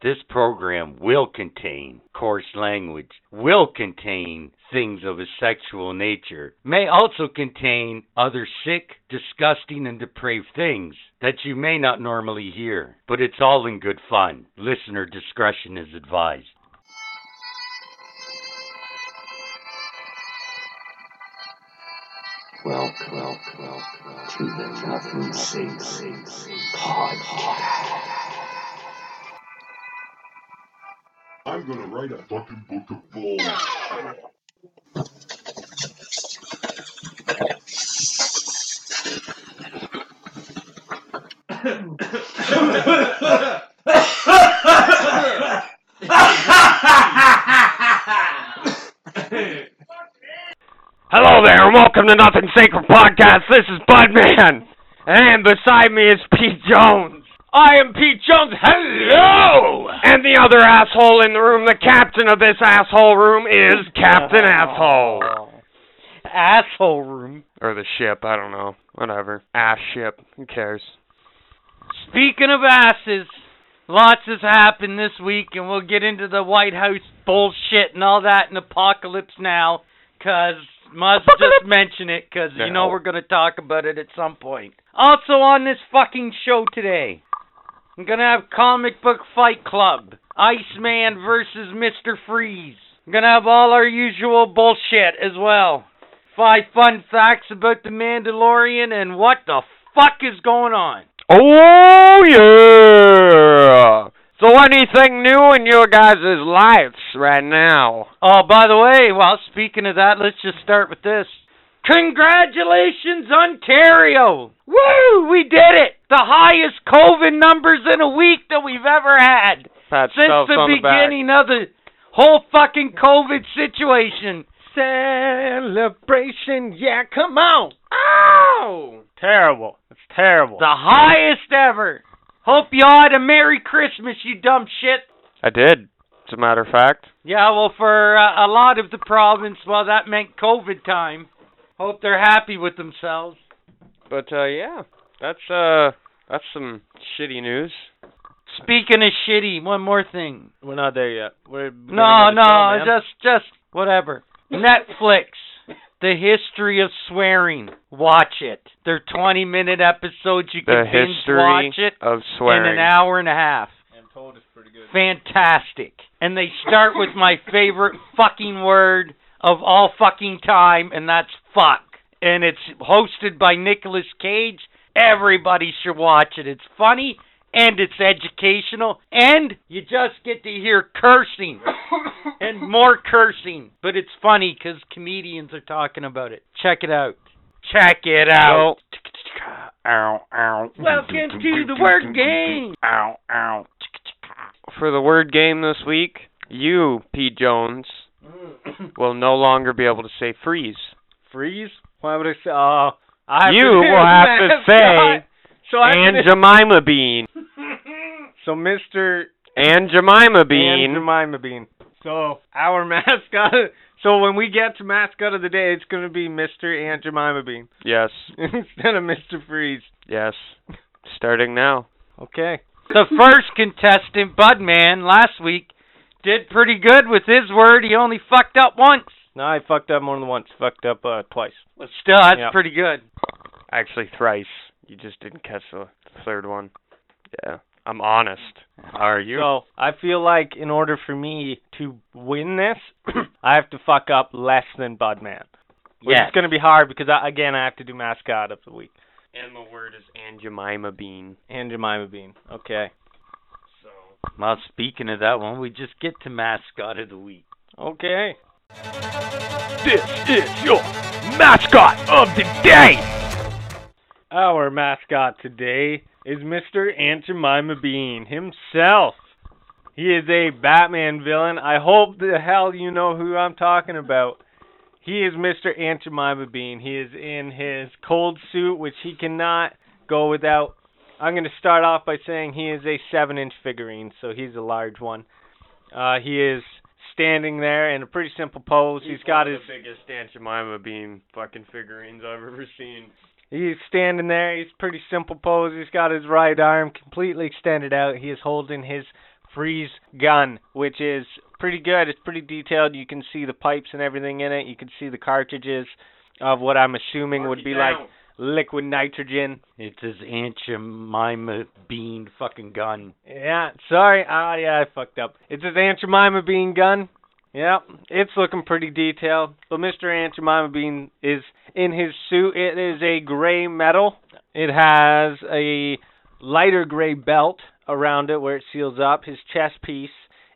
This program will contain coarse language, will contain things of a sexual nature, may also contain other sick, disgusting, and depraved things that you may not normally hear. But it's all in good fun. Listener discretion is advised. Welcome, welcome, welcome to the Nothing Safe Podcast. I'm gonna write a fucking book of balls. Hello there, and welcome to Nothing Sacred Podcast. This is Budman, and beside me is Pete Jones. I am Pete Jones. Hello! And the other asshole in the room, the captain of this asshole room, is Captain Oh. Asshole. Asshole room. Or the ship, I don't know. Whatever. Ass ship. Who cares? Speaking of asses, lots has happened this week, and we'll get into the White House bullshit and all that in Apocalypse Now, 'cause must just mention it, 'cause you know Now. we're going to talk about it at some point. Also on this fucking show today, I'm going to have Comic Book Fight Club, Iceman versus Mr. Freeze. I'm going to have all our usual bullshit as well. Five fun facts about The Mandalorian and what the fuck is going on. Oh, yeah! So, anything new in your guys' lives right now? Oh, by the way, while speaking of that, let's just start with this. Congratulations, Ontario! Woo! We did it! The highest COVID numbers in a week that we've ever had Pat since Stubbs the on the back. beginning of the whole fucking COVID situation. Celebration, yeah, come on! Ow! Terrible. It's terrible. The highest ever! Hope you all had a Merry Christmas, you dumb shit! I did, as a matter of fact. Yeah, well, for uh, a lot of the province, well, that meant COVID time. Hope they're happy with themselves. But uh yeah, that's uh that's some shitty news. Speaking of shitty, one more thing. We're not there yet. We're beginning No, of the no, show, man. just, just whatever. Netflix, The History of Swearing. Watch it. They're 20 minute episodes. You can The binge history watch it of in an swearing. hour and a half. I'm told it's pretty good. Fantastic. And they start with my favorite fucking word of all fucking time, and that's fuck. And it's hosted by Nicolas Cage. Everybody should watch it. It's funny and it's educational, and you just get to hear cursing and more cursing. But it's funny because comedians are talking about it. Check it out. Check it out. Ow, ow. Welcome to the word game. Ow, ow. For the word game this week, you, Pete Jones, will no longer be able to say freeze. Freeze? Why would I say? Uh, I have You to will have to say So I have and to, Jemima Bean. so Mr. And Jemima And Bean. Jemima Bean. So our mascot. So when we get to mascot of the day, it's gonna be Mr. and Jemima Bean yes. instead of Mr. Freeze. Yes. Starting now. Okay. the first contestant, Budman, last week did pretty good with his word. He only fucked up once. No, I fucked up more than once. Fucked up uh, twice. But still, that's Yeah. pretty good. Actually thrice. You just didn't catch the third one. Yeah. I'm honest. Are you? So I feel like in order for me to win this, I have to fuck up less than Budman. Which Yes. is going to be hard because I, again I have to do mascot of the week And the word is and Jemima Bean. and Jemima Bean. Okay. Well, speaking of that one, we just get to mascot of the week. Okay. This is your mascot of the day. Our mascot today is Mr. Aunt Jemima Bean himself. He is a Batman villain. I hope the hell you know who I'm talking about. He is Mr. Aunt Jemima Bean. He is in his cold suit, which he cannot go without. I'm going to start off by saying he is a 7 inch figurine, so he's a large one. Uh, he is standing there in a pretty simple pose. he's got his biggest Aunt Jemima Bean fucking figurines I've ever seen. He's standing there. He's pretty simple pose. He's got his right arm completely extended out. He is holding his freeze gun, which is pretty good. It's pretty detailed. You can see the pipes and everything in it. You can see the cartridges of what I'm assuming would be like liquid nitrogen. It's his Aunt Jemima bean fucking gun. Yeah, sorry. Ah, yeah, I fucked up. It's his Aunt Jemima Bean gun. Yeah, it's looking pretty detailed. But Mr. Aunt Jemima Bean is in his suit. It is a gray metal. It has a lighter gray belt around it where it seals up. His chest piece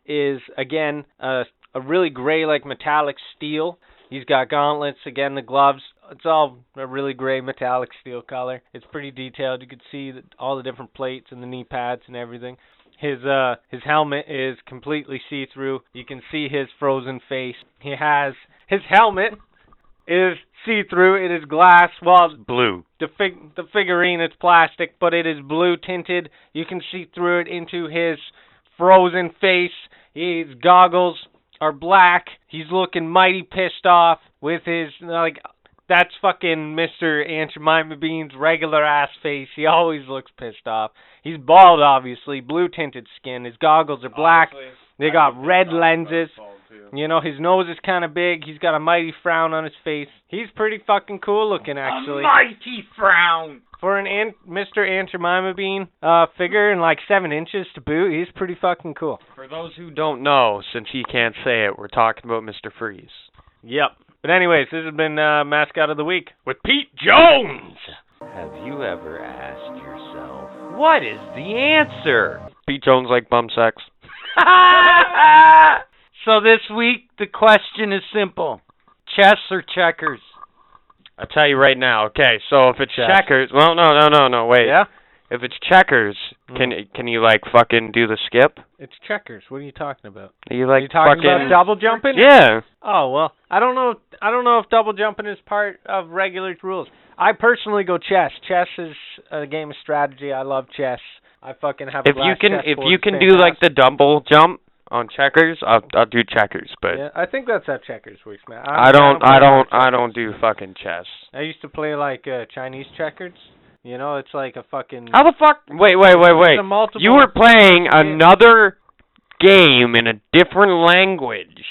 is, again, a, a really gray, like metallic steel. He's got gauntlets, again, the gloves. It's all a really gray metallic steel color. It's pretty detailed. You can see that all the different plates and the knee pads and everything. His uh his helmet is completely see-through. You can see his frozen face. He has his helmet is see-through. It is glass. Well, Blue. the fig the figurine is plastic, but it is blue tinted. You can see through it into his frozen face. His goggles are black. He's looking mighty pissed off with his like that's fucking Mr. Aunt Jemima Bean's regular ass face. He always looks pissed off. He's bald obviously, blue tinted skin. His goggles are black. they got red lenses. You know, his nose is kind of big. He's got a mighty frown on his face. He's pretty fucking cool looking, actually. A mighty frown. For an Aunt, Mr. Aunt Jemima Bean uh, figure and like seven inches to boot, he's pretty fucking cool. For those who don't know, since he can't say it, we're talking about Mr. Freeze. Yep. But anyways, this has been uh, mascot of the week. With Pete Jones! Have you ever asked yourself, what is the answer? Pete Jones like bum sex. so this week the question is simple: chess or checkers? I tell you right now, okay, so if it's Chess. checkers well no no no no wait. Yeah. If it's checkers, can can you like fucking do the skip? It's checkers. What are you talking about? Are you like you talking about fucking double jumping? Yeah. Oh well, I don't know. I don't know if double jumping is part of regular rules. I personally go chess. Chess is a game of strategy. I love chess. I fucking have. A If you glass can if chessboard you can stand do like up. the double jump on checkers, I'll I'll do checkers, but Yeah, I think that's how checkers works, man. I don't play I don't checkers. I don't do fucking chess. I used to play like uh, Chinese checkers. You know, it's like a fucking. How the fuck? Wait, wait, wait, wait. It's a multiple- You were playing another game in a different language.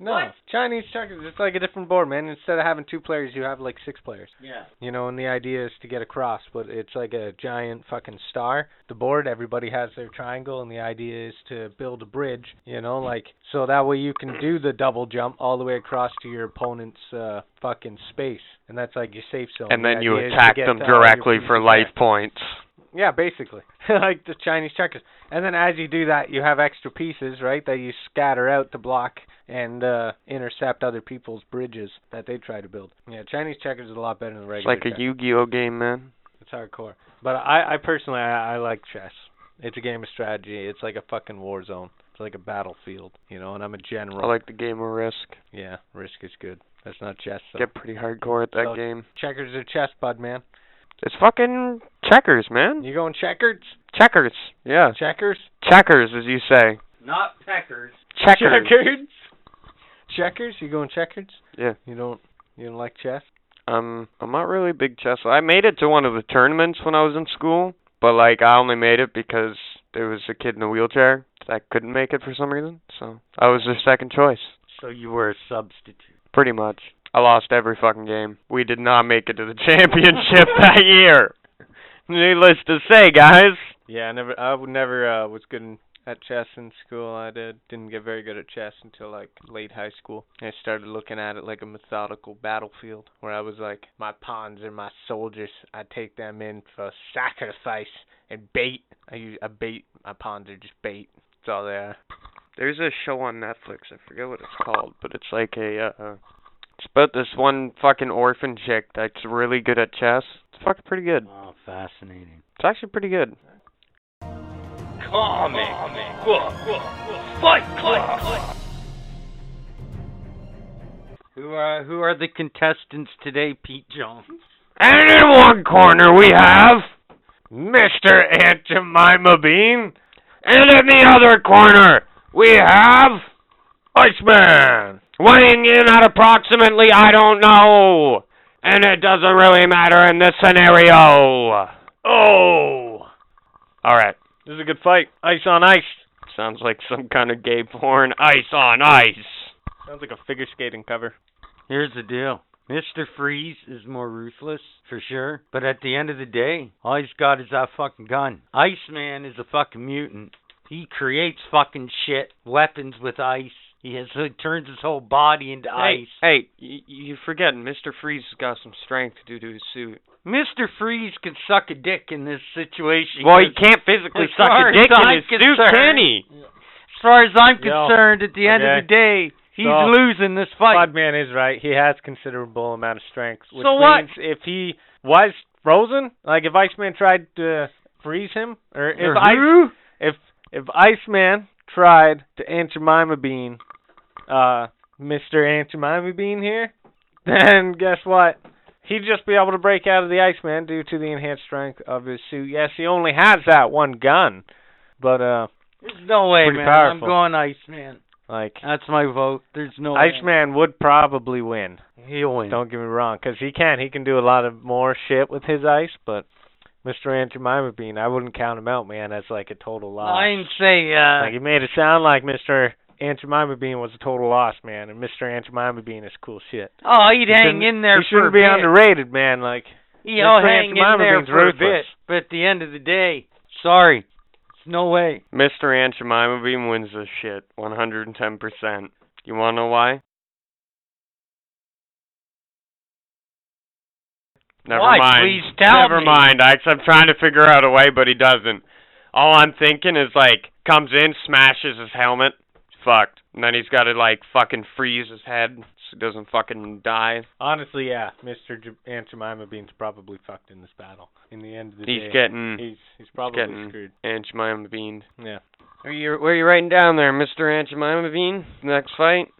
No, Chinese checkers. It's like a different board, man. Instead of having two players, you have like six players. Yeah. You know, and the idea is to get across, but it's like a giant fucking star. The board, everybody has their triangle, and the idea is to build a bridge. You know, like so that way you can do the double jump all the way across to your opponent's uh, fucking space, and that's like your safe zone. And The then you idea is to attack get them to all your directly for pieces life back. points. Yeah, basically, like the Chinese checkers. And then as you do that, you have extra pieces, right, that you scatter out to block and uh intercept other people's bridges that they try to build. Yeah, Chinese checkers is a lot better than It's regular. like a chess. Yu-Gi-Oh game, man. It's hardcore. But I, I personally, I, I like chess. It's a game of strategy. It's like a fucking war zone. It's like a battlefield, you know. And I'm a general. I like the game of Risk. yeah, risk is good. That's not chess. though. Get pretty hardcore at that So- game. Checkers are chess, bud, man. It's fucking checkers, man. You going checkers? Checkers. Yeah. Checkers? Checkers, as you say. Not checkers. Checkers. Checkers. Checkers? You going checkers? Yeah. You don't you don't like chess? Um, I'm not really a big chess. I made it to one of the tournaments when I was in school, but like I only made it because there was a kid in a wheelchair that couldn't make it for some reason. So I was their second choice, So you were a substitute. pretty much. I lost every fucking game. We did not make it to the championship that year. Needless to say, guys. Yeah, I never I would never uh was good in, at chess in school. I did didn't get very good at chess until like late high school. I started looking at it like a methodical battlefield where I was like my pawns are my soldiers. I take them in for sacrifice and bait. I use I bait my pawns are just bait. That's all they are. There's a show on Netflix. I forget what it's called, but it's like a uh, uh it's about this one fucking orphan chick that's really good at chess. It's fucking pretty good. Oh, fascinating. It's actually pretty good. Comic book fight club. Who are who are the contestants today, Pete Jones? And in one corner we have Mr. Aunt Jemima Bean. And in the other corner we have Iceman. Weighing in at approximately, I don't know. And it doesn't really matter in this scenario. Oh. Alright. This is a good fight. Ice on ice. It's Sounds like some kind of gay porn. Ice on ice. Sounds like a figure skating cover. Here's the deal. Mr. Freeze is more ruthless, for sure. But at the end of the day, all he's got is that fucking gun. Iceman is a fucking mutant. He creates fucking shit, weapons with ice. He has he turns his whole body into Hey, ice. hey, you, you forgetting Mr. Freeze has got some strength due to his suit. Mr. Freeze can suck a dick in this situation. Well, he 'cause can't physically as suck far a as dick in I'm his suit, can concerned- he? As far as I'm Yo. concerned, at the end Okay. of the day, he's So- losing this fight. Podman is right. He has considerable amount of strength. Which So what? means if he was frozen, like if Iceman tried to freeze him, or if Or Ice, if if Iceman tried to Aunt Jemima Bean, uh, Mister Aunt Jemima Bean here, then guess what? He'd just be able to break out of the Iceman due to the enhanced strength of his suit. Yes, he only has that one gun, but uh, There's no way, Pretty man. powerful. I'm going Iceman. like That's my vote. There's no way. Iceman would probably win. He'll win. Don't get me wrong, 'cause he can. He can do a lot of more shit with his ice, but Mr. Aunt Jemima Bean, I wouldn't count him out, man. That's like a total loss. I didn't say uh Like, he made it sound like Mr. Aunt Jemima Bean was a total loss, man, and Mr. Aunt Jemima Bean is cool shit. Oh, he'd He hang shouldn't- in there He for a shouldn't be bit. underrated, man. Like, He'll Mr. hang in Antimony there means for a ruthless. bit, but at the end of the day, sorry, it's no way. Mr. Aunt Jemima Bean wins this shit 110%. You want to know why? Never Why? mind. Please tell Never me. mind. I, I'm trying to figure out a way, but he doesn't. All I'm thinking is like comes in, smashes his helmet, fucked, and then he's got to like fucking freeze his head so he doesn't fucking die. honestly, yeah, Mr. J- Aunt Jemima Bean's probably fucked in this battle. In the end of the He's day, getting he's he's probably getting- screwed. Aunt Jemima Bean. Yeah. Are you, where are you writing down there, Mr. Aunt Jemima Bean? Next fight?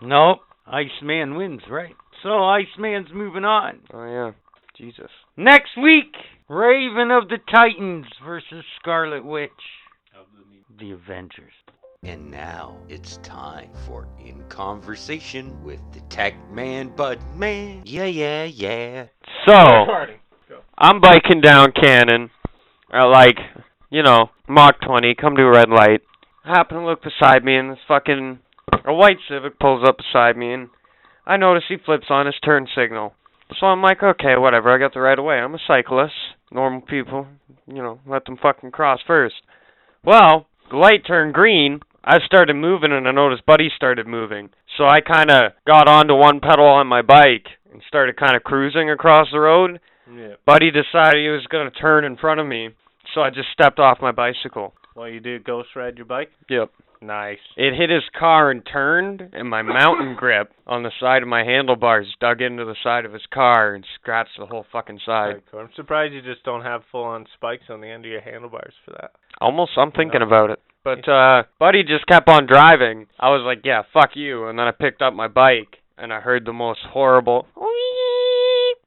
Nope, Iceman wins, right? So Iceman's moving on. Oh yeah. Jesus. Next week, Raven of the Titans versus Scarlet Witch of the, Avengers. And now it's time for In Conversation with the Tech Man Bud Man. Yeah, yeah, yeah. So I'm biking down Cannon at like, you know, Mach 20, come to a red light. Happen to look beside me, and this fucking a white Civic pulls up beside me, and I notice he flips on his turn signal. So I'm like, okay, whatever. I got the right of way. I'm a cyclist. Normal people, you know, let them fucking cross first. Well, the light turned green. I started moving, and I noticed Buddy started moving. So I kind of got onto one pedal on my bike and started kind of cruising across the road. Yeah. Buddy decided he was going to turn in front of me, so I just stepped off my bicycle. Well, you do ghost ride your bike. Yep. Nice. It hit his car and turned, and my mountain grip on the side of my handlebars dug into the side of his car and scratched the whole fucking side. Hardcore. I'm surprised you just don't have full on spikes on the end of your handlebars for that. Almost, I'm thinking about it. But uh Buddy just kept on driving. I was like, yeah, fuck you. And then I picked up my bike, and I heard the most horrible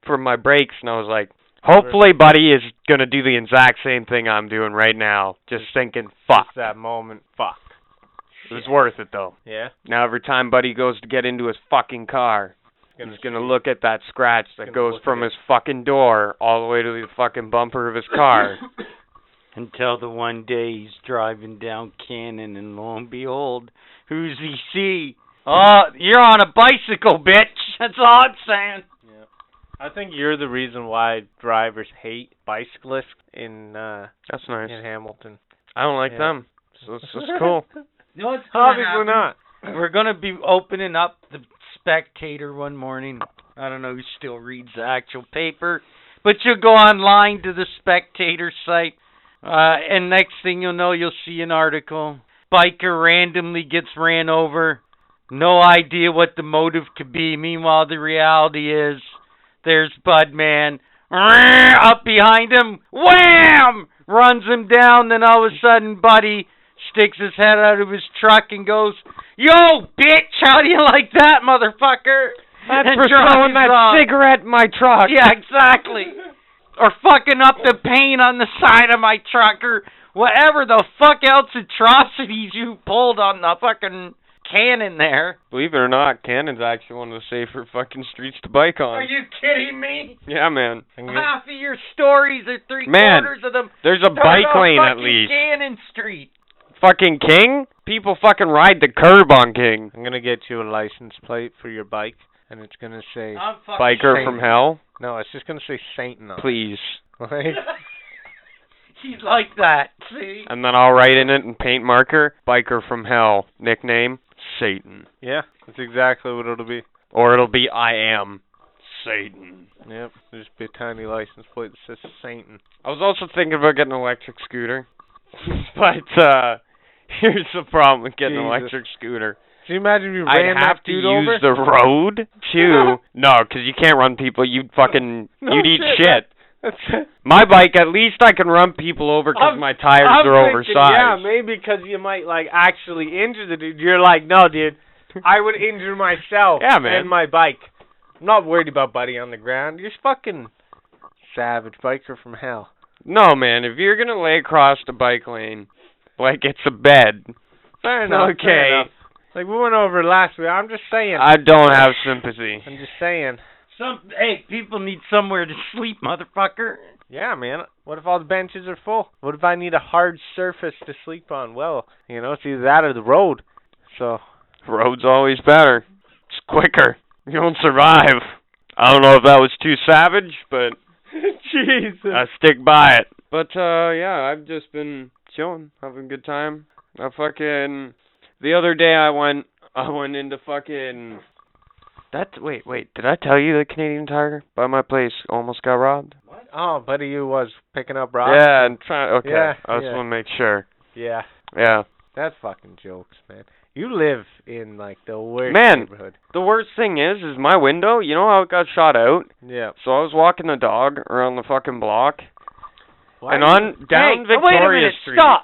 from my brakes, and I was like, hopefully Buddy is going to do the exact same thing I'm doing right now. Just thinking, fuck. It's that moment. Fuck. It was worth it though. Yeah. Now every time Buddy goes to get into his fucking car, he's gonna look at that scratch that gonna goes look from at his fucking door all the way to the fucking bumper of his car. Until the one day he's driving down Cannon, and lo and behold, who's he see? Oh, you're on a bicycle, bitch. That's all I'm saying. I think you're the reason why drivers hate bicyclists in uh That's nice. in Hamilton. I don't like Yeah. them. So it's just cool. No, it's gonna Obviously happen. not. We're gonna be opening up the Spectator one morning. I don't know who still reads the actual paper, but you'll go online to the Spectator site, uh, and next thing you'll know, you'll see an article: biker randomly gets ran over. No idea what the motive could be. Meanwhile, the reality is there's Budman up behind him, wham! Runs him down. Then all of a sudden, Buddy sticks his head out of his truck and goes, "Yo, bitch, how do you like that, motherfucker?" That's And for drives throwing that off. cigarette in my truck. Yeah, exactly. or fucking up the paint on the side of my truck, or whatever the fuck else atrocities you pulled on the fucking cannon there. Believe it or not, Cannon's actually one of the safer fucking streets to bike on. Are you Uh, kidding me? yeah, man. Half of your stories are three Man, quarters of them. There's a They're bike on lane at fucking least. Cannon Street. Fucking King? People fucking ride the curb on King. I'm gonna get you a license plate for your bike, and it's gonna say I'm fucking Biker from hell? no. It's just gonna say Saint on. it. Please. Like, He's like that. See? And then I'll write in it in paint marker, Biker from hell. Nickname, Satan. yeah, that's exactly what it'll be. Or it'll be I am Satan. Yep, there'll just be a tiny license plate that says Satan. I was also thinking about getting an electric scooter. but uh here's the problem with getting an Jesus. electric scooter. Can you imagine if you I ran have that to dude use over? the road to No, cuz you can't run people. You'd fucking No you'd eat shit. shit. That's- My bike at least I can run people over cuz I'm- my tires I'm are thinking, oversized. Yeah, maybe because you might like actually injure the dude. You're like, no, dude, I would injure myself. Yeah, man. And my bike. I'm not worried about buddy on the ground. You're fucking savage biker from hell. No, man, if you're gonna lay across the bike lane like it's a bed, Fair enough. okay. fair enough. Like we went over last week. I'm just saying. I don't have sympathy. I'm just saying. Some hey, people need somewhere to sleep, motherfucker. Yeah, man. What if all the benches are full? What if I need a hard surface to sleep on? Well, you know, it's either that or the road. So Road's always better. It's quicker. You don't survive. I don't know if that was too savage, but Jesus. I stick by it. But uh yeah, I've just been chilling, having a good time. I fucking the other day I went I went into fucking that wait, wait, did I tell you the Canadian Tiger by my place almost got robbed? oh, buddy, you was picking up rocks. Yeah, I'm trying. Okay, Yeah, I just yeah. want to make sure. Yeah. Yeah. That's fucking jokes, man. You live in like the worst Man. neighborhood. The worst thing is, is my window. You know how it got shot out? Yeah. So I was walking the dog around the fucking block, Why and are you- on down hey, oh, Victoria wait a minute. Street. Stop.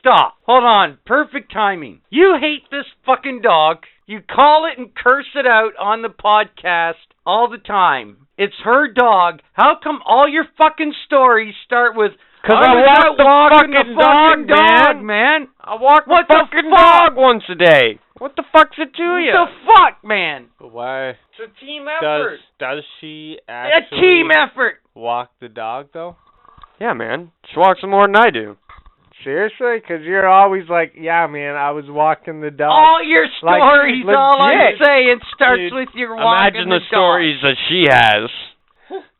Stop. Hold on. Perfect timing. You hate this fucking dog. You call it and curse it out on the podcast all the time. It's her dog. How come all your fucking stories start with Cause I I was out walk the walking fucking the fucking dog, dog, man. I walk What the the fucking fuck? dog once a day. What the fuck's it to you? What the fuck, man? Why It's a team does effort. does she a actually team effort. walk the dog though? yeah, man. She walks more than I do. Seriously? Because you're always like, yeah, man, I was walking the dog. All your Like, stories, all I'm legit, saying starts dude. with your walking Imagine the, dog. stories that she has.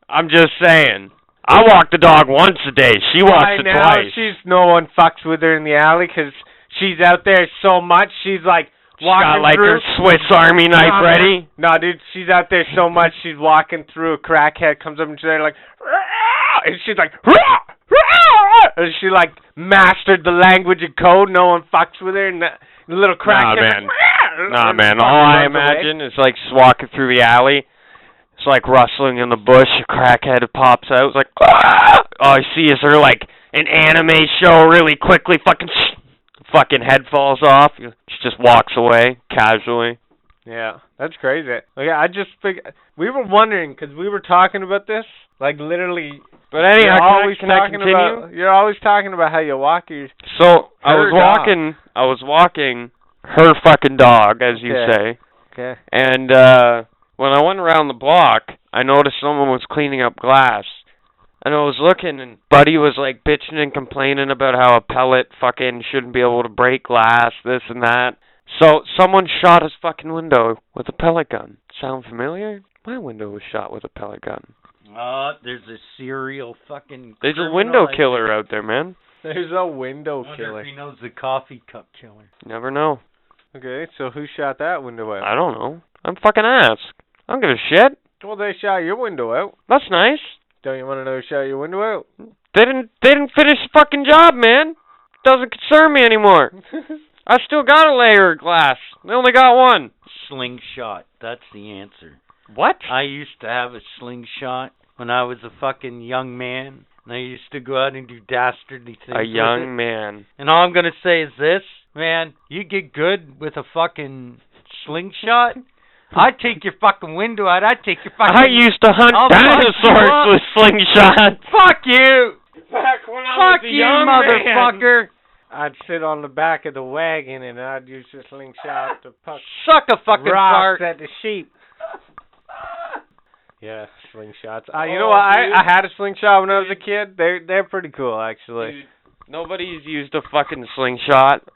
I'm just saying. I walk the dog once a day. She walks By it now, twice. she's no one fucks with her in the alley because she's out there so much. She's like She's walking got like through. her Swiss Army knife Nah, man. ready. No, dude, she's out there so much. She's walking through. A crackhead comes up and she's like, "Rah!" and she's like, "Rah! Rah!" and she like mastered the language and code. No one fucks with her. And the, the little crackhead. man. Like, "Rah!" Nah, and man. fucking All I runs away. imagine is like just walking through the alley. It's like rustling in the bush. A crackhead pops out. It's like, "Ah!" all I see is her like an anime show really quickly. Fucking, fucking head falls off. She just walks away casually. Yeah, that's crazy. Like, I just think we were wondering because we were talking about this. Like literally, But anyhow, you're can I- always can I talking continue? about you're always talking about how you walk your So I Her was dog. walking. I was walking her fucking dog, as you Okay. say. okay. And uh when I went around the block, I noticed someone was cleaning up glass. And I was looking and Buddy was like bitching and complaining about how a pellet fucking shouldn't be able to break glass, this and that. So someone shot his fucking window with a pellet gun. Sound familiar? My window was shot with a pellet gun. Uh, there's a serial fucking. There's a criminal window out there. killer out there, man. There's a window Wonder killer. if he knows the coffee cup killer. Never know. Okay, so who shot that window out? I don't know. I'm fucking ass. I don't give a shit. Well, they shot your window out. That's nice. Don't you want to know who shot your window out? They didn't they didn't finish the fucking job, man. Doesn't concern me anymore. I still got a layer of glass. They only got one. Slingshot. That's the answer. What? I used to have a slingshot when I was a fucking young man, and I used to go out and do dastardly things. A with it. young man. And all I'm gonna say is this, man. You get good with a fucking slingshot. I'd take your fucking window out. I'd take your fucking. I used to hunt I'll fuck you up. dinosaurs with slingshots. Fuck you! Back when Fuck you, motherfucker! I'd sit on the back of the wagon and I'd use the slingshot to puck Suck a fucking rocks fart. at the sheep. Yeah, Oh, slingshots. Uh, you know what? I, I had a slingshot when I was a kid. They're they're pretty cool actually. Nobody's used a fucking slingshot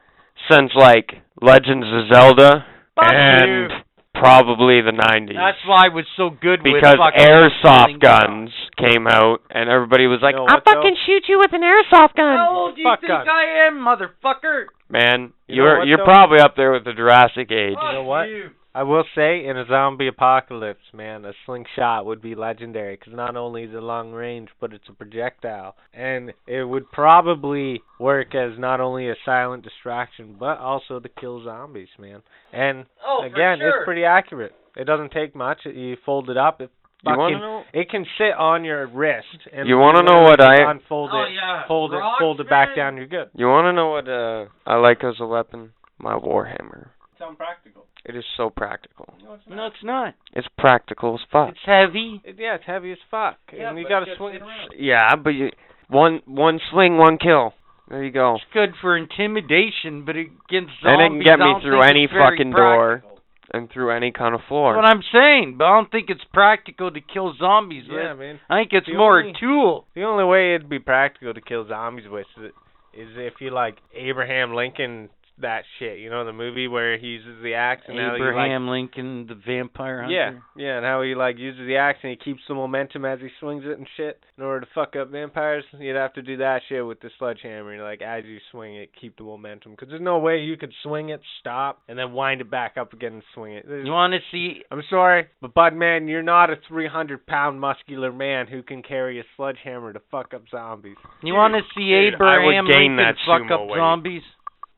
since like Legends of Zelda Fuck and you. probably the 90s. That's why it was so good with because fucking airsoft slingshot. guns came out and everybody was like, You know what, "I'll though? fucking shoot you with an airsoft gun." How old do you Fuck think guns. I am, motherfucker? Man, You know you're what, you're though? probably up there with the Jurassic age. Fuck know what? you. I will say, in a zombie apocalypse, man, a slingshot would be legendary because not only is it long range, but it's a projectile, and it would probably work as not only a silent distraction, but also to kill zombies, man. And Oh, for again, sure. it's pretty accurate. It doesn't take much. You fold it up. It You fucking, want to know? it can sit on your wrist. And You wanna know what literally I- unfold Oh, it, yeah. fold it, Rocks, fold it back man. down. You're good. You want to know what uh I like as a weapon? My warhammer. It's unpractical. It is so practical. No, it's not. It's practical as fuck. It's heavy. It, yeah, it's heavy as fuck, Yeah, and you but gotta just swing sit it. around. Yeah, but you one one sling, one kill. There you go. It's good for intimidation, but against zombies, And it can get I me don't through think any it's very fucking door practical. and through any kind of That's floor. what I'm saying, but I don't think it's practical to kill zombies with. Yeah, man. I think it's The more only- a tool. The only way it'd be practical to kill zombies with is, is if you like Abraham Lincoln that shit. You know the movie where he uses the axe and how he like Abraham Lincoln, the vampire hunter. yeah, yeah, and how he like uses the axe and he keeps the momentum as he swings it and shit. In order to fuck up vampires, you'd have to do that shit with the sledgehammer. And, like as you swing it, keep the momentum because there's no way you could swing it, stop, and then wind it back up again and swing it. There's- You want to see? I'm sorry, but Bud Man, you're not a 300 pound muscular man who can carry a sledgehammer to fuck up zombies. You want to see dude, I would Abraham gain Lincoln that fuck sumo up weight. zombies?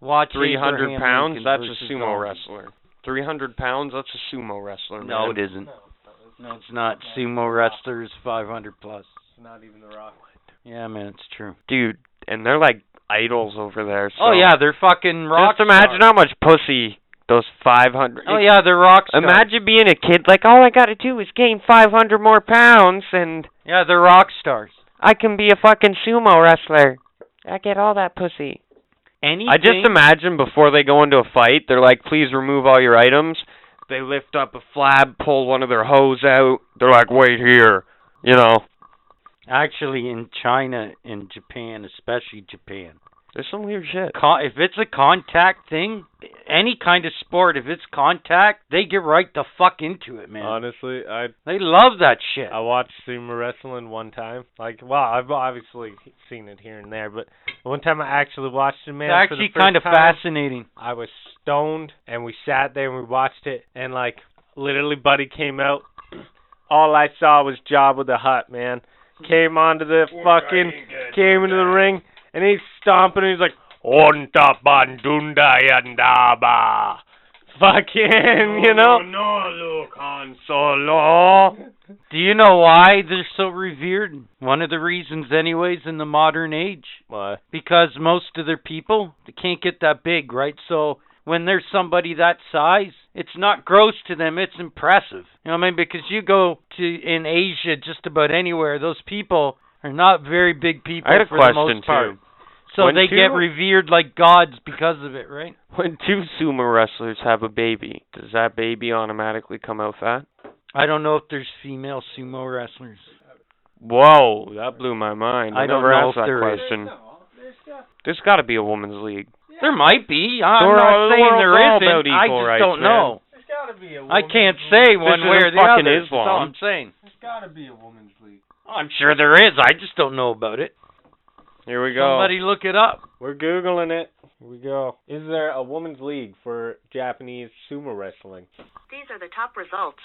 Watch 300 Abraham pounds? Lincoln That's versus a sumo zombies. wrestler. 300 pounds? That's a sumo wrestler, No, man. it isn't. No, it's not. Sumo wrestlers 500 plus. It's not even the rock. Yeah, man, it's true. Dude, and they're like idols over there. So oh yeah, they're fucking rock. Just imagine stars. how much pussy those 500. Oh yeah, they're rock stars. Imagine being a kid like all I got to do is gain 500 more pounds and Yeah, they're rock stars. I can be a fucking sumo wrestler. I get all that pussy. Anything. I just imagine before they go into a fight, they're like, "Please remove all your items." They lift up a flab, pull one of their hose out. They're like, "Wait here," you know. Actually, in China, in Japan, especially Japan, There's some weird shit. con- if it's a contact thing, any kind of sport, if it's contact, they get right the fuck into it, man. Honestly, I they love that shit. I watched sumo wrestling one time. Like, well, I've obviously seen it here and there, but one time I actually watched it, man. it's for the actually first kind of time, fascinating. I was stoned, and we sat there and we watched it, and like literally, Buddy came out. All I saw was Jabba the Hutt, man. Came onto the fucking, came into the ring, and he's stomping. And he's like, "Onta bandunda yandaba." Oh, Fucking, you know. No, Lucan Solo. Do you know why they're so revered? One of the reasons, anyways, in the modern age, What? because most of their people they can't get that big, right? So when there's somebody that size, it's not gross to them, it's impressive. You know what I mean? Because you go to in Asia, just about anywhere, those people are not very big people I had a for the question most part. too. So When they two- get revered like gods because of it, right? When two sumo wrestlers have a baby, does that baby automatically come out fat? I don't know if there's female sumo wrestlers. Whoa, that blew my mind. I, I don't never know asked if that there is. question. There's got to be a women's league. There might be. I'm They're not all- the saying world's all there about isn't. I equal just rights, don't man. know. There's gotta be a woman. I can't say one isn't way or the fucking other. That's all Islam. I'm saying. There's gotta be a woman's league. I'm sure there is. I just don't know about it. Here we go. Somebody look it up. We're googling it. Here we go. Is there a woman's league for Japanese sumo wrestling? These are the top results.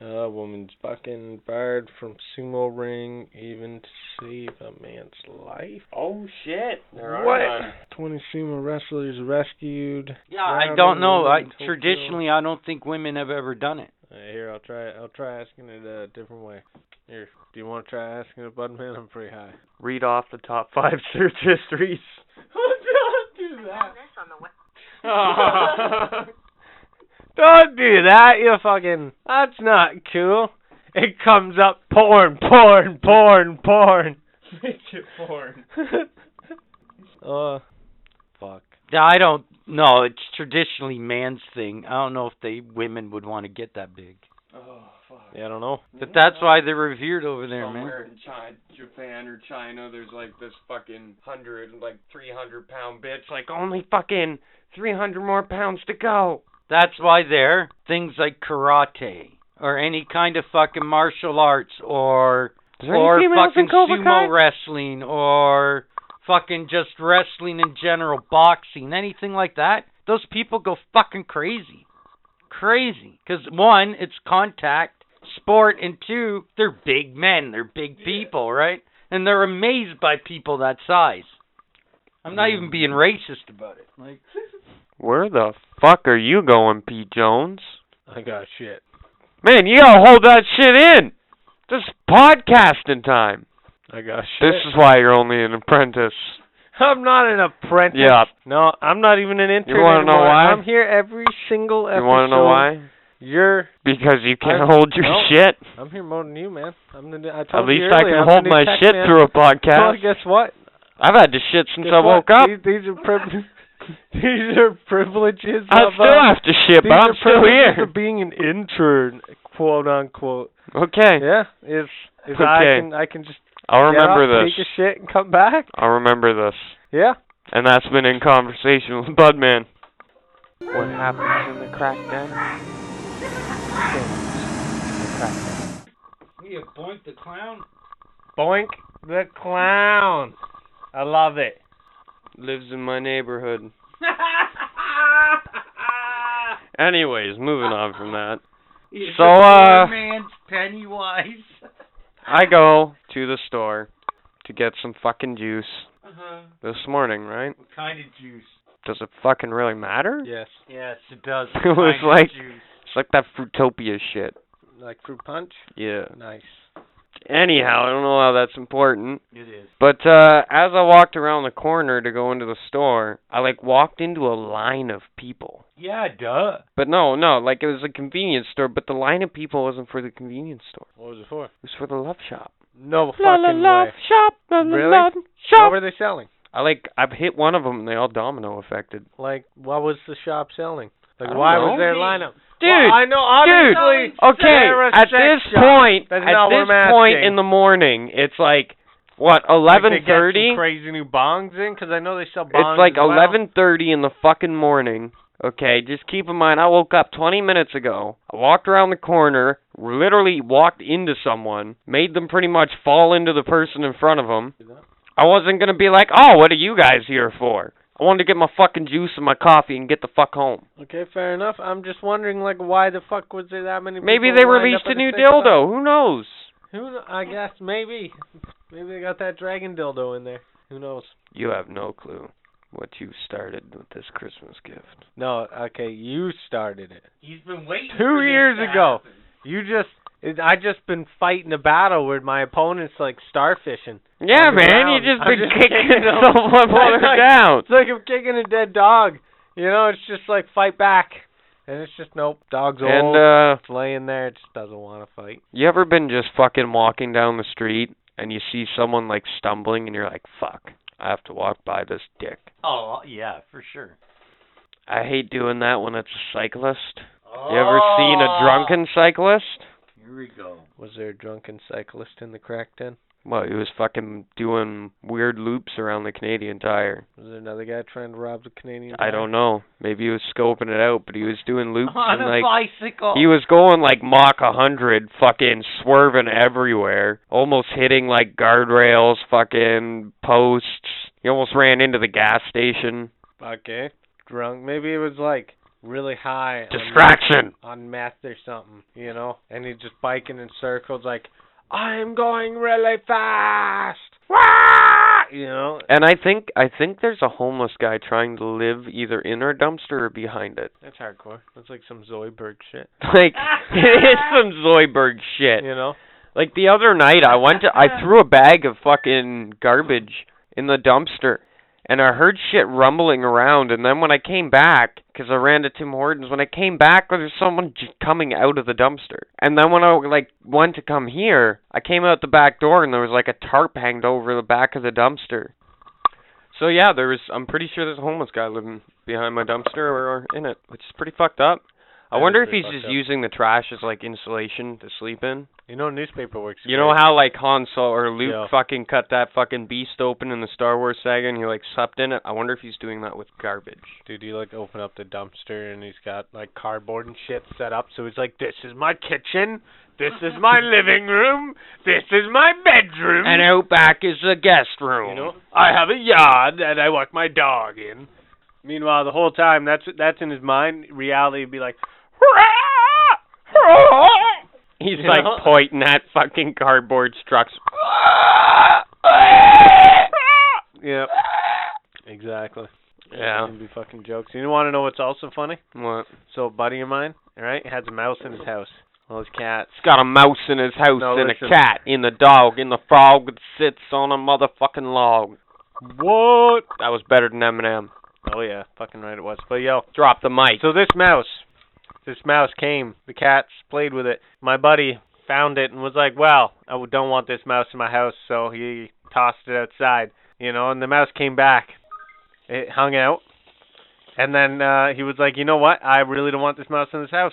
A woman's fucking barred from sumo ring even to save a man's life. Oh shit. There What? 20 sumo wrestlers rescued. Yeah, I Round don't know. I woman's Tokyo. traditionally I don't think women have ever done it. Uh, here, I'll try. I'll try asking it a different way. Here, do you want to try asking it, bud man? I'm pretty high. Read off the top five search histories. do that. This on the web. Don't do that, you fucking. That's not cool. It comes up porn, porn, porn, porn. Make it porn. uh, fuck. Yeah, I don't know. It's traditionally man's thing. I don't know if they women would want to get that big. Oh, fuck. Yeah, I don't know. But that's why they're revered over there, man. Somewhere in China, Japan or China, there's like this fucking hundred, like three hundred pound bitch, like only fucking three hundred more pounds to go. That's why there things like karate or any kind of fucking martial arts or Is there any or females in fucking Cobra Kai? sumo wrestling or fucking just wrestling in general, boxing, anything like that. Those people go fucking crazy. Crazy. Because one, it's contact sport, and two, they're big men. They're big people, right? And they're amazed by people that size. I'm not even being racist about it. Like, Where the fuck are you going, Pete Jones? I got shit. Man, you gotta hold that shit in. This is podcasting time. I got shit. This is why you're only an apprentice. I'm not an apprentice. Yeah. No, I'm not even an intern. You wanna know anymore. why? I'm here every single episode. You wanna know why? You're. Because you can't I- hold your no. shit. I'm here more than you, man. I'm the. I told At least you I earlier, can I'm hold the new my tech shit man. through a Well, podcast. guess what? I've had to shit since Guess I what? woke up. These, these are priv- These are privileges. I of, still um, have to shit, these but I'm are still privileges here. Of being an intern, quote unquote. Okay. Yeah, it's it's I Okay. can I can just I'll get up, remember this. take a shit and come back. I'll remember this. Yeah. And that's been in conversation with Budman. What happens in the crackdown? we appoint the clown. Boink the clown. I love it. Lives in my neighborhood. Anyways, moving on from that. So, uh, man's Pennywise. I go to the store to get some fucking juice Uh-huh. this morning, right? What kind of juice? Does it fucking really matter? Yes, Yes, it does. It What was kind of like- juice? It's like that Fruitopia shit. like fruit punch. Yeah. Nice. Anyhow, I don't know how that's important. It is. But uh as I walked around the corner to go into the store, I like walked into a line of people. Yeah, duh. But no, no, like it was a convenience store, but the line of people wasn't for the convenience store. What was it for? It was for the love shop. No La la fucking love way. shop, la la Really? love What shop. were they selling? I like I've hit one of them and they all domino affected. Like, what was the shop selling? I Like, don't why know. was their lineup? Dude, Well, I know obviously. dude. Okay, they're a sex at this shop. point, That's at not what this I'm point asking. in the morning, it's like what Like, they eleven get some thirty. Crazy new bongs in because I know they sell bongs. It's like as well. eleven thirty in the fucking morning. Okay, just keep in mind I woke up twenty minutes ago. I walked around the corner, literally walked into someone, made them pretty much fall into the person in front of them. I wasn't gonna be like, oh, what are you guys here for? I wanted to get my fucking juice and my coffee and get the fuck home. Okay, fair enough. I'm just wondering, like, why the fuck was there that many? Maybe people they lined released up a at the new same time? dildo. Who knows? Who? kn- I guess maybe. Maybe they got that dragon dildo in there. Who knows? You have no clue what you started with this Christmas gift. No. Okay, you started it. He's been waiting. Two for this years to ago. happen. You just. It, I just been fighting a battle where my opponent's like starfishing. Yeah, On the man, you ground. just I'm been just kicking kicking them. someone while Like- they're down. It's like I'm kicking a dead dog. You know, it's just like fight back, and it's just nope. Dog's old. And uh it's laying there. It just doesn't want to fight. You ever been just fucking walking down the street and you see someone like stumbling and you're like, fuck, I have to walk by this dick. Oh yeah, for sure. I hate doing that when it's a cyclist. You ever seen a drunken Oh. cyclist? Here we go. Was there a drunken cyclist in the crack den? Well, he was fucking doing weird loops around the Canadian tire. Was there another guy trying to rob the Canadian? I don't know. Maybe he was scoping it out, but he was doing loops and On a like bicycle. He was going like Mach 100, fucking swerving everywhere, almost hitting like guardrails, fucking posts. He almost ran into the gas station. Okay. Drunk. Maybe it was like really high. on Distraction! meth- On meth or something, you know, and he's just biking in circles, like I'm going really fast. Wah! You know, And I think I think there's a homeless guy trying to live either in our dumpster or behind it. that's hardcore. That's like some Zoidberg shit. Like it is some Zoidberg shit. You know, Like the other night, I went to I threw a bag of fucking garbage in the dumpster, and I heard shit rumbling around. And then when I came back, because I ran to Tim Hortons, when I came back, there was someone just coming out of the dumpster. And then when I like went to come here, I came out the back door, and there was like a tarp hanged over the back of the dumpster. So yeah, there was. I'm pretty sure there's a homeless guy living behind my dumpster or, or in it, which is pretty fucked up. I That wonder is if he's pretty just fucked up. using the trash as like insulation to sleep in. You know, newspaper works. You know how like Han Solo or Luke Yeah. fucking cut that fucking beast open in the Star Wars saga, and he like slept in it. I wonder if he's doing that with garbage. Dude, you like open up the dumpster and he's got like cardboard and shit set up. So he's like, "This is my kitchen. This is my living room. This is my bedroom. And out back is the guest room. you know, I have a yard that I walk my dog in." Meanwhile, the whole time that's that's in his mind. Reality would be like, He's You like know? pointing at fucking cardboard trucks. "Yeah, exactly." Yeah. It'd be fucking jokes. You want to know what's also funny? What? So, a buddy of mine, all right, has a mouse in his house. Well, his cat. He's got a mouse in his house, No, and listen. a cat, and a dog, and a frog that sits on a motherfucking log. What? That was better than Eminem. Oh yeah, fucking right it was. But yo, Drop the mic. so this mouse, this mouse came. The cats played with it. My buddy found it and was like, "Well, I w- don't want this mouse in my house," so he tossed it outside. You know, and the mouse came back. It hung out, and then uh he was like, "You know what? I really don't want this mouse in this house."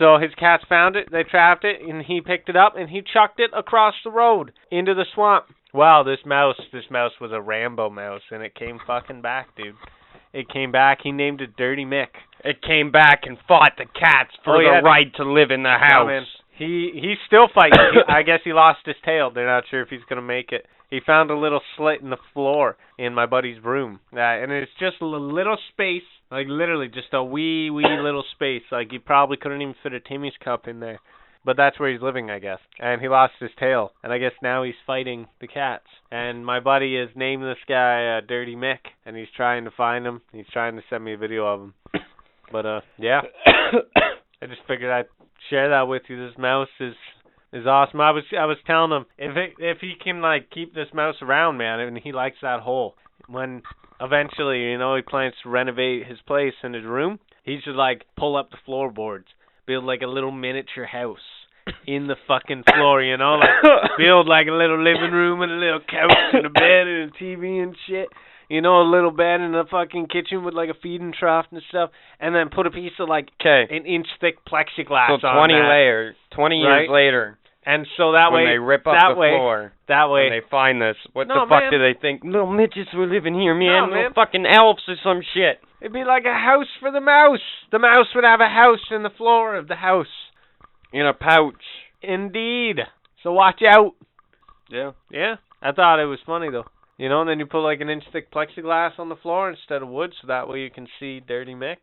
So his cats found it, they trapped it, and he picked it up and he chucked it across the road into the swamp. Wow, this mouse, this mouse was a Rambo mouse, and it came fucking back, dude. It came back. He named it Dirty Mick. It came back and fought the cats for Oh, yeah. the right to live in the Yeah, house. man. He he's still fighting. He- I guess he lost his tail. They're not sure if he's gonna make it. He found a little slit in the floor in my buddy's room, uh, and it's just a little space, like literally just a wee wee little space. Like he probably couldn't even fit a Timmy's cup in there, but that's where he's living, I guess. And he lost his tail, and I guess now he's fighting the cats. And my buddy has named this guy uh, Dirty Mick, and he's trying to find him. He's trying to send me a video of him. But uh, yeah, I just figured I'd share that with you. This mouse is is awesome. I was I was telling him if it, if he can like keep this mouse around, man, and he likes that hole. When eventually, you know, he plans to renovate his place and his room, he should like pull up the floorboards, build like a little miniature house in the fucking floor, you know, like build like a little living room and a little couch and a bed and a TV and shit. You know, a little bed and a fucking kitchen with like a feeding trough and stuff, and then put a piece of like Okay. an inch thick plexiglass So on 20 that. layers, 20 Right? years later, And so that when way, they rip up that the way, floor, that way, when they find this, what No, the fuck man. do they think? Little midgets were living here, man. Little man. fucking elves or some shit. it'd be like a house for the mouse. The mouse would have a house in the floor of the house. In a pouch. Indeed. So watch out. Yeah. Yeah, I thought it was funny though. You know, and then you put like an inch thick plexiglass on the floor instead of wood, so that way you can see Dirty Mick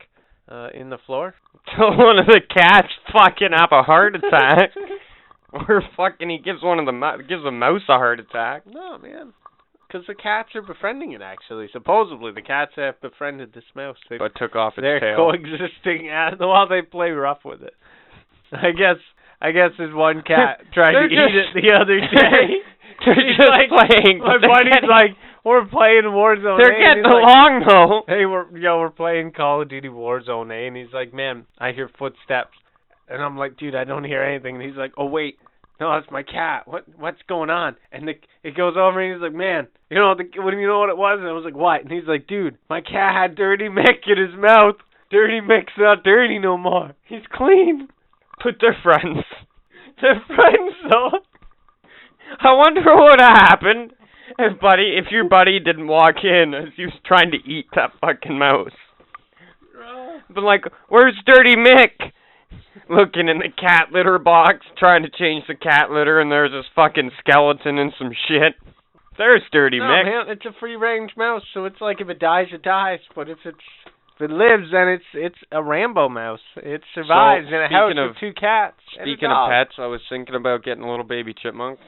uh, in the floor. So one of the cats fucking have a heart attack. or fucking he gives one of the mou- gives a mouse a heart attack. No, man. Because the cats are befriending it, actually. Supposedly, the cats have befriended this mouse. They But took off its they're tail. coexisting as while they play rough with it. I guess I guess his one cat tried to They're eat it just- the other day. They're He's just like- playing. My but they're buddy's getting- like, we're playing Warzone. they're eh?" And getting he's like, along though. Hey, we're yo, we're playing Call of Duty Warzone, eh? And he's like, man, I hear footsteps, and I'm like, dude, I don't hear anything. And he's like, oh wait, no, that's my cat. What what's going on? And the, it goes over, and he's like, man, you know, the, what do you know what it was? And I was like, what? And he's like, dude, my cat had Dirty Mick in his mouth. Dirty Mick's not dirty no more. He's clean. But they're friends. They're friends though. I wonder what happened if buddy if your buddy didn't walk in as he was trying to eat that fucking mouse. But like, where's Dirty Mick? Looking in the cat litter box, trying to change the cat litter, and there's this fucking skeleton and some shit. There's Dirty No, Mick. man, it's a free range mouse, so it's like if it dies, it dies. But if it's if it lives, then it's it's a Rambo mouse. It survives in a house speaking with of- two cats. and a Speaking of dog. pets, I was thinking about getting a little baby chipmunk.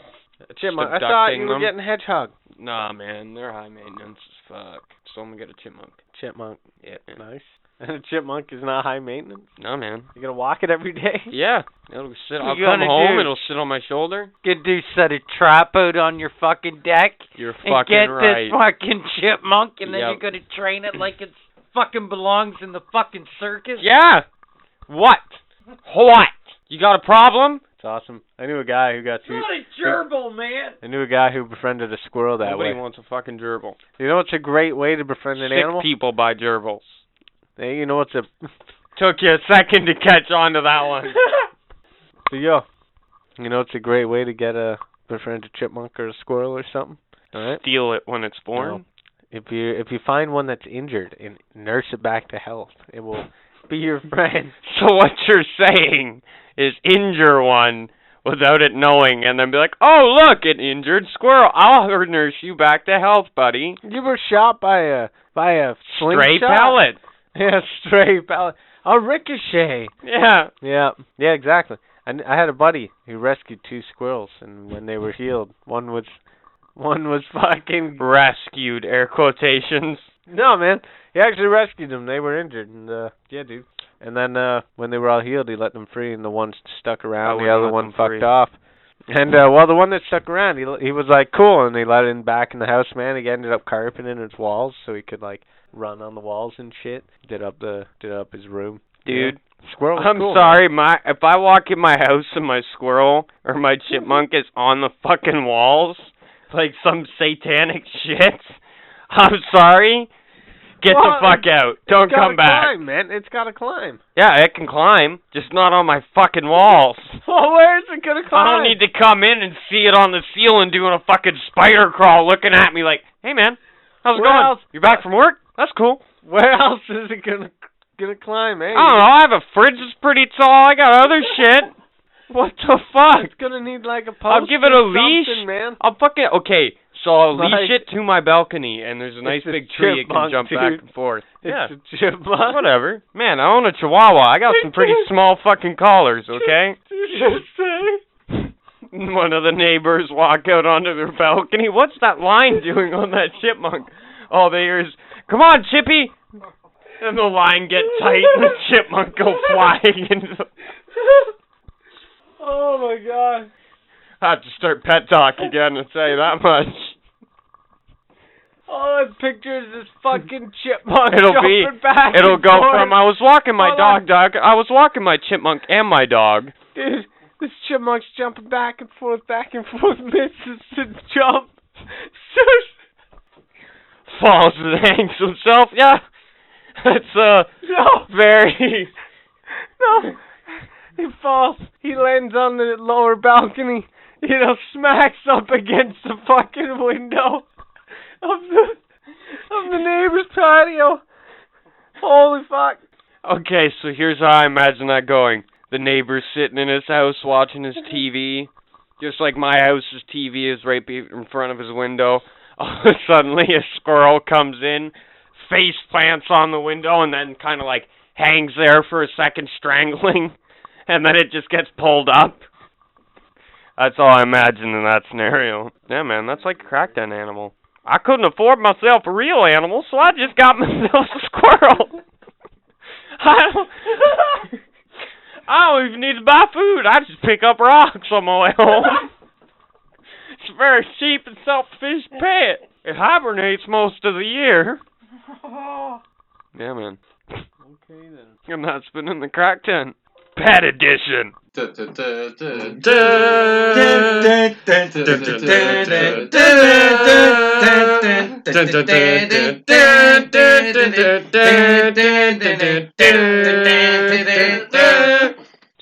chipmunk. I just thought abducting you were them. getting hedgehog. Nah, man, they're high maintenance as fuck. So I'm gonna get a chipmunk. Chipmunk, Yeah. nice. And a chipmunk is not high maintenance. No, man. You gotta walk it every day. Yeah, it'll sit. I'll You come gotta home. do- It'll sit on my shoulder. Could do set a trap out on your fucking deck You're and fucking get right. this fucking chipmunk, and then Yep. you're gonna train it like it fucking belongs in the fucking circus. yeah. What? What? You got a problem? It's awesome. I knew a guy who got It's two. not a gerbil, man. I knew a guy who befriended a squirrel that Nobody way. wants a fucking gerbil. You know what's a great way to befriend an Sick animal? people buy gerbils. Hey, You know what's a Took you a second to catch on to that one. so yo, you know it's a great way to get a befriend a chipmunk or a squirrel or something. All right. Steal it when it's born. If you if you find one that's injured and nurse it back to health, it will be your friend. So what you're saying is injure one without it knowing, and then be like, "Oh look, an injured squirrel. I'll nurse you back to health, buddy." You were shot by a by a Stray slingshot? pellet. Yeah, stray pellet. A ricochet. Yeah. Yeah, yeah, exactly. I kn- I had a buddy who rescued two squirrels, and when they were healed, one was one was fucking Rescued air quotations. no man. He actually rescued them. They were injured, and uh, yeah, dude. And then uh, when they were all healed, he let them free, and the one st- stuck around, the wouldn't other let one them fucked free. off. And uh, well, the one that stuck around, he l- he was like cool, and they let him back in the house. Man, he ended up carpeting his walls so he could like run on the walls and shit. Did up the did up his room, Dude. Yeah. Squirrel. was I'm cool, man. sorry, my if I walk in my house and my squirrel or my chipmunk is on the fucking walls, like some satanic shit. I'm sorry. Get Well, the fuck out. Don't It's gotta come back. Climb, man. It's gotta climb. Yeah, it can climb, just not on my fucking walls. Well, where is it gonna I don't need to come in and see it on the ceiling doing a fucking spider crawl, looking at me like, "Hey, man, how's it Where going? else- You're back from work? That's cool." Where else is it gonna gonna climb, eh? I don't know. I have a fridge that's pretty tall. I got other shit. What the fuck? It's gonna need like a post. I'll give it or a leash. something, man. I'll fucking okay. So I'll Like- leash it to my balcony, and there's a nice a big tree it can chipmunk, jump back dude. and forth. yeah, It's a chipmunk. whatever. Man, I own a Chihuahua. I got some pretty small fucking collars. Okay. One of the neighbors walk out onto their balcony. What's that line doing on that chipmunk? All they hear is, "Come on, Chippy!" And the line get tight, and the chipmunk go flying into. The... Oh my god. I have to start pet talk again and say that much. Oh, All I picture is this fucking chipmunk It'll be- jumping back. It'll and go forth. from I was walking my Hold on. dog, dog. I was walking my chipmunk and my dog. Dude, this chipmunk's jumping back and forth, back and forth, misses the jump. Falls and hangs himself. Yeah, it's uh no. very. No. He falls. He lands on the lower balcony. You know, smacks up against the fucking window of the of the neighbor's patio. Holy fuck. Okay, so here's how I imagine that going. The neighbor's sitting in his house watching his TV, just like my house's TV is right be- in front of his window. Suddenly, a squirrel comes in, face plants on the window, and then kind of like hangs there for a second, strangling, and then it just gets pulled up. That's all I imagine in that scenario. Yeah, man, that's like a crackdown animal. I couldn't afford myself a real animal, so I just got myself a squirrel. I don't, I don't even need to buy food. I just pick up rocks on my way home. it's a very cheap and selfish pet. It hibernates most of the year. Yeah, man. Okay then. I'm not spinning the crack tent. Pet edition.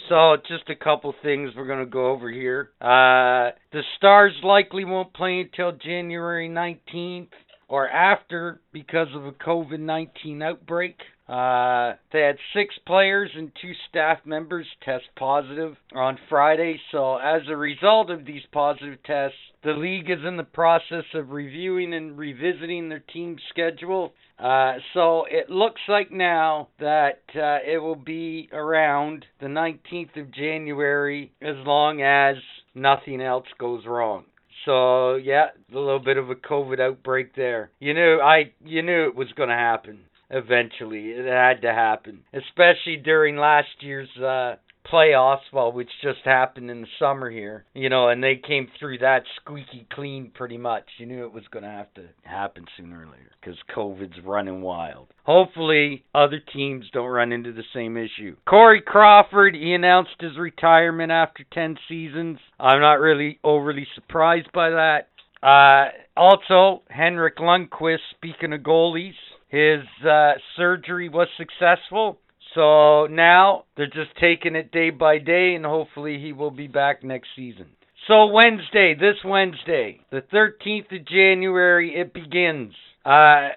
So, just a couple things we're going to go over here. Uh, the Stars likely won't play until January 19th or after because of a COVID 19 outbreak. Uh, they had six players and two staff members test positive on Friday. So, as a result of these positive tests, the league is in the process of reviewing and revisiting their team schedule. Uh, so it looks like now that uh, it will be around the 19th of January as long as nothing else goes wrong. So yeah, a little bit of a COVID outbreak there. You knew I you knew it was going to happen eventually. It had to happen, especially during last year's uh playoffs well which just happened in the summer here you know and they came through that squeaky clean pretty much you knew it was going to have to happen sooner or later because covid's running wild hopefully other teams don't run into the same issue corey crawford he announced his retirement after 10 seasons i'm not really overly surprised by that uh, also, Henrik Lundqvist, speaking of goalies, his uh, surgery was successful, So now they're just taking it day by day, and hopefully he will be back next season. So Wednesday, this Wednesday, the 13th of January, it begins. Uh,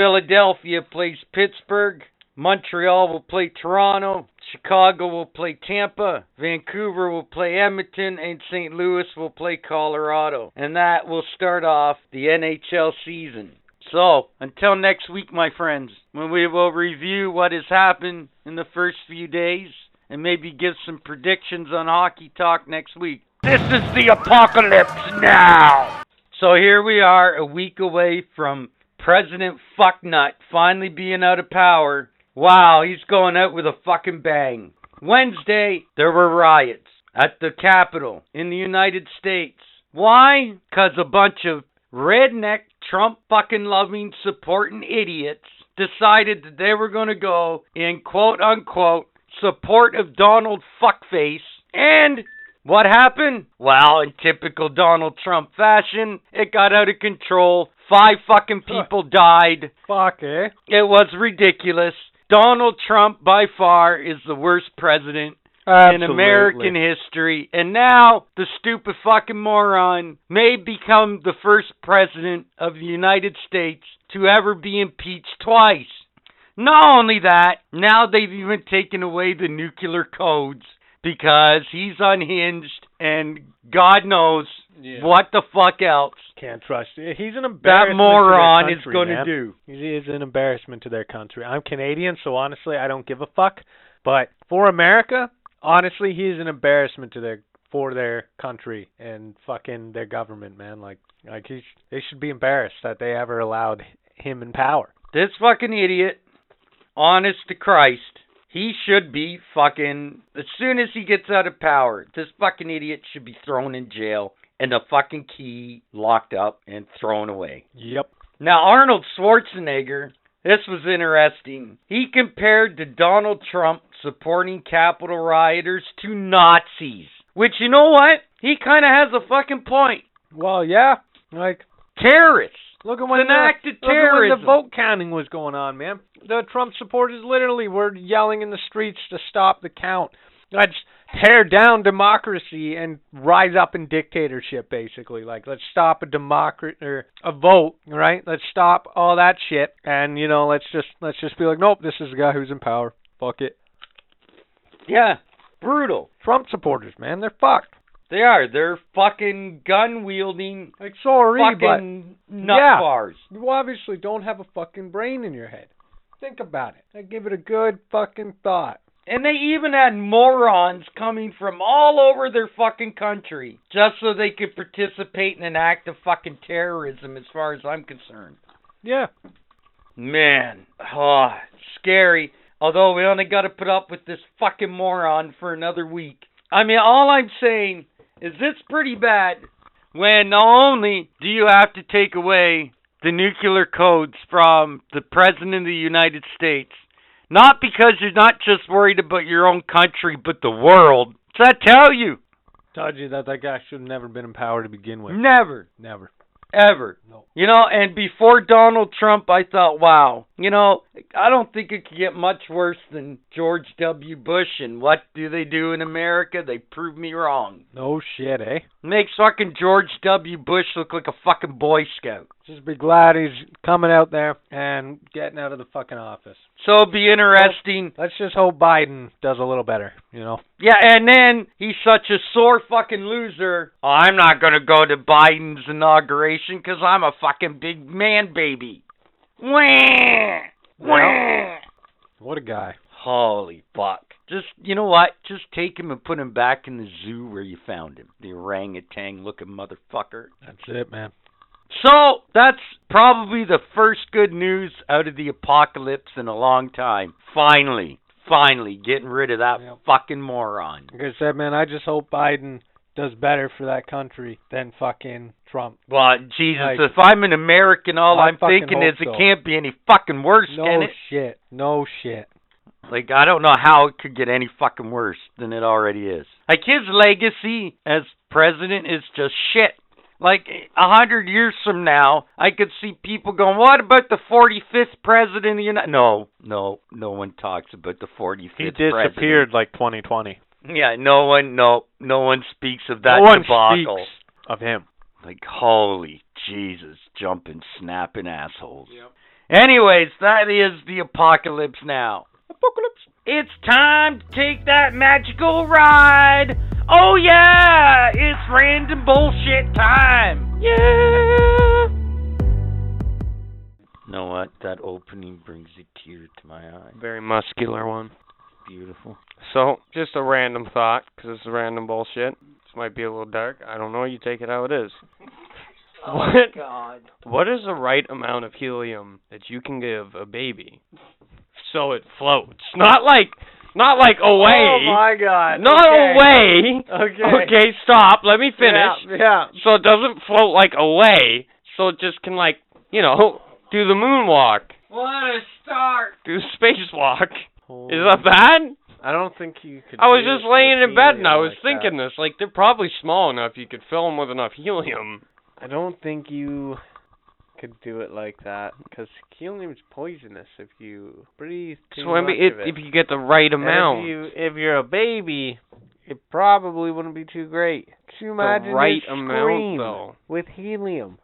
Philadelphia plays Pittsburgh. Montreal will play Toronto. Chicago will play Tampa. Vancouver will play Edmonton. And St. Louis will play Colorado. And that will start off the NHL season. So, until next week, my friends, when we will review what has happened in the first few days and maybe give some predictions on Hockey Talk next week. This is the apocalypse now! So, here we are, a week away from President Fucknut finally being out of power. Wow, he's going out with a fucking bang. Wednesday, there were riots at the Capitol in the United States. Why? Because a bunch of redneck Trump fucking loving supporting idiots decided that they were going to go in quote unquote support of Donald fuckface and what happened? Well, in typical Donald Trump fashion, it got out of control. Five fucking people died. Fuck, eh? It was ridiculous. Donald Trump by far is the worst president in American history. And now the stupid fucking moron may become the first president of the United States to ever be impeached twice. Not only that, now they've even taken away the nuclear codes because he's unhinged and God knows Yeah. what the fuck else Can't trust. He's an embarrassment. that moron is going to do. He is an embarrassment to their country. I'm Canadian, so honestly, I don't give a fuck. But for America, honestly, he is an embarrassment to their for their country and fucking their government, man. Like, like he, sh- they should be embarrassed that they ever allowed him in power. This fucking idiot, honest to Christ, he should be fucking. As soon as he gets out of power, this fucking idiot should be thrown in jail and the fucking key locked up and thrown away. Yep. Now, Arnold Schwarzenegger, this was interesting. He compared the Donald Trump supporting Capitol rioters to Nazis. Which, you know what? He kind of has a fucking point. Well, yeah. Like, Terrorists. look at when It's an the, act of look at when terrorism. the vote counting was going on, man. The Trump supporters literally were yelling in the streets to stop the count. Let's tear down democracy and rise up in dictatorship, basically. Like, let's stop a democrat or a vote, right? Let's stop all that shit, and you know, let's just let's just be like, nope, this is the guy who's in power. Fuck it. Yeah, brutal. Trump supporters, man, they're fucked. They are. They're fucking gun wielding Like, sorry, but fucking nut Yeah. bars. You obviously don't have a fucking brain in your head. Think about it. Like, give it a good fucking thought. And they even had morons coming from all over their fucking country just so they could participate in an act of fucking terrorism, as far as I'm concerned. Yeah. Man, oh, scary. Although we only got to put up with this fucking moron for another week. I mean, all I'm saying is it's pretty bad when not only do you have to take away the nuclear codes from the President of the United States, not because you're not just worried about your own country, but the world. Does that tell you? Told you that that guy should have never been in power to begin with. Never. Never. ever. No. You know, and before Donald Trump, I thought, wow, you know, I don't think it could get much worse than George W. Bush. And what do they do in America? They prove me wrong. No shit, eh? Makes fucking George W. Bush look like a fucking Boy Scout. Just be glad he's coming out there and getting out of the fucking office. So it'll be interesting. Let's just hope Biden does a little better, you know? Yeah, and then he's such a sore fucking loser. Oh, I'm not going to go to Biden's inauguration because I'm a fucking big man baby. Wah! Wah! What a guy. Holy fuck. Just, you know what? Just take him and put him back in the zoo where you found him. The orangutan looking motherfucker. That's it, man. So, that's probably the first good news out of the apocalypse in a long time. Finally, finally getting rid of that Yep. fucking moron. Like I said, man, I just hope Biden does better for that country than fucking Trump. Well, Jesus, Like- if I'm an American, all I I'm fucking thinking hope is it so. can't be any fucking worse, can No it? shit. No shit. Like I don't know how it could get any fucking worse than it already is. Like his legacy as president is just shit. Like a hundred years from now, I could see people going, "What about the 45th president of the United?" No, no, no one talks about the 45th. He president. disappeared like 2020. Yeah, no one, no, no one speaks of that no one debacle. speaks of him. Like holy Jesus, jumping, snapping assholes. Anyways, that is the apocalypse now. Apocalypse. It's time to take that magical ride. Oh yeah, it's random bullshit time. Yeah. You know what? That opening brings a tear to my eye. Very muscular one. Beautiful. So, just a random thought, because it's random bullshit. This might be a little dark. I don't know. You take it how it is. what? God. What is the right amount of helium that you can give a baby so it floats? Not like, not like away. god. Not away. Okay. Okay, stop. Let me finish. Yeah. So it doesn't float like away. So it just can like, you know, do the moonwalk, What a start. do the spacewalk. Is that bad? I don't think you could. I was just laying in bed and I was thinking this. Like they're probably small enough you could fill them with enough helium. I don't think you could do it like that because helium's poisonous if you breathe too So I mean, much it, of it. if you get the right And amount, If, you, if you're a baby, it probably wouldn't be too great. Could you the imagine your right amount scream though. with helium?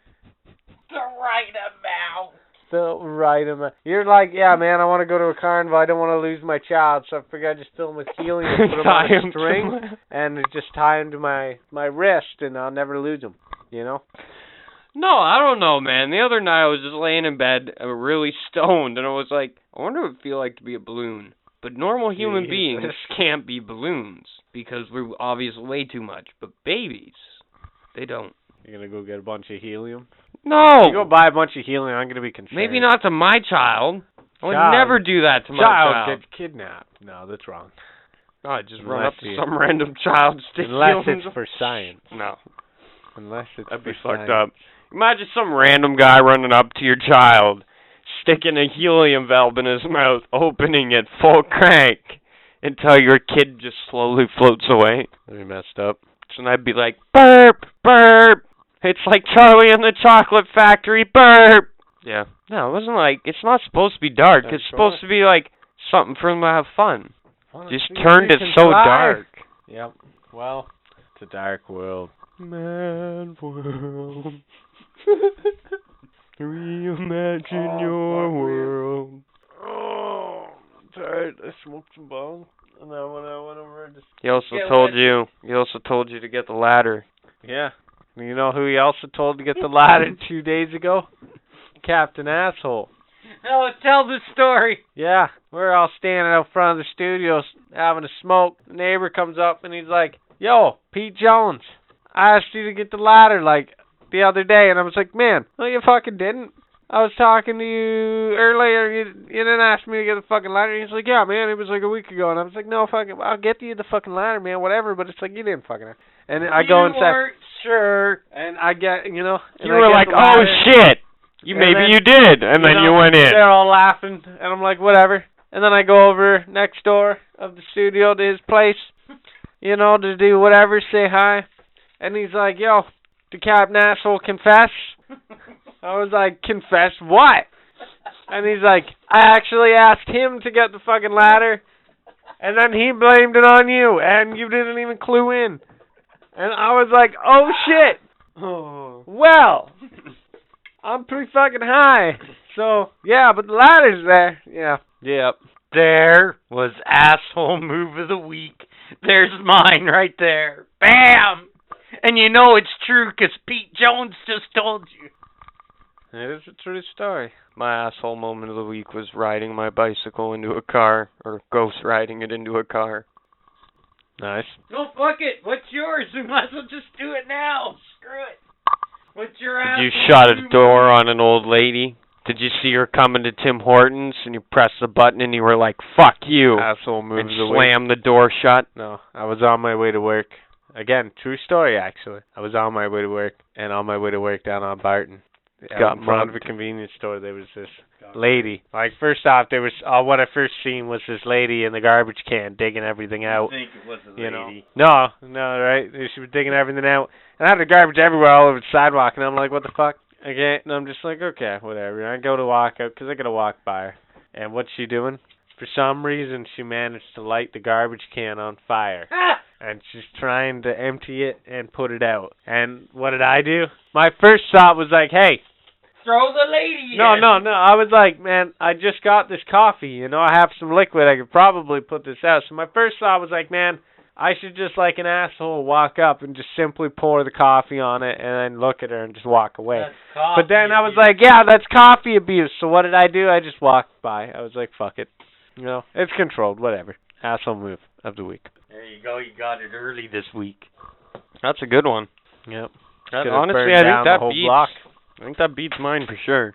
The right amount. The right amount. You're like, yeah, man, I want to go to a carnival. I don't want to lose my child, so I figured I'd just fill him with helium, put him Tie on 'em a to string, my- and just tie him to my my wrist, and I'll never lose him. You know? No, I don't know, man. The other night I was just laying in bed, uh, really stoned, and I was like, I wonder what it'd feel like to be a balloon. But normal human Jesus. beings can't be balloons because we're obviously way too much. But babies, they don't. You're gonna go get a bunch of helium. No, You go buy a bunch of helium. I'm gonna be concerned. maybe not to my child. I would Child. never do that to my Child child. gets kidnapped. No, that's wrong. No, I'd just run Unless up to you- some random child, stick Unless helium- it's for science. No, Unless it's that'd for be fucked science. up. Imagine some random guy running up to your child, sticking a helium valve in his mouth, opening it full crank until your kid just slowly floats away. That'd be messed up. And I'd be like, burp, burp. It's like Charlie and the Chocolate Factory, burp. Yeah. No, it wasn't like, it's not supposed to be dark. That's it's supposed to be like something for them to have fun. Well, Just it's turned it freaking so dark. dark. Yep. Well, it's a dark world. Mad world. Reimagine your world. Oh, I'm tired. I smoked some bong, and then when I went over to He also Yeah, told what- you. He also told you to get the ladder. yeah, you know who he also told to get the ladder two days ago? Captain Asshole. Oh, tell the story. Yeah, we're all standing out front of the studios having a smoke. The neighbor comes up and he's like, "Yo, Pete Jones, I asked you to get the ladder like the other day," and I was like, "Man, no, you fucking didn't." I was talking to you earlier. You, you didn't ask me to get the fucking ladder. He's like, "Yeah, man." It was like a week ago, and I was like, "No, fucking, I'll get you the fucking ladder, man. Whatever." But it's like you didn't fucking. ask. And I go You and say, weren't "Sure," and I get, you know, and You I were get like, the "Oh ladder." shit!" You And maybe then- you did, and then know, you went in. They're all laughing, and I'm like, whatever. And then I go over next door of the studio to his place, you know, to do whatever, say hi. And he's like, yo, the Captain Asshole confess? I was like, confess what? And he's like, I actually asked him to get the fucking ladder, and then he blamed it on you, and you didn't even clue in. And I was like, oh shit. Well, I'm pretty fucking high. So yeah, but the ladder's there. Yeah. Yep. There was asshole move of the week. There's mine right there. Bam! And you know it's true 'cause Pete Jones just told you. It is a true story. My asshole moment of the week was riding my bicycle into a car, or ghost riding it into a car. Nice. No, fuck it. What's yours? We might as well just do it now. Screw it. What's your Did asshole? you shut a move? door on an old lady? Did you see her coming to Tim Hortons and you pressed the button and you were like, "Fuck you," Asshole moves Uh, and away. slammed the door shut? No, I was on my way to work. Again, true story actually. I was on my way to work and on my way to work down on Barton. out in front of a mugged. convenience store. There was this lady. Like first off, there was uh, what I first seen was this lady in the garbage can digging everything out. think it was a You know, no, no, right? She was digging everything out, and I had the garbage everywhere all over the sidewalk, and I'm like, what the fuck? Okay, and I'm just like, okay, whatever. I go to walk out because I gotta walk by her, and what's she doing? For some reason, she managed to light the garbage can on fire and she's trying to empty it and put it out. And what did I do? My first thought was like, "Hey, Throw the lady. no, in. no, no." I was like, "Man, I just got this coffee. You know, I have some liquid. I could probably put this out." So my first thought was like, "Man, I should just like an asshole walk up and just simply pour the coffee on it and then look at her and just walk away." That's coffee But then I was abuse. like, yeah, that's coffee abuse. So what did I do? I just walked by. I was like, fuck it. You know, it's controlled. Whatever. Asshole move of the week. There you go. You got it early this week. That's a good one. Yep. That, Could've honestly, burned I down think the that whole beats. block. I think that beats mine for sure.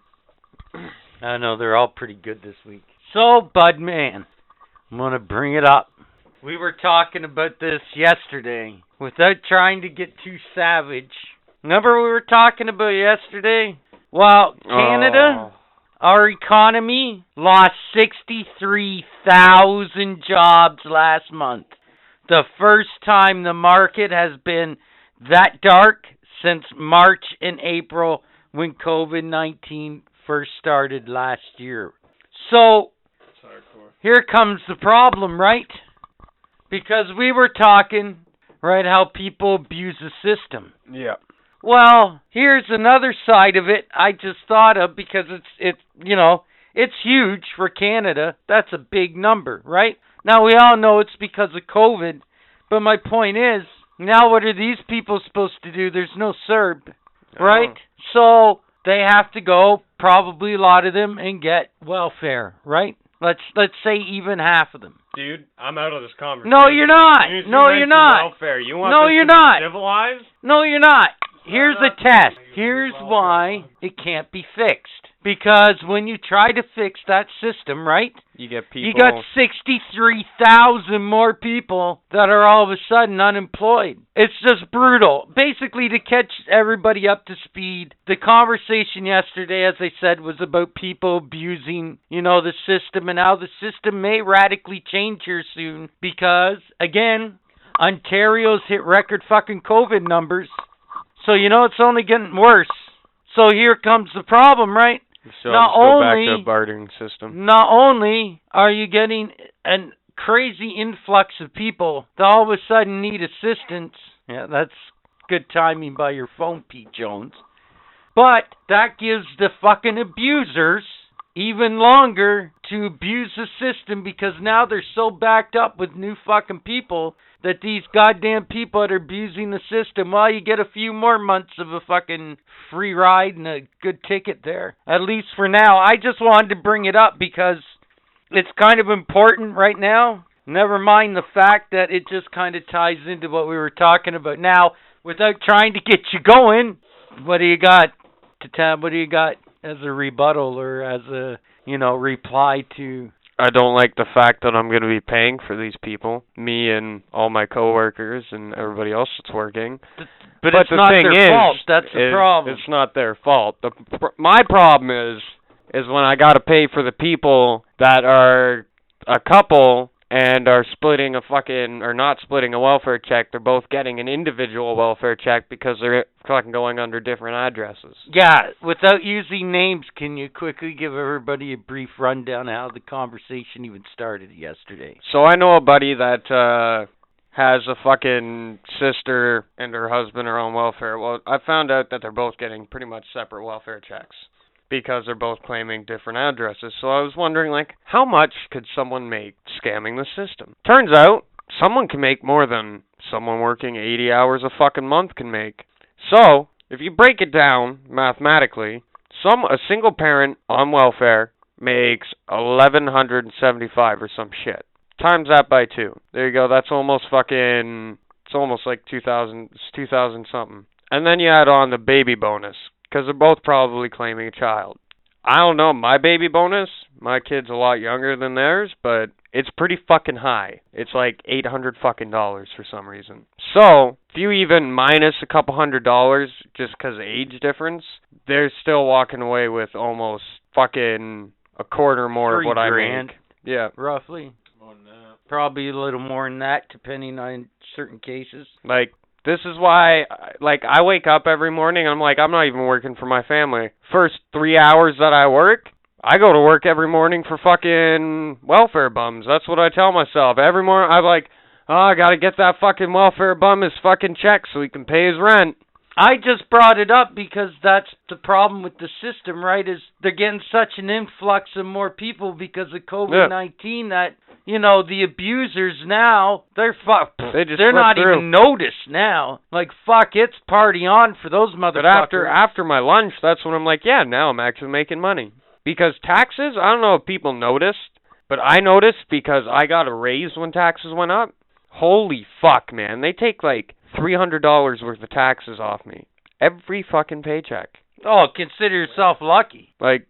I know they're all pretty good this week. So, Bud Man, I'm gonna bring it up. We were talking about this yesterday without trying to get too savage. Remember we were talking about yesterday? Well, Oh. Canada, our economy lost 63,000 jobs last month. The first time the market has been that dark since March and April when COVID 19 first started last year. So, here comes the problem, right? Because we were talking, right, how people abuse the system. Yeah. Well, here's another side of it I just thought of because it's it's you know, it's huge for Canada. That's a big number, right? Now we all know it's because of COVID, but my point is, now what are these people supposed to do? There's no CERB, Oh. right? So they have to go probably a lot of them and get welfare, right? Let's let's say even half of them. Dude, I'm out of this conversation. No, you're not. You No, mentioned you're not. Welfare. You want No, this you're to be not. Civilized? No, you're not. Here's a test. Here's why it can't be fixed. Because when you try to fix that system, right? You get people. You got 63,000 more people that are all of a sudden unemployed. It's just brutal. Basically, to catch everybody up to speed, the conversation yesterday, as I said, was about people abusing, you know, the system and how the system may radically change here soon because, again, Ontario's hit record fucking COVID numbers. So, you know, it's only getting worse. So here comes the problem, right? so not let's go back only- to a bartering system. Not only are you getting an crazy influx of people that all of a sudden need assistance, yeah, that's good timing by your phone, Pete Jones. But that gives the fucking abusers even longer to abuse the system because now they're so backed up with new fucking people that these goddamn people that are abusing the system, well, you get a few more months of a fucking free ride and a good ticket there. At least for now. I just wanted to bring it up because it's kind of important right now. Never mind the fact that it just kind of ties into what we were talking about. Now, without trying to get you going, what do you got, Tatab? What do you got as a rebuttal or as a, you know, reply to I don't like the fact that I'm going to be paying for these people, me and all my coworkers and everybody else that's working. But- But, but it's it's not the thing their is, fault. That's the is problem. It's not their fault. The pr- my problem is is when I got to pay for the people that are a couple and are splitting a fucking or not splitting a welfare check. They're both getting an individual welfare check because they're fucking going under different addresses. Yeah, without using names, can you quickly give everybody a brief rundown of how the conversation even started yesterday? So I know a buddy that uh has a fucking sister and her husband are on welfare. Well, I found out that they're both getting pretty much separate welfare checks because they're both claiming different addresses. So I was wondering like how much could someone make scamming the system? Turns out someone can make more than someone working 80 hours a fucking month can make. So, if you break it down mathematically, some a single parent on welfare makes 1175 or some shit times that by two. There you go. That's almost fucking. It's almost like two thousand. It's two thousand something. And then you add on the baby bonus because they're both probably claiming a child. I don't know my baby bonus. My kid's a lot younger than theirs, but It's pretty fucking high. It's like 800 fucking dollars for some reason. So, if you even minus a couple hundred dollars just 'cause of age difference, they're still walking away with almost fucking a quarter more Three of what I grand. make. Yeah. roughly. Probably a little more than that, depending on certain cases. Like this is why like I wake up every morning I'm like I'm not even working for my family. First 3 hours that I work, I go to work every morning for fucking welfare bums. That's what I tell myself. Every morning I'm like, "Oh, I got to get that fucking welfare bum his fucking check so he can pay his rent." I just brought it up because that's the problem with the system, right? Is they're getting such an influx of more people because of COVID nineteen that you know the abusers now they're fuck They just they're slip not through. even noticed now. Like fuck, it's party on for those motherfuckers. But after after my lunch, that's when I'm like, yeah, now I'm actually making money. Because taxes, I don't know if people noticed, but I noticed because I got a raise when taxes went up. Holy fuck, man. They take like $300 worth of taxes off me every fucking paycheck. oh, consider yourself lucky. Like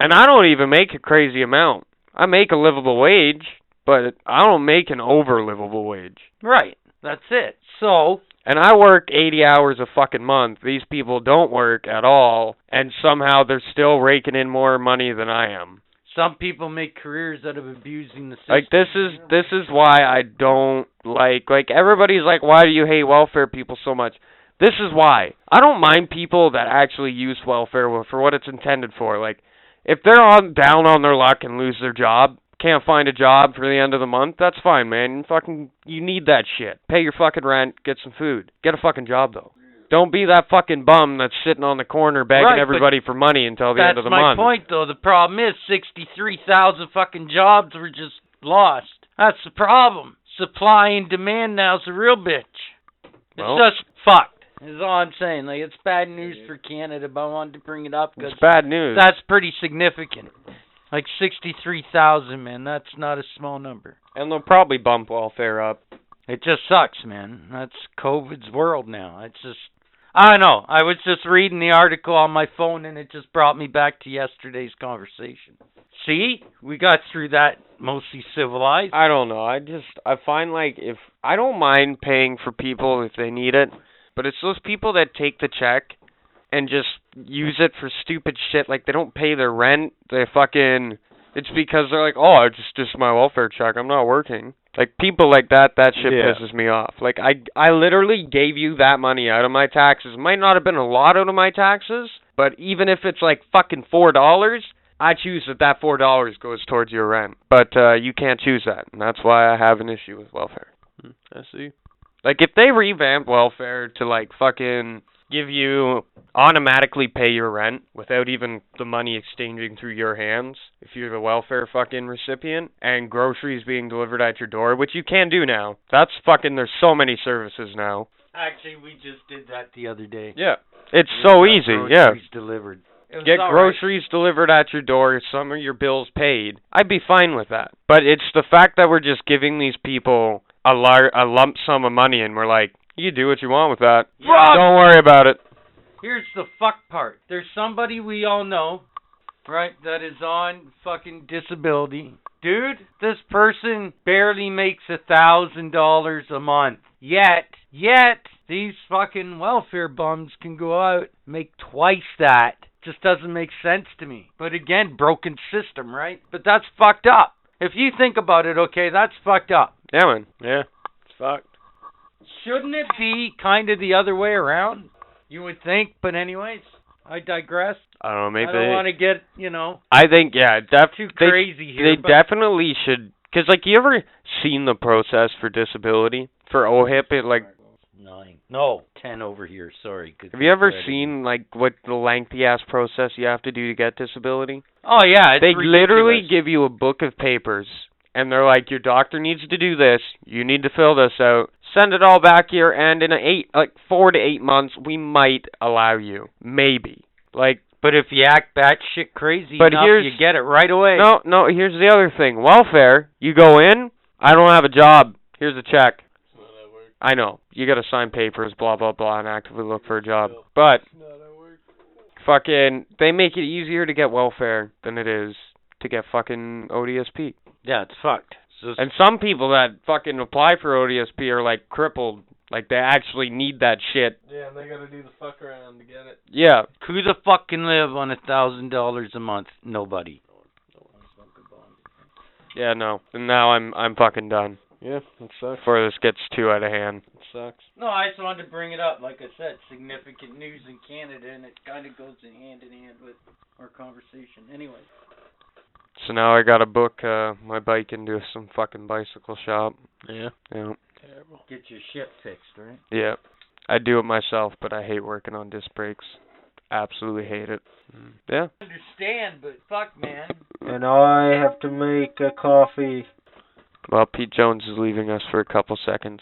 and I don't even make a crazy amount. I make a livable wage, but I don't make an over livable wage. Right, that's it. So And I work 80 hours a fucking month. These people don't work at all, and somehow they're still raking in more money than I am. some people make careers out of abusing the system. Like this is this is why I don't like like everybody's like why do you hate welfare people so much? This is why. I don't mind people that actually use welfare for what it's intended for. Like if they're on down on their luck and lose their job, can't find a job for the end of the month, that's fine, man. You fucking you need that shit. Pay your fucking rent, get some food. Get a fucking job though. Don't be that fucking bum that's sitting on the corner begging Right, but everybody for money until the That's end of the my month. point, though. The problem is sixty-three thousand fucking jobs were just lost. That's the problem. Supply and demand now's a real bitch. It's Well- just fucked. Is all I'm saying. Like it's bad news for Canada, but I wanted to bring it up because It's bad news. that's pretty significant. Like sixty-three thousand, man. That's not a small number. and they'll probably bump welfare up. It just sucks, man. That's COVID's world now. It's just I don't know. I was just reading the article on my phone and it just brought me back to yesterday's conversation. See? We got through that mostly civilized. I don't know. I just I find like if I don't mind paying for people if they need it, but it's those people that take the check and just use it for stupid shit like they don't pay their rent. They fucking it's because they're like, "Oh, it's just just my welfare check. I'm not working." Like people like that, that shit Yeah. pisses me off. Like I I literally gave you that money out of my taxes. Might not have been a lot out of my taxes, but even if it's like fucking $4, I choose that that four dollars goes towards your rent, but uh, you can't choose that, and that's why I have an issue with welfare. Hmm, I see. Like if they revamp welfare to like fucking give you automatically pay your rent without even the money exchanging through your hands if you're the welfare fucking recipient and groceries being delivered at your door, which you can do now. That's fucking there's so many services now. Actually, we just did that the other day. Yeah. It's so We got easy. Yeah. groceries delivered. It was Get all right. groceries delivered at your door, some of your bills paid. I'd be fine with that. But it's the fact that we're just giving these people a lar- a lump sum of money and we're like, you do what you want with that. Rob- Don't worry about it. Here's the fuck part. There's somebody we all know, right, that is on fucking disability. Dude, this person barely makes a thousand dollars a month. Yet, yet, these fucking welfare bums can go out make twice that. Just doesn't make sense to me. But again, broken system, right? But that's fucked up. If you think about it, okay, that's fucked up. Yeah, man. Yeah. It's fucked. Shouldn't it be kind of the other way around? You would think, but anyways, I digress. I don't know, maybe I don't want to get, you know, I think yeah, def- too they- crazy here. They but definitely should, cause like you ever seen the process for disability for OHIP? It like nine. No, ten over here. Sorry. good have you ever credit. seen like what the lengthy ass process you have to do to get disability? Oh yeah, it's they literally ridiculous. give you a book of papers and they're like your doctor needs to do this you need to fill this out send it all back here and in a eight like four to eight months we might allow you maybe like But if you act batshit crazy But enough, here's- you get it right away. no no here's the other thing welfare you go in i don't have a job here's a check i know you gotta sign papers blah blah blah and actively look for a job but fucking they make it easier to get welfare than it is to get fucking odsp Yeah, it's fucked. So And some people that fucking apply for ODSP are like crippled, like they actually need that shit. Yeah, and they gotta do the fuck around to get it. Yeah. who the fuck can live on a thousand dollars a month? Nobody. Yeah, no. And now I'm I'm fucking done Yeah, it sucks. before this gets too out of hand. It sucks. No, I just wanted to bring it up. Like I said, significant news in Canada, and it kind of goes in hand in hand with our conversation. Anyway, So now I gotta book uh my bike into some fucking bicycle shop. Yeah. Yeah. Terrible. get your shit fixed, right? Yeah. I do it myself, but I hate working on disc brakes. Absolutely hate it. Mm. Yeah. Understand, but fuck, man. And I have to make a coffee. Well, Pete Jones is leaving us for a couple seconds.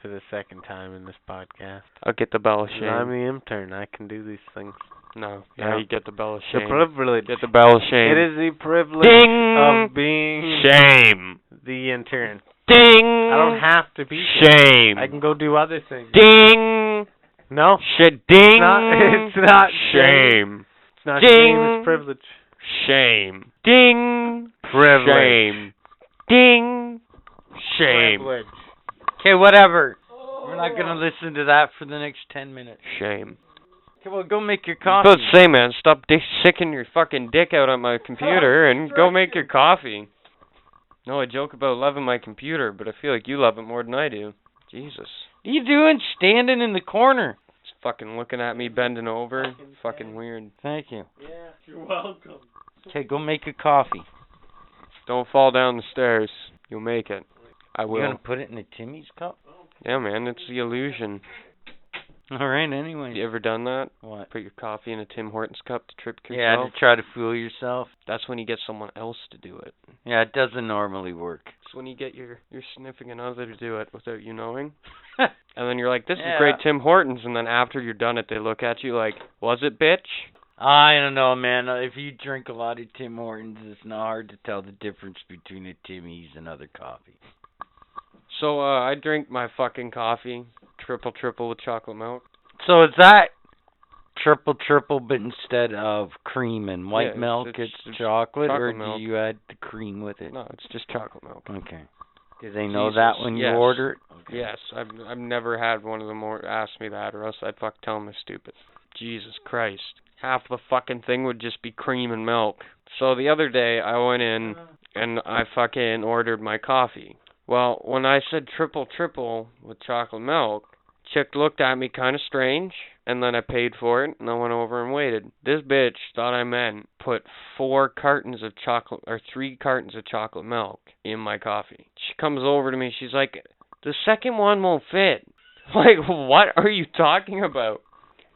For the second time in this podcast. I'll get the bell of shame. I'm the intern. I can do these things. no, Yeah. no, you get the bell of The shame. privilege. Get the bell of shame. It is the privilege Ding. of being Shame. the intern. Ding. I don't have to be. here. shame. I can go do other things. Ding. No, Shit. Ding. not- it's not shame. it's not Ding. shame. It's privilege. Shame. Ding. Privilege. Shame. Ding. Shame. Privilege. Okay, whatever. We're not gonna listen to that for the next ten minutes. Shame. Okay, well, go make your I coffee. was about to say, man, stop di- sticking your fucking dick out on my computer and go make your coffee. No, I joke about loving my computer, but I feel like you love it more than I do. Jesus. What are you doing standing in the corner? It's fucking looking at me bending over. Fucking weird. Thank you. Yeah, you're welcome. Okay, go make a coffee. Don't fall down the stairs. You'll make it. I You will. gonna put it in a Timmy's cup? Yeah, man, it's the illusion. All right. Anyway. You ever done that? What? Put your coffee in a Tim Hortons cup to trip Yeah, yourself? to try to fool yourself. That's when you get someone else to do it. Yeah, it doesn't normally work. It's when you get your your significant other to do it without you knowing. and then you're like, "This Yeah. is great, Tim Hortons." And then after you're done it, they look at you like, "Was it, bitch?" I don't know, man. Uh, If you drink a lot of Tim Hortons, it's not hard to tell the difference between a Timmy's and other coffee. So uh, I drink my fucking coffee, triple triple with chocolate milk. So is that triple triple, but instead of cream and white Yeah, it's- milk, it's, it's- it's chocolate, or chocolate milk. do you add the cream with it? No, it's just chocolate milk. Okay. Do they know that Jesus, when yes. you order it? Okay. Yes, I've I've never had one of them or ask me that, or else I'd fuck tell them they're stupid. Jesus Christ, half the fucking thing would just be cream and milk. So the other day I went in and I fucking ordered my coffee. Well, when I said triple triple with chocolate milk, chick looked at me kind of strange, and then I paid for it and I went over and waited. This bitch thought I meant put four cartons of chocolate or three cartons of chocolate milk in my coffee. She comes over to me, she's like, the second one won't fit. Like, what are you talking about?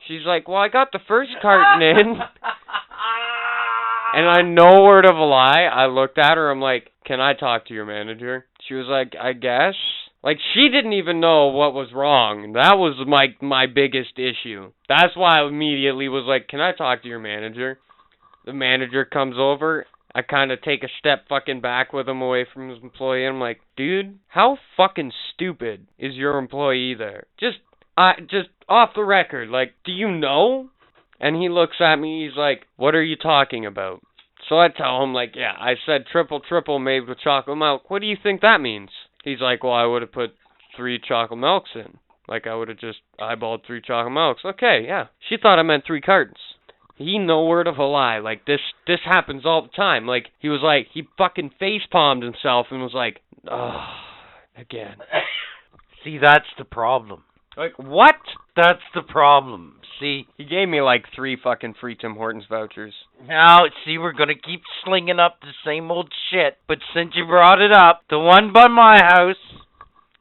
She's like, well, I got the first carton in. And I no word of a lie. I looked at her. I'm like, can I talk to your manager? She was like, I guess. Like she didn't even know what was wrong. That was my my biggest issue. That's why I immediately was like, can I talk to your manager? The manager comes over. I kind of take a step fucking back with him away from his employee. And I'm like, dude, how fucking stupid is your employee there? Just I just off the record, like, do you know? And he looks at me. He's like, "What are you talking about?" So I tell him, like, "Yeah, I said triple triple made with chocolate milk. What do you think that means?" He's like, "Well, I would have put three chocolate milks in. Like, I would have just eyeballed three chocolate milks." Okay, yeah. She thought I meant three cartons. He no word of a lie. Like this, this happens all the time. Like he was like, he fucking face palmed himself and was like, "Ugh, again." See, that's the problem. Like what? That's the problem. See, He gave me like three fucking free Tim Hortons vouchers. now see, we're gonna keep slinging up the same old shit. But since you brought it up, the one by my house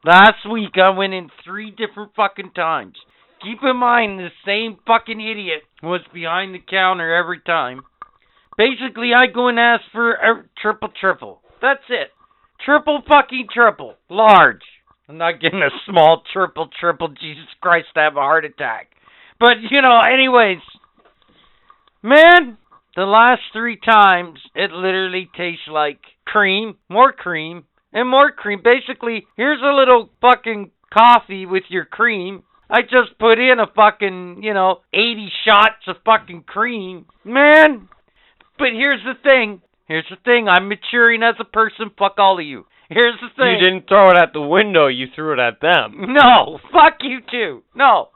last week, I went in three different fucking times. Keep in mind, the same fucking idiot was behind the counter every time. Basically, I go and ask for a triple triple. That's it. Triple fucking triple. Large. I'm not getting a small triple triple. Jesus Christ, I have a heart attack. But, you know, anyways. Man, the last three times, it literally tastes like cream, more cream, and more cream. Basically, here's a little fucking coffee with your cream. I just put in a fucking, you know, 80 shots of fucking cream. Man, but here's the thing. Here's the thing. I'm maturing as a person. Fuck all of you. Here's the You thing. didn't throw it at the window, you threw it at them. No, fuck you too. No.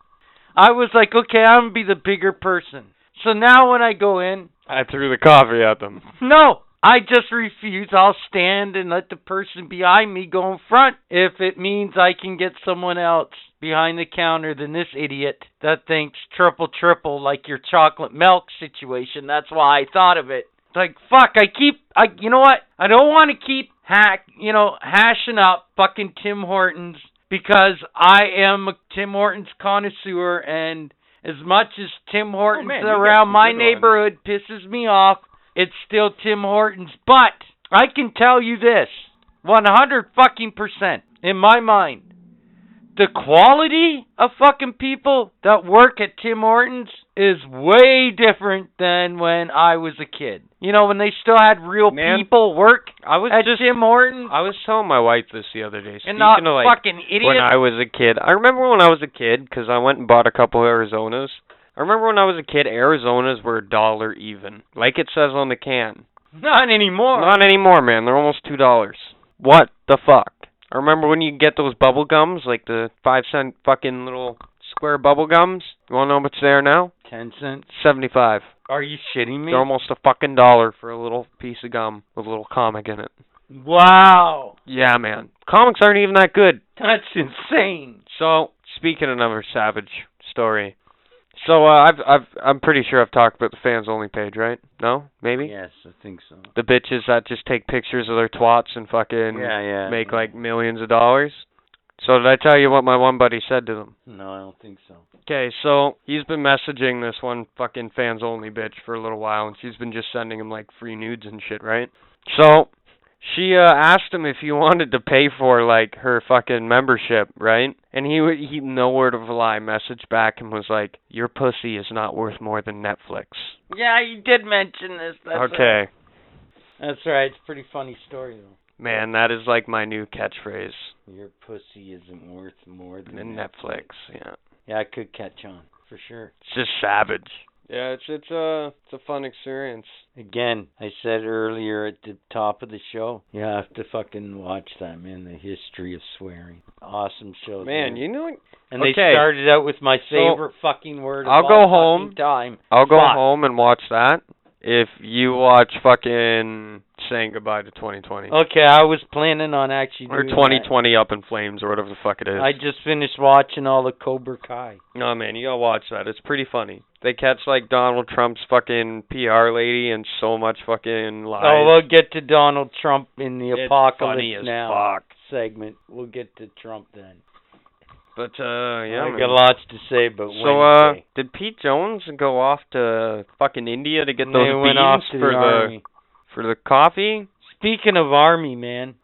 I was like, okay, I'm gonna be the bigger person. So now when I go in, I threw the coffee at them. no, I just refuse. I'll stand and let the person behind me go in front if it means I can get someone else behind the counter than this idiot that thinks triple triple like your chocolate milk situation. That's why I thought of it. It's like fuck. I keep. I you know what? I don't want to keep hack. You know, hashing up fucking Tim Hortons because I am a Tim Hortons connoisseur and. As much as Tim Hortons Oh, man, you got around some my good ones. neighborhood pisses me off, it's still Tim Hortons. But I can tell you this, 100 fucking percent in my mind, the quality of fucking people that work at Tim Hortons is way different than when I was a kid. You know, when they still had real Man, people work I was at just Tim Hortons I was telling my wife this the other day. Speaking and of not like fucking when idiots. I was a kid. I remember when I was a kid because I went and bought a couple Arizonas. I remember when I was a kid, Arizonas were a dollar even, like it says on the can. Not anymore. Not anymore, man. They're almost two dollars. What the fuck? I remember when you get those bubble gums, like the five cent fucking little square bubble gums. You wanna know what's there now? 10 cents. Seventy five. Are you shitting me? They're almost a fucking dollar for a little piece of gum with a little comic in it. Wow. Yeah, man. Comics aren't even that good. That's insane. So speaking of another savage story, so uh, I've I've I'm pretty sure I've talked about the fans only page, right? No, maybe Yes, I think so. the bitches that just take pictures of their twats and fucking Yeah, yeah. make like millions of dollars. So did I tell you what my one buddy said to them? No, I don't think so. Okay, so he's been messaging this one fucking fans only bitch for a little while, and she's been just sending him like free nudes and shit, right? So she uh, asked him if he wanted to pay for like her fucking membership, right? And he wa- he no word of a lie messaged back and was like, "Your pussy is not worth more than Netflix." Yeah, you did mention this. That's okay, That's right. It's a pretty funny story though. man, that is like my new catchphrase. Your pussy isn't worth more than And that. Netflix, yeah, Yeah, I could catch on for sure. it's just savage. Yeah, it's it's uh it's a fun experience. Again, I said earlier at the top of the show, you have to fucking watch that man. The history of swearing, awesome show. Man, dude. you know what? and okay. they started out with my So, favorite fucking word. of I'll all go fucking home. Time. I'll go Fuck. home and watch that. If you watch fucking saying goodbye to 2020 Okay, I was planning on actually or doing that. 2020 up in flames or whatever the fuck it is. I just finished watching all the Cobra Kai. No man, you gotta watch that. It's pretty funny. They catch like Donald Trump's fucking PR lady and so much fucking lies. Oh, we'll get to Donald Trump in the It's apocalypse funny as now fuck. segment. We'll get to Trump then. But uh, yeah. I man. got lots to say, but so uh, Wednesday. did Pete Jones go off to fucking India to get They those beans went off to for the army. for the coffee? Speaking of army, man,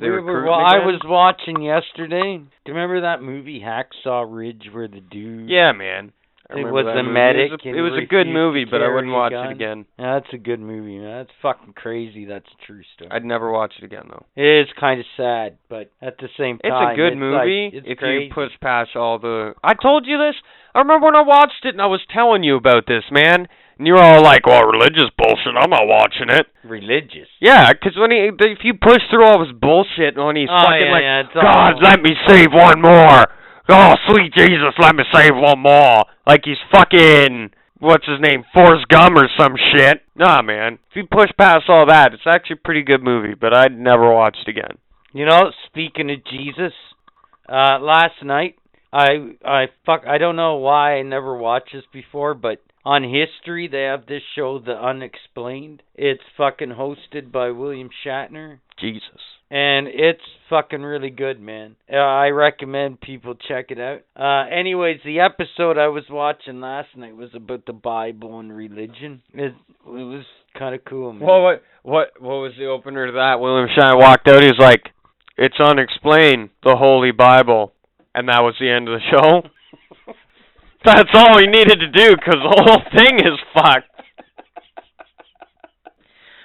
They we recruiting were, wa- I again? was watching yesterday. Do you remember that movie Hacksaw Ridge where the dude? Yeah, man. I It remember was that the movie. It medic was and a, it was a he good refused movie, to but I wouldn't watch carry a gun. it again. Yeah, that's a good movie, man. That's fucking crazy. That's a true story. I'd never watch it again though. It is kind of sad, but at the same It's a time, good it's like- movie it's if you crazy. push past all the. I told you this. I remember when I watched it and I was telling you about this, man. And you were all like, "Well, religious bullshit. I'm not watching it." religious. Yeah, 'cause when he, if you push through all his bullshit when he's Oh, fucking yeah, like, yeah, it's "God, all- let me save one more. Oh, sweet Jesus, let me save one more." Like he's fucking what's his name, Forrest Gump or some shit. Nah, man. If you push past all that, it's actually a pretty good movie. But I'd never watch it again. You know, speaking of Jesus, uh last night I I fuck I don't know why I never watched this before, but on history they have this show The Unexplained. It's fucking hosted by William Shatner Jesus. and it's fucking really good, man. Uh, I recommend people check it out. Uh anyways, the episode I was watching last night was about the Bible and religion. It, it was kind of cool, man. Well, what what what was the opener to that? William Shine walked out. He was like, "It's unexplained, the Holy Bible," and that was the end of the show. That's all he needed to do because the whole thing is fucked.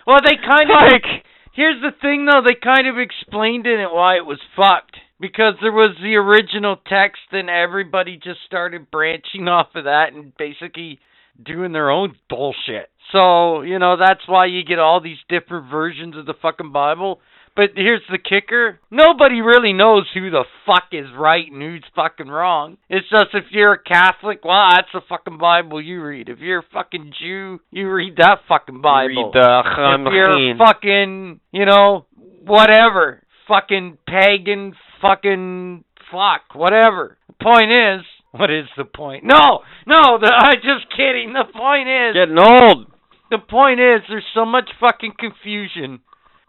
well they kind of Like, Here's the thing, though. They kind of explained it and why it was fucked. Because there was the original text, and everybody just started branching off of that and basically doing their own bullshit. So, you know, that's why you get all these different versions of the fucking Bible. But here's the kicker nobody really knows who the fuck is right and who's fucking wrong. It's just if you're a Catholic, well, that's the fucking Bible you read. If you're a fucking Jew, you read that fucking Bible. if you're fucking, you know, whatever, fucking pagan, fucking fuck, whatever. The point is, what is the point? No, no, the, I'm just kidding. The point is, Getting old. the point is, there's so much fucking confusion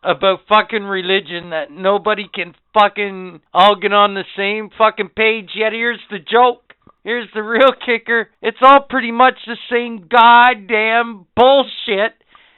about fucking religion that nobody can fucking all get on the same fucking page. Yet here's the joke. Here's the real kicker. It's all pretty much the same goddamn bullshit.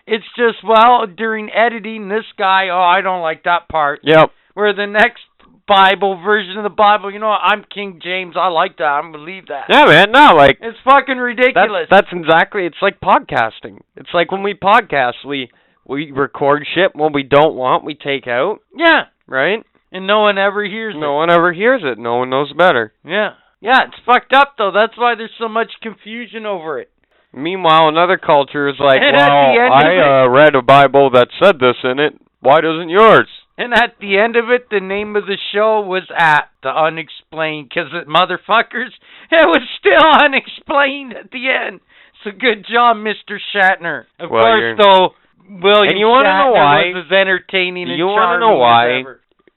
It's just, well, during editing, this guy, oh, I don't like that part. Yep. Where the next Bible version of the Bible, you know, what, I'm King James. I like that. I'm gonna leave that. Yeah, man. No, like It's fucking ridiculous. that's, that's exactly. It's like podcasting. It's like when we podcast, we we record shit. What we don't want, we take out. yeah, Right? and no one ever hears No one ever hears it. No one knows better. it. Yeah, yeah, it's fucked up though. That's why there's so much confusion over it. Meanwhile, another culture is like, And well, at the end of I uh, read a Bible that said this in it. Why doesn't yours? And at the end of it, the name of the show was at the unexplained, 'cause it motherfuckers, it was still unexplained at the end. So good job, Mr. Shatner. Of Well, course, you're- though, William And you wanna know Shatner why? was as entertaining. You want wanna to know why?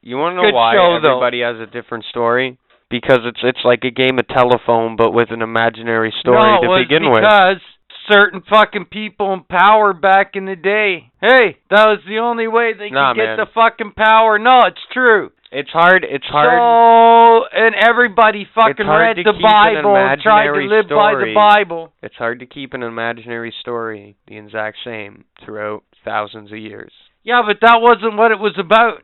You want to know Good why show, though. everybody has a different story? Because it's it's like a game of telephone, but with an imaginary story no, to it was begin with. because certain fucking people in power back in the day. Hey, that was the only way they Nah, could man. get the fucking power. No, it's true. It's hard. It's hard. So, and everybody fucking hard read to the keep an Bible and tried to imaginary live by the story. Bible. it's hard to keep an imaginary story the exact same throughout thousands of years. Yeah, but that wasn't what it was about.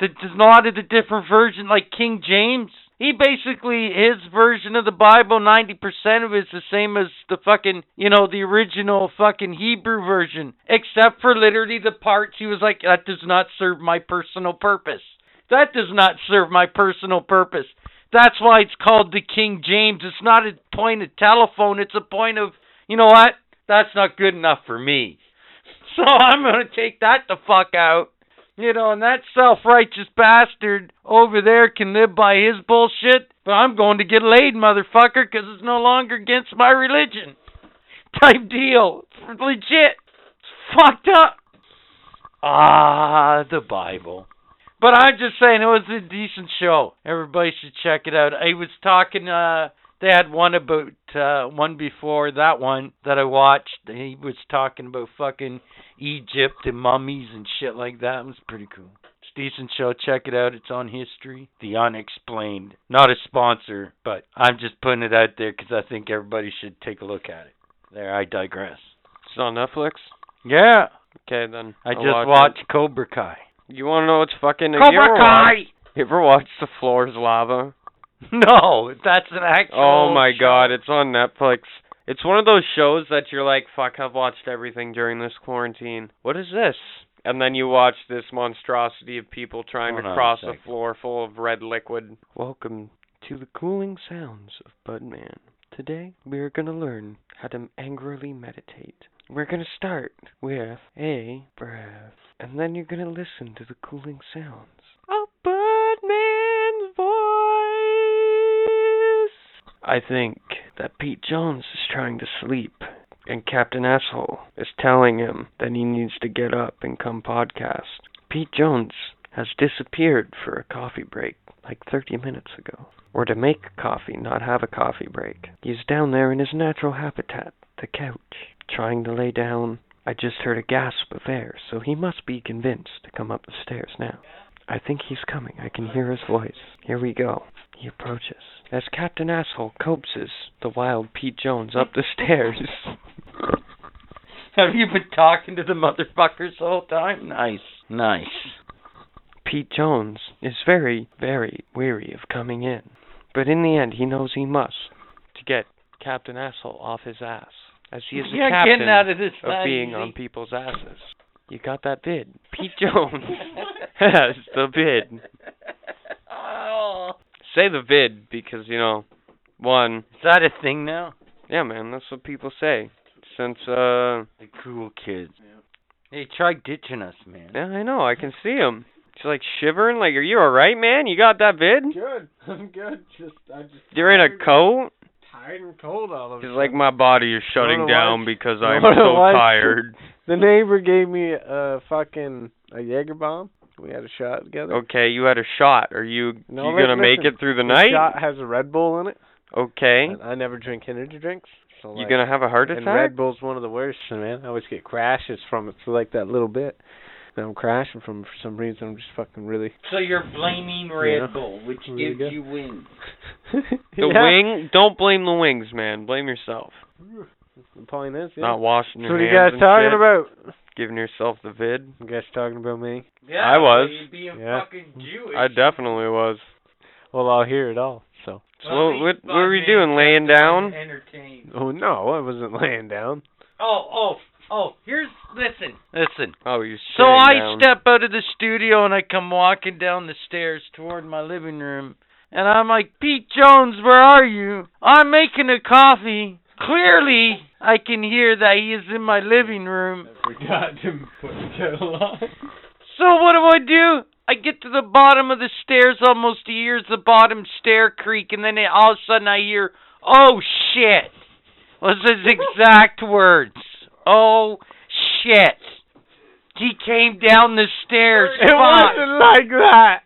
The, there's a lot of the different version, like King James. He basically his version of the Bible, ninety percent of it is the same as the fucking you know the original fucking Hebrew version, except for literally the parts he was like that does not serve my personal purpose. That does not serve my personal purpose. That's why it's called the King James. It's not a point of telephone. It's a point of you know what? That's not good enough for me. So I'm going to take that the fuck out. You know, and that self righteous bastard over there can live by his bullshit, but I'm going to get laid, motherfucker, 'cause it's no longer against my religion. Type deal. It's legit. It's fucked up. Ah, the Bible. But I'm just saying, it was a decent show. Everybody should check it out. I was talking, uh, they had one about uh one before that one that I watched. He was talking about fucking Egypt and mummies and shit like that. It was pretty cool. It's a decent show. Check it out. It's on history. The Unexplained. Not a sponsor, but I'm just putting it out there because I think everybody should take a look at it. There, I digress. It's on Netflix. Yeah, Okay, then. I I'll just watch it. watched Cobra Kai. You want to know what's fucking? have you ever Cobra Kai. watched- You ever watch The Floor's Lava? No, that's an actual. Oh my show. god, it's on Netflix. It's one of those shows that you're like, fuck, I've watched everything during this quarantine. What is this? And then you watch this monstrosity of people trying Hold to on a cross a sec. floor full of red liquid. Welcome to the cooling sounds of Budman. Today, we are going to learn how to angrily meditate. We're going to start with a breath, and then you're going to listen to the cooling sounds of Budman's voice. I think that Pete Jones is trying to sleep, and Captain Asshole is telling him that he needs to get up and come podcast. Pete Jones has disappeared for a coffee break like 30 minutes ago. Or to make coffee, not have a coffee break. He's down there in his natural habitat, the couch, trying to lay down. I just heard a gasp of air, so he must be convinced to come up the stairs now. I think he's coming. I can hear his voice. Here we go. He approaches. As Captain Asshole coaxes the wild Pete Jones up the stairs. Have you been talking to the motherfuckers the whole time? Nice, nice. Pete Jones is very, very weary of coming in, but in the end, he knows he must to get Captain Asshole off his ass, as he is the You're captain getting out of this of that being on easy. people's asses. You got that bid, Pete Jones. has the bid. Oh. Say the bid because you know, one. Is that a thing now? Yeah, man, that's what people say. Since uh, The cool kids. They tried ditching us, man. yeah, I know, I can see him. She's like shivering. Like, are you all right, man? You got that vid? Good. I'm good. Just I just You're in a tired- coat. tired and cold all of a She's sudden. like, my body is shutting What a down life. because I'm What a so life. tired. the neighbor gave me a fucking a Jaeger bomb. We had a shot together. Okay, you had a shot. Are you No, you li- gonna make listen, it through the The night? shot has a Red Bull in it. Okay. and I never drink energy drinks. So You like, gonna have a heart and attack? Red Bull's one of the worst, man. I always get crashes from it. So like that little bit that I'm crashing from for some reason, I'm just fucking really. So you're blaming Red Yeah. Bull, which Really gives good. you wings. the wing? Don't blame the wings, man. Blame yourself. The point is, yeah. Not So washing your what are you guys hands and talking shit, about? Giving yourself the vid. You guys talking about me? Yeah, I was. so You'd be a Yeah. fucking Jewish. I definitely was. Well, I'll hear it all. So. So what, what, what were you doing? Laying down? Entertained. Oh no, I wasn't laying down. Oh, oh, oh. Here's listen, listen. Oh, you're So sitting I down. step out of the studio and I come walking down the stairs toward my living room. And I'm like, Pete Jones, where are you? I'm making a coffee. Clearly, I can hear that he is in my living room. Forgot to put the kettle on. So what do I do? I get to the bottom of the stairs, almost to hears the bottom stair creak, and then it, all of a sudden I hear, "Oh shit!" Was his exact words. Oh shit! He came down the stairs. It Fuck. wasn't like that.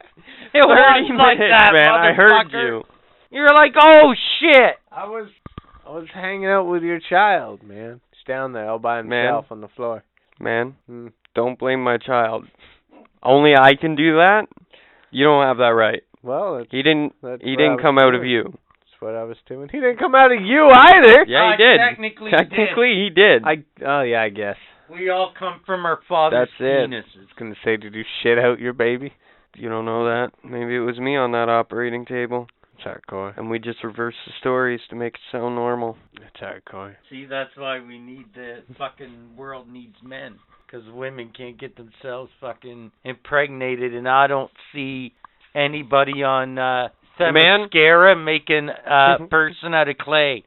It Thirty wasn't like minutes, that, man. I heard motherfucker. you. You're like, "Oh shit!" I was I was hanging out with your child, man. He's down there all by Man. himself on the floor. Man, Mm. don't blame my child. Only I can do that? You don't have that right. Well, that's, He didn't That's he what I didn't was come out of doing. you. that's what I was doing. He didn't come out of you either. Yeah, I he did. Technically, did. Technically, he did. I I oh yeah, I guess. we all come from our father's That's it. penises. I was gonna say, did you shit out your baby? you don't know that. Maybe it was me on that operating table It's hardcore. and we just reversed the stories to make it sound normal. It's hardcore. See, that's why we need the fucking world needs men. Because women can't get themselves fucking impregnated, and I don't see anybody on uh, Man? Themyscira making a person out of clay.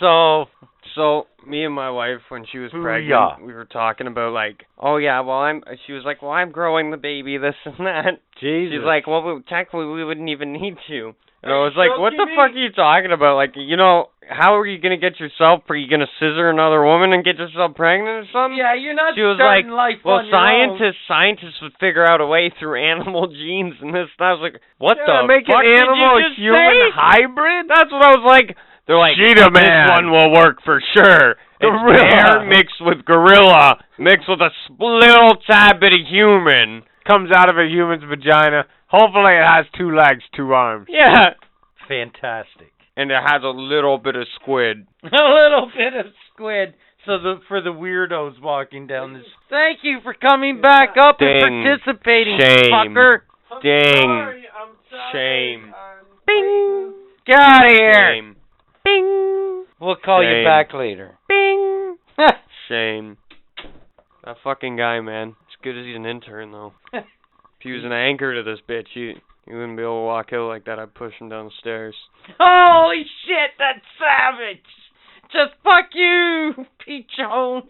So, So me and my wife, when she was Booyah. pregnant, we were talking about like, oh yeah, well I'm. She was like, well I'm growing the baby, this and that. Jesus. She's like, well we, technically we wouldn't even need to. And I was like, what the joking fuck are you me? talking about? Like, you know, how are you gonna get yourself? Are you gonna scissor another woman and get yourself pregnant or something? yeah, you're not she was Oh, starting life Well, on your own. scientists scientists would figure out a way through animal genes and this. And I was like, what yeah, the make an fuck did you animal a just human say? hybrid? That's what I was like. They're like, Cheetah this man. one will work for sure. Gorilla. It's bear mixed with gorilla, mixed with a s- little tad bit of human. Comes out of a human's vagina. Hopefully, it has two legs, two arms. Yeah. Fantastic. And it has a little bit of squid. A little bit of squid. So the for the weirdos walking down this. Thank you for coming back up Ding. and participating, Shame. fucker. Dang. Shame. Bing. Get out of here. Shame. Bing. We'll call Shame. you back later. Bing. Shame. That fucking guy, man. As good as he's an intern, though. if he was an anchor to this bitch, he, he wouldn't be able to walk out like that. I'd push him down the stairs. Holy shit, that's savage. Just fuck you, Pete Jones.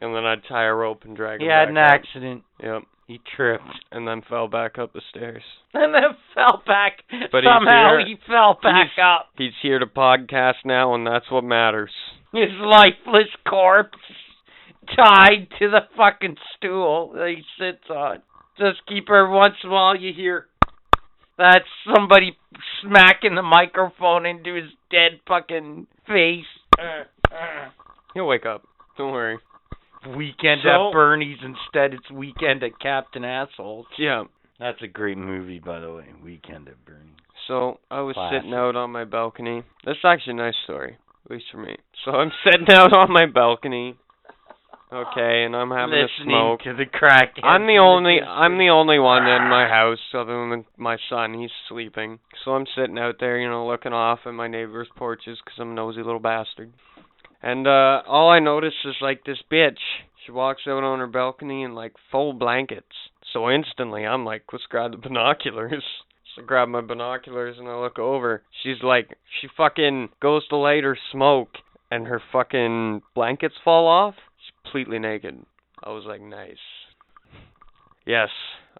And then I'd tie a rope and drag He him had back an up. accident. Yep. He tripped And then fell back up the stairs. and then fell back. But he's Somehow here. he fell back He's- up. He's here to podcast now, and that's what matters. His lifeless corpse tied to the fucking stool that he sits on. Just keep her once in a while you hear that's somebody smacking the microphone into his dead fucking face. He'll wake up. Don't worry. Weekend So- at Bernie's instead. It's Weekend at Captain Assholes. Yeah. That's a great movie, by the way. Weekend at Bernie's. So I was Classic. sitting out on my balcony. That's actually a nice story, at least for me. So I'm sitting out on my balcony. Okay, and I'm having Listening a smoke. to the crack. I'm the only I'm the only one in my house other than my son. He's sleeping. So I'm sitting out there, you know, looking off at my neighbor's porches 'cause I'm a nosy little bastard. And uh all I notice is like this bitch. She walks out on her balcony in like full blankets. So instantly I'm like, let's grab the binoculars. So I grab my binoculars and I look over. She's like, she fucking goes to light her smoke and her fucking blankets fall off. She's completely naked. I was like, nice. Yes,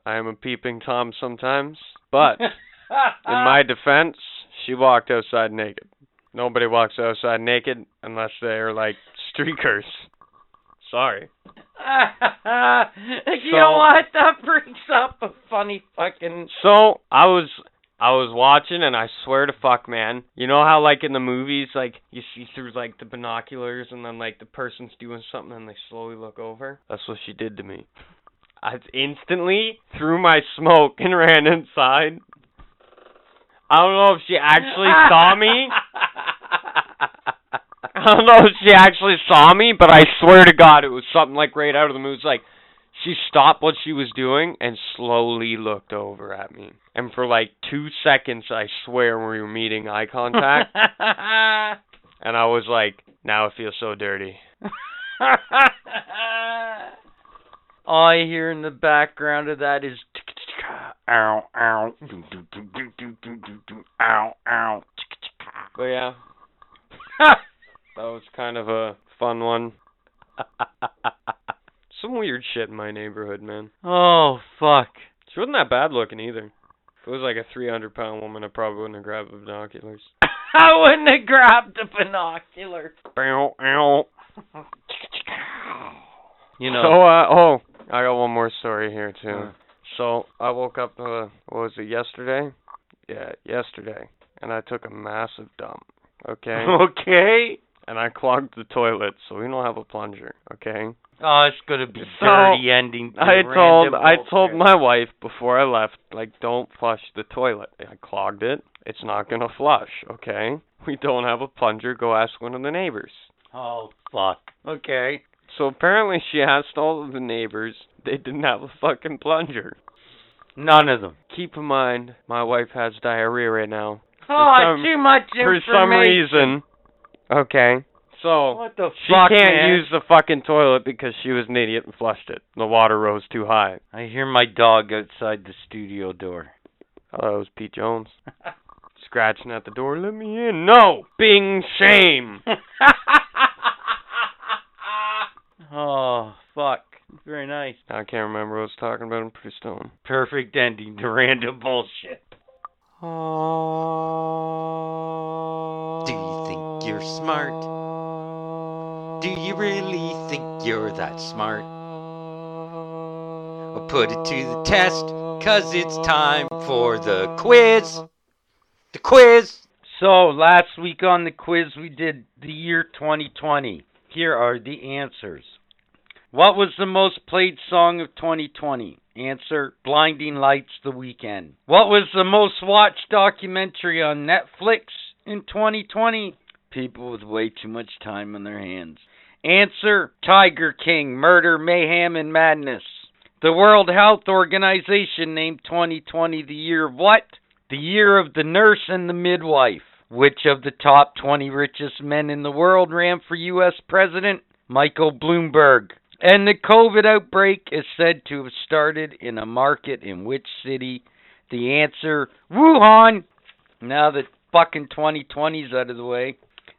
I am a peeping Tom sometimes. But in my defense, she walked outside naked. Nobody walks outside naked unless they're like streakers. Sorry. you So- know what? That brings up a funny fucking. So I was I was watching and I swear to fuck, man. You know how like in the movies, like you see through like the binoculars and then like the person's doing something and they slowly look over. That's what she did to me. I instantly threw my smoke and ran inside. I don't know if she actually saw me. I don't know if she actually saw me, but I swear to God, it was something like right out of the movie. It's like she stopped what she was doing and slowly looked over at me. And for like two seconds, I swear we were meeting eye contact. and I was like, now I feel so dirty. All I hear in the background of that is. Ow, ow. Ow, ow. But yeah, that was kind of a fun one. Some weird shit in my neighborhood, man. Oh, fuck. She wasn't that bad looking either. If it was like a 300 pound woman, I probably wouldn't have grabbed the binoculars. I wouldn't have grabbed a binocular. Bow, ow. You So, know. uh, oh, I got one more story here too. Uh. So I woke up, uh, what was it, yesterday? Yeah, yesterday, and I took a massive dump. Okay. okay. and I clogged the toilet, so we don't have a plunger. Okay. Oh, it's gonna be So, dirty ending. to I the told random I bullshit. told my wife before I left, like, don't flush the toilet. I clogged it. It's not gonna flush. Okay. We don't have a plunger. Go ask one of the neighbors. Oh fuck. Okay. So apparently she asked all of the neighbors. They didn't have a fucking plunger. None of them. keep in mind my wife has diarrhea right now Oh, some- too much for some information. reason. Okay. So What the she fuck, can't man? use the fucking toilet because she was an idiot and flushed it. The water rose too high. I hear my dog outside the studio door. Oh, it was Pete Jones. Scratching at the door, let me in. No! Bing shame. oh fuck. Very nice. I can't remember what I was talking about. I'm pretty stoned. Perfect ending to random bullshit. Do you think you're smart? Do you really think you're that smart? Well, put it to the test, cause it's time for the quiz. The quiz! So last week on the quiz we did the year 2020. Here are the answers. What was the most played song of 2020? Answer: Blinding Lights, The Weekend. What was the most watched documentary on Netflix in 2020? People with way too much time on their hands. Answer: Tiger King, Murder, Mayhem, and Madness. The World Health Organization named 2020 the year of what? The Year of the Nurse and the Midwife. Which of the top 20 richest men in the world ran for U.S. President? Michael Bloomberg. And the COVID outbreak is said to have started in a market in which city? The answer Wuhan. Now that fucking 2020's out of the way.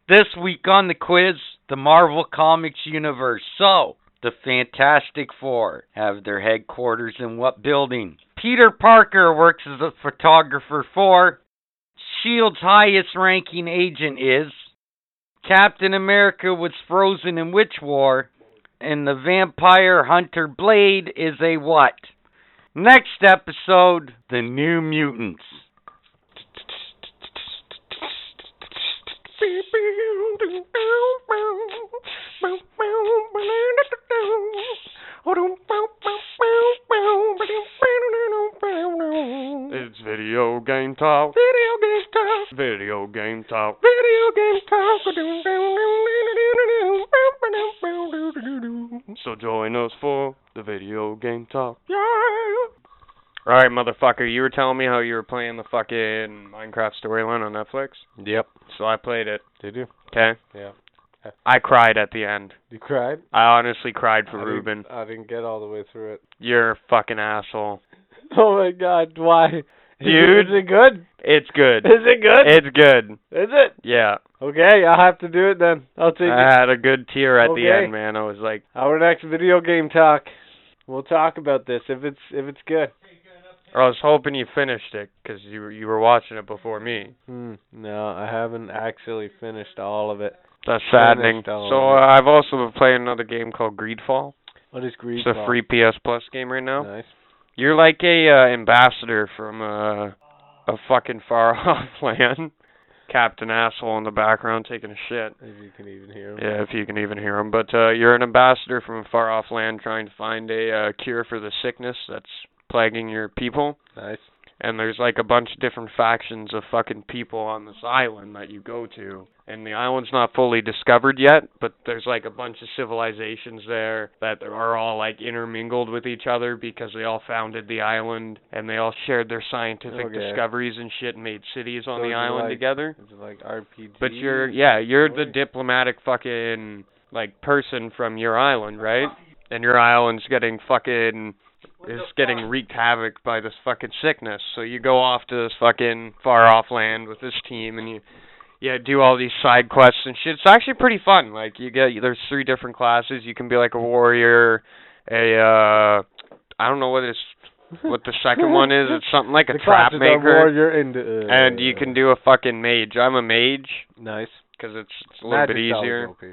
This week on the quiz, the Marvel Comics universe. So, the Fantastic Four have their headquarters in what building? Peter Parker works as a photographer for. S.H.I.E.L.D.'s E highest ranking agent is. Captain America was frozen in which war? And the vampire hunter Blade is a what? Next episode The New Mutants. It's video game talk. Video game talk. Video game talk. So join us for the video game talk. Yeah. Alright, motherfucker, you were telling me how you were playing the fucking Minecraft storyline on Netflix? Yep. So I played it. Did you? Okay. Yeah. I cried at the end. You cried? I honestly cried for I didn't- Ruben. I didn't get all the way through it. You're a fucking asshole. Oh my god, why? Is it- Dude. Is it good? It's good. Is it good? It's good. Is it? Yeah. Okay, I'll have to do it then. I'll take I it. had a good tear at the Okay. end, man. I was like, Our next video game talk. We'll talk about this if it's if it's good. Or I was hoping you finished it because you were- you were watching it before me. Hmm, no, I haven't actually finished all of it. That's saddening. saddening. So uh, I've also been playing another game called Greedfall. What is greed? It's a free PS Plus game right now. Nice. You're like a uh, ambassador from uh, a fucking far off land. Captain asshole in the background taking a shit. If you can even hear 'em. Yeah, if you can even hear him. But uh, you're an ambassador from a far off land trying to find a uh, cure for the sickness that's plaguing your people. Nice. and there's like a bunch of different factions of fucking people on this island that you go to and the island's not fully discovered yet but there's like a bunch of civilizations there that are all like intermingled with each other because they all founded the island and they all shared their scientific Okay. discoveries and shit and made cities on So the it's island like- together It's like RPG. but you're yeah, you're the Right. diplomatic fucking like person from your island, right? And your island's getting fucking is getting wreaked havoc by this fucking sickness. So you go off to this fucking far off land with this team and you yeah, do all these side quests and shit. It's actually pretty fun. Like you get there's three different classes. You can be like a warrior, a uh I don't know what it's what the second one is. It's something like a the trap classes are maker. warrior and, uh, And you can do a fucking mage. I'm a mage nice. because it's, it's a little bit Magic's always easier. OP.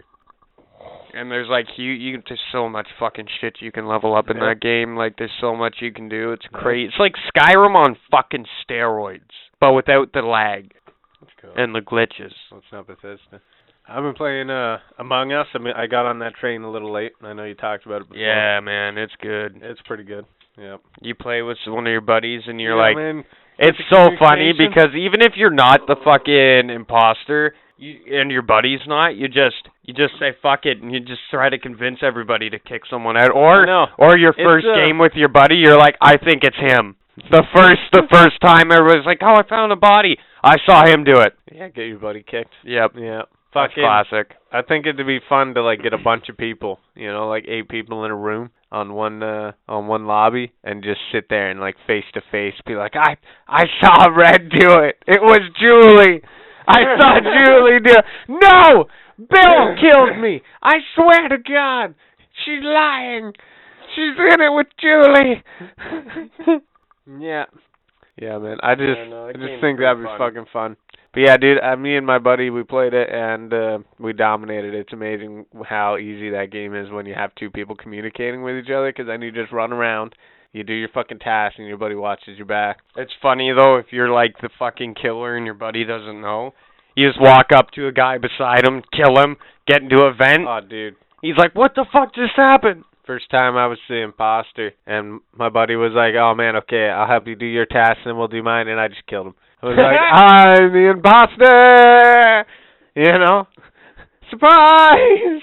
And there's like you you there's so much fucking shit you can level up in Yeah. that game. Like there's so much you can do. It's crazy. It's like Skyrim on fucking steroids, but without the lag Let's go. and the glitches. Let's not Bethesda. I've been playing uh Among Us. I mean, I got on that train a little late, and I know you talked about it before. Yeah, man, it's good. It's pretty good. Yep. You play with one of your buddies and you're Yeah, like, man, it's perfect so funny communication. because even if you're not the fucking imposter, you and your buddy's not, you just you just say fuck it and you just try to convince everybody to kick someone out or I know. Or your It's, first uh, game with your buddy, you're like, I think it's him. The first, the first time everybody's like, oh, I found a body. I saw him do it. Yeah, get your buddy kicked. Yep. Yeah. That's Fucking. classic. I think it'd be fun to like get a bunch of people, you know, like eight people in a room on one uh on one lobby and just sit there and like face to face be like, I I saw Red do it. It was Julie. I saw Julie do it. No! Bill killed me. I swear to God. She's lying. She's in it with Julie. yeah. Yeah, man. I just no, I that game's just think pretty that'd be fun. fucking fun. But yeah, dude, uh, me and my buddy we played it and uh, we dominated. It's amazing how easy that game is when you have two people communicating with each other 'cause then you just run around, you do your fucking task, and your buddy watches your back. It's funny though if you're like the fucking killer and your buddy doesn't know. You just walk up to a guy beside him, kill him, get into a vent. Oh, dude. He's like, "What the fuck just happened?" First time I was the imposter, and my buddy was like, "Oh man, okay, I'll help you do your task, and we'll do mine." And I just killed him. I was like, "I'm the imposter," you know? Surprise!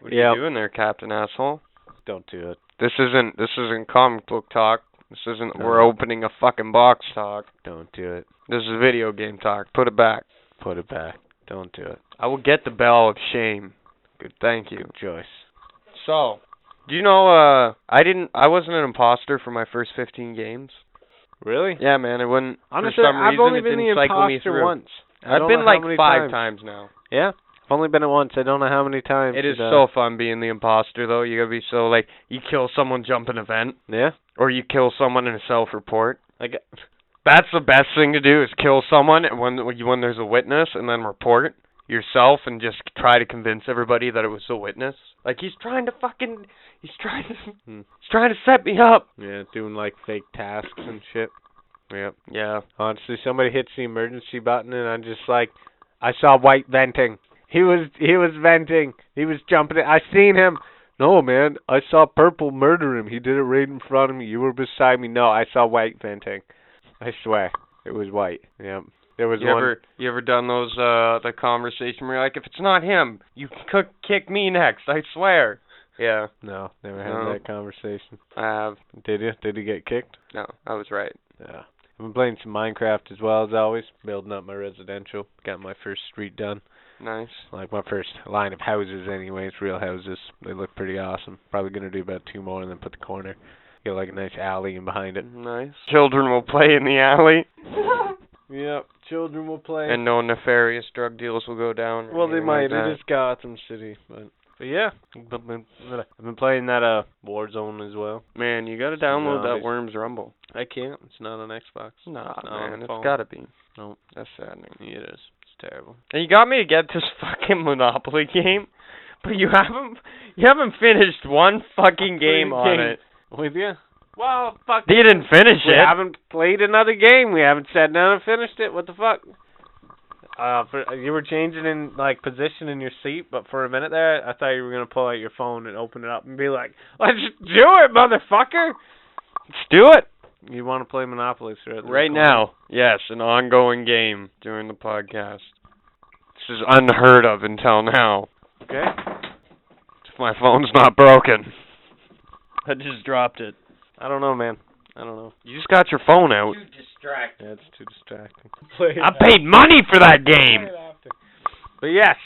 What are you Yep. doing there, Captain Asshole? Don't do it. This isn't this isn't comic book talk. This isn't No. we're opening a fucking box talk. Don't do it. This is video game talk. Put it back. Put it back. Don't do it. I will get the bell of shame. Good, thank you. Joyce. So, do you know? Uh, I didn't. I wasn't an imposter for my first 15 games. Really? Yeah, man. It wouldn't. Honestly, for some I've reason, only it been the didn't cycle me imposter through. once. I I've don't know been how like many five times. times now. Yeah, I've only been it once. I don't know how many times. It is uh, so fun being the imposter, though. You gotta be so like you kill someone, jump an event, Yeah. or you kill someone in a self-report. Like uh, That's the best thing to do is kill someone and when when you- when there's a witness and then report yourself and just try to convince everybody that it was the witness. Like he's trying to fucking he's trying to Hmm. he's trying to set me up. yeah, doing like fake tasks and shit. Yep. Yeah. Honestly, somebody hits the emergency button and I'm just like, I saw White venting. He was he was venting. He was jumping. In. I seen him. No man, I saw Purple murder him. He did it right in front of me. You were beside me. No, I saw White venting. I swear, it was White. Yep. There was You one. ever you ever done those uh the conversation where you're like if it's not him, you cook kick me next, I swear. Yeah, No, never had No. that conversation. I have. Did you? Did you get kicked? No, I was right. Yeah. I've been playing some Minecraft as well as always, building up my residential. Got my first street done. Nice. Like my first line of houses anyways, real houses. They look pretty awesome. Probably gonna do about two more and then put the corner. Get like a nice alley in behind it. Nice. Children will play in the alley Yep. Children will play. and no nefarious drug deals will go down. or well they anything might, Like that. it is Gotham City, but But yeah, I've been I've been playing that uh Warzone as well. Man, you gotta download that Nice. Worms Rumble. I can't. It's not on Xbox. Nah, It's not on man, it's phone. gotta be. Nope. That's saddening. It is. It's terrible. And you got me to get this fucking Monopoly game, but you haven't you haven't finished one fucking game on Game. it. With you? Well, fuck. You didn't finish We it. haven't played another game. We haven't sat down and finished it. What the fuck? Uh, for, you were changing in like position in your seat, but for a minute there, I thought you were gonna pull out your phone and open it up and be like, "Let's do it, motherfucker! Let's do it You want to play Monopoly so at least right one- now. Yes, an ongoing game during the podcast. This is unheard of until now. Okay. If my phone's not broken, I just dropped it. I don't know, man. I don't know. You just got your phone out. Too distracted. Yeah, it's too distracting. I paid money for that game. But yes,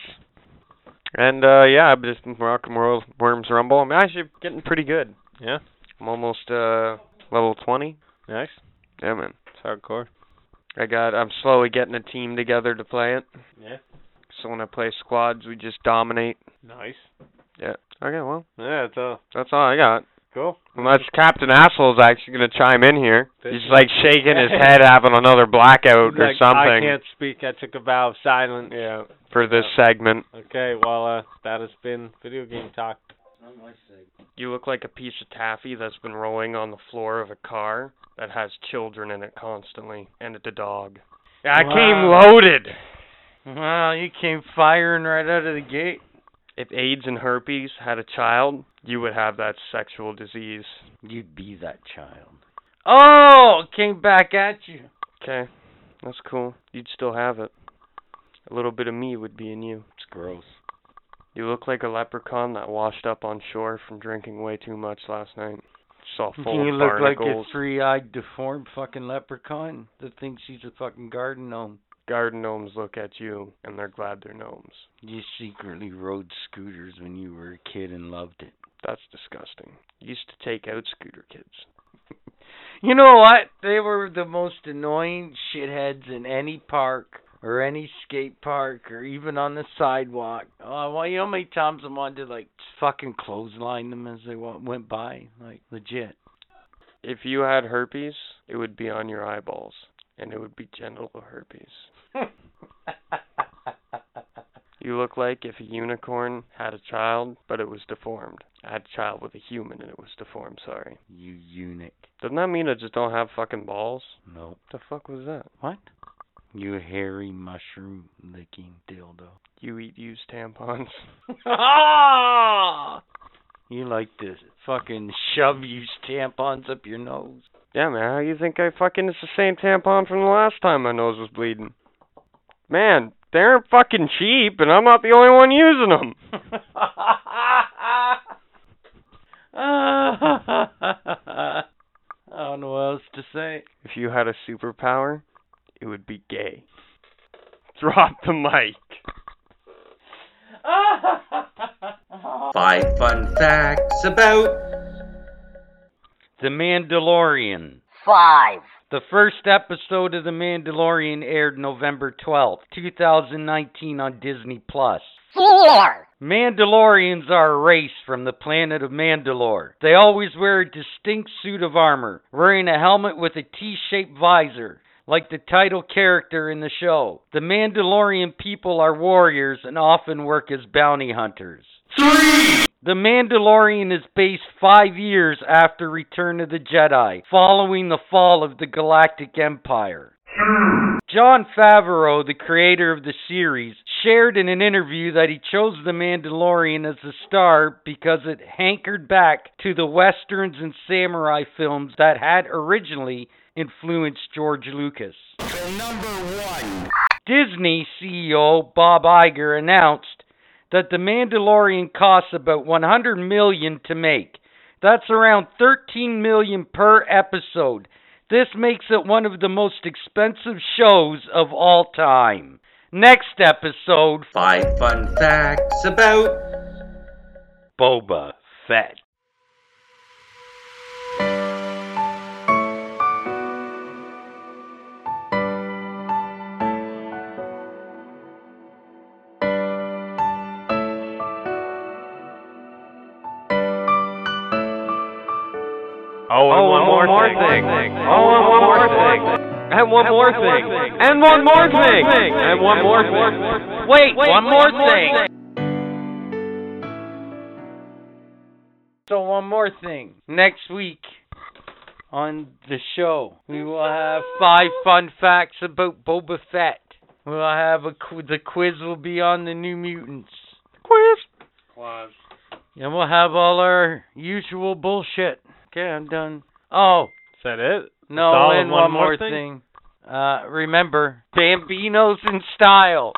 And uh yeah, I've just been rocking World Worms Rumble. I'm actually getting pretty good. Yeah? I'm almost uh level twenty. nice. Yeah man. It's hardcore. I got I'm slowly getting a team together to play it. Yeah. So when I play squads we just dominate. Nice. Yeah. Okay, well, Yeah, it's uh, that's all I got. cool. Unless Captain Asshole's actually gonna chime in here. That's He's like shaking his head having another blackout or Like, I something can't speak. I took a vow of silence. Yeah. for this segment. Okay, well, uh, that has been video game talk. You look like a piece of taffy that's been rolling on the floor of a car that has children in it constantly, and it's a dog. I came Wow. loaded. Well, you came firing right out of the gate. If AIDS and herpes had a child, you would have that sexual disease. You'd be that child. Oh, it came back at you. Okay, that's cool. You'd still have it. A little bit of me would be in you. It's gross. You look like a leprechaun that washed up on shore from drinking way too much last night. It's all full you of look like barnacles. a three-eyed, deformed fucking leprechaun that thinks he's a fucking garden gnome. Garden gnomes look at you, and they're glad they're gnomes. You secretly rode scooters when you were a kid and loved it. That's disgusting. Used to take out scooter kids. You know what? They were the most annoying shitheads in any park or any skate park or even on the sidewalk. Oh, well, you know how many times I wanted to like fucking clothesline them as they wa- went by, like legit. If you had herpes, it would be on your eyeballs, and it would be genital herpes. You look like if a unicorn had a child, but it was deformed. I had a child with a human, and it was deformed. Sorry. you eunuch. Doesn't that mean I just don't have fucking balls? Nope. What the fuck was that? What? You hairy mushroom licking dildo. You eat used tampons. You like to fucking shove used tampons up your nose. Yeah, man. How you think I fucking? It's the same tampon from the last time my nose was bleeding. Man, they aren't fucking cheap, and I'm not the only one using them. I don't know what else to say. If you had a superpower, it would be gay. Drop the mic. Five fun facts about. The Mandalorian. Five. The first episode of The Mandalorian aired November 12th, 2019 on Disney Plus. Four. Mandalorians are a race from the planet of Mandalore. They always wear a distinct suit of armor, wearing a helmet with a T-shaped visor, like the title character in the show. The Mandalorian people are warriors and often work as bounty hunters. The Mandalorian is based five years after Return of the Jedi, following the fall of the Galactic Empire. John Favreau, the creator of the series, shared in an interview that he chose The Mandalorian as the star because it hankered back to the westerns and samurai films that had originally influenced George Lucas. Disney CEO Bob Iger announced that The Mandalorian costs about 100 million to make. That's around 13 million per episode. This makes it one of the most expensive shows of all time. Next episode Five fun facts about. Boba Fett. Oh, and one more thing. Oh, and one more thing. And one more thing. And one more thing. And one more thing. Wait, one more thing. So one more thing. Next week on the show, we will have five fun facts about Boba Fett. We'll have a qu- the quiz will be on the New Mutants. Quiz. And we'll have all our usual bullshit. Okay, I'm done. Oh, Is that it? no, It's all in and one one more more thing. Uh, remember, Bambinos in style.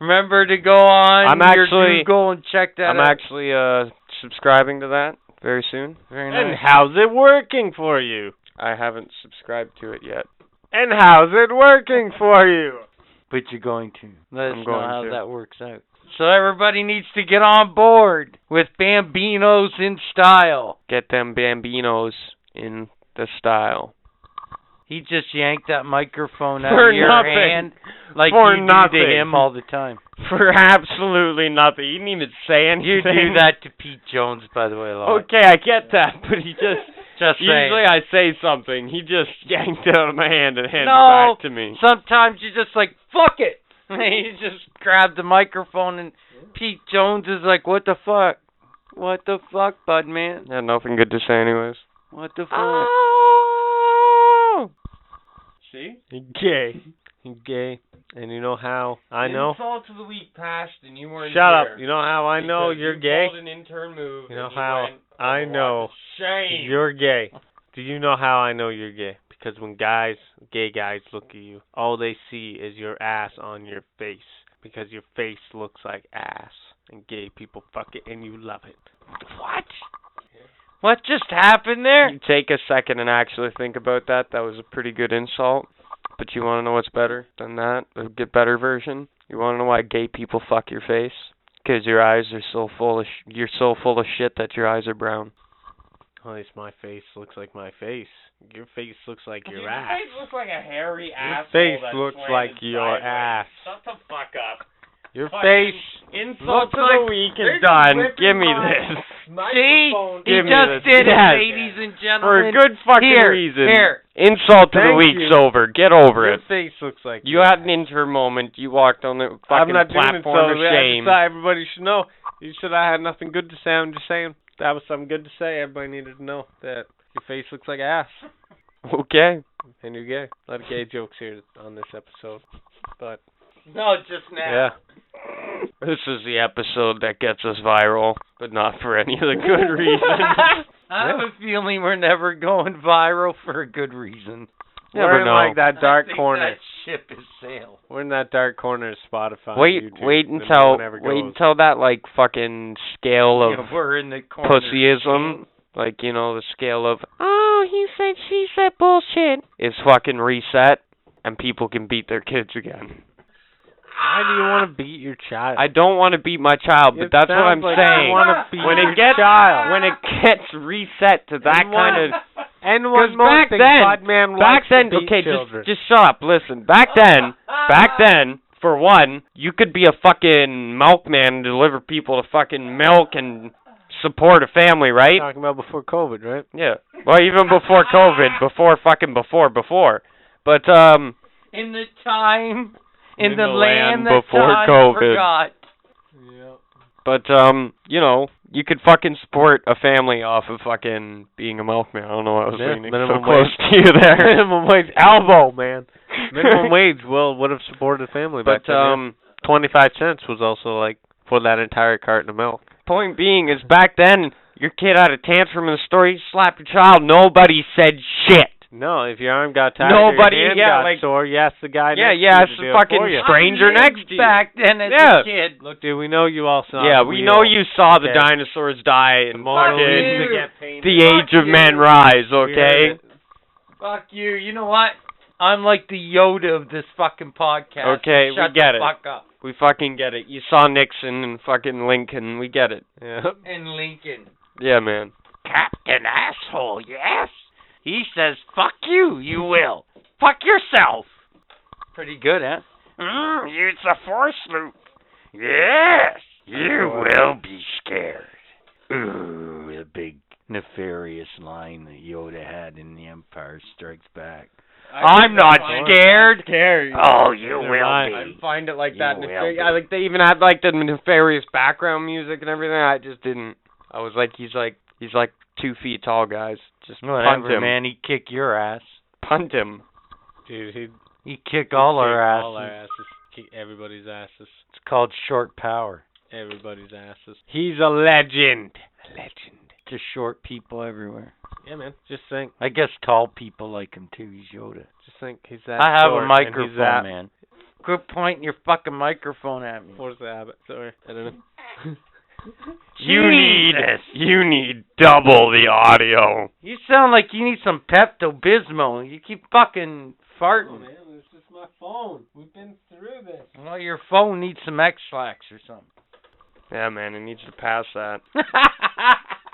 Remember to go on I'm your actually- Google and check that I'm out. actually uh subscribing to that very soon. Very And nice. how's it working for you? I haven't subscribed to it yet. And how's it working for you? But you're going to. Let us I'm know going how to. that works out. So everybody needs to get on board with Bambinos in style. Get them bambinos in the style. He just yanked that microphone out For of your nothing. hand like For you do nothing. to him all the time. For absolutely nothing. He didn't even say anything. You do that to Pete Jones, by the way, a lot. Okay, I get that, but he just Just saying. usually I say something. He just yanked it out of my hand and handed No. it back to me. Sometimes you're just like, fuck it. you just grab the microphone and Pete Jones is like, what the fuck? What the fuck, bud man? Yeah, nothing good to say anyways. What the fuck? Ah. See? Gay. Gay. And you know how I know? Insult of the week passed and you weren't Shut up. You know how I know you're gay? an intern move. You know how "Oh, I know Shame. you're gay. Do you know how I know you're gay? Because when guys, gay guys, look at you, all they see is your ass on your face. Because your face looks like ass. And gay people fuck it and you love it. What? What just happened there? You take a second and actually think about that. That was a pretty good insult. But you want to know what's better than that? A get better version. You want to know why gay people fuck your face? Because your eyes are so full of sh- you're so full of shit that your eyes are brown. At least my face looks like my face. Your face looks like your ass. looks like a hairy Your face looks like your ass. Shut the fuck up. Your Fucking face looks Insult of the the week week. They're is done. ripping Give me my this. See? He Give me just this. did it, Yes. ladies and For gentlemen. a good fucking here, reason. Here. Insult of Thank the week's you. over. Get over Your it. face looks like You had an inter moment. You walked on the I'm fucking not platform of doing it, so shame. I thought everybody should know. You said I had nothing good to say. I'm just saying that was something good to say. Everybody needed to know that your face looks like ass Okay. and you're gay. A lot of gay jokes here on this episode, but No, just now. yeah. This is the episode that gets us viral, but not for any other good reason. I have a feeling we're never going viral for a good reason. Never We're in know. like that dark I think corner. That ship is sailed. We're in that dark corner of Spotify. wait, and YouTube, wait and no until one ever wait goes. until that like fucking scale of Yeah, we're in the corner. pussyism, like you know the scale of oh he said she said bullshit is fucking reset, and people can beat their kids again. Why do you want to beat your child? I don't want to beat my child, but It that's what I'm sounds like you saying. wanna beat when your it gets child. when it gets reset to that kind of and Because one more back thing, then- Budman back likes to then beat okay children. just just shut up listen back then back then for one you could be a fucking milkman and deliver people to fucking milk and support a family right talking about before COVID, right? yeah well even before covid before fucking before before but um In the time, in, In the, the land, land that before time COVID. forgot. Yeah. but um you know you could fucking support a family off of fucking being a milkman i don't know why i was Yeah, leaning so minimum close wage. to you there minimum wage elbow, man. Minimum wage well would have supported the family back but then, yeah. um 25 cents was also like for that entire carton of milk. Point being is back then, your kid had a tantrum in the store, you slapped your child, nobody said shit. No, if your arm got tired, Nobody- or your hand yeah, got like- sore. You asked the guy. Yeah, next to you you asked to the do it fucking for you. stranger I next lived to you. Back then as Yeah. a kid. Look, dude, we know you all saw. yeah, the we wheel. know you saw the Okay. dinosaurs die and Tomorrow Fuck fucking is you. to get painted. the age of man rise, We heard okay? it. Fuck you. You know what? I'm like the Yoda of this fucking podcast. Okay, we Shut get the it. fuck up. We fucking get it. You saw Nixon and fucking Lincoln, we get it. Yeah. And Lincoln. Yeah, man. Captain Asshole, yes? He says, fuck you, you will. Fuck yourself. Pretty good, huh? Mm, it's a force loop. Yes, you will be scared. Ooh, the big nefarious line that Yoda had in The Empire Strikes Back. I I'm not scared. Scared. Oh, you will I be. find it like You that. will nefar- be. I like they even had like the nefarious background music and everything. I just didn't. I was like, he's like, he's like two feet tall, guys. Just punt Whatever, him. man. He'd kick your ass. Punt him. Dude, he'd He'd kick all kick our asses. all our asses. Kick everybody's asses. It's called short power. Everybody's asses. He's a legend. A legend. To short people everywhere. Yeah, man. Just think. I guess tall people like him too. He's Yoda. Just think. He's that. I have short a and he's microphone, that- man. Quit pointing your fucking microphone at me. What's the habit? Sorry, I don't know. You need. You need double the audio. You sound like you need some Pepto Bismol. You keep fucking farting. Oh, this is my phone. We've been through this. Well, your phone needs some X-Lax or something. Yeah, man, it needs to pass that.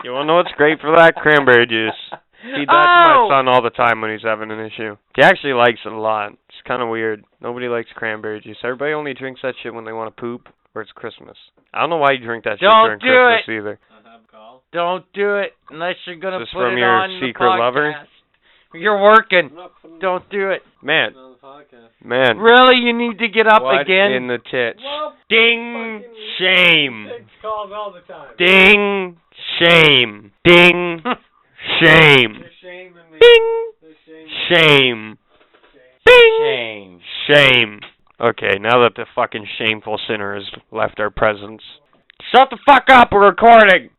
You wanna know what's great for that? Cranberry juice. Feed that to my Oh! son all the time when he's having an issue. He actually likes it a lot. It's kind of weird. Nobody likes cranberry juice. Everybody only drinks that shit when they want to poop or it's Christmas. I don't know why you drink that Don't shit during do Christmas either. Don't do it unless you're gonna Is this put from it your on the secret lover? podcast. You're working. Don't do it. Man, man. Really, you need to get up what again. in the tits? Ding. Shame. calls all the time. Ding. Shame. Ding. Shame. Ding. Shame. Ding. Shame. Shame. Okay, now that the fucking shameful sinner has left our presence. Shut the fuck up, we're recording!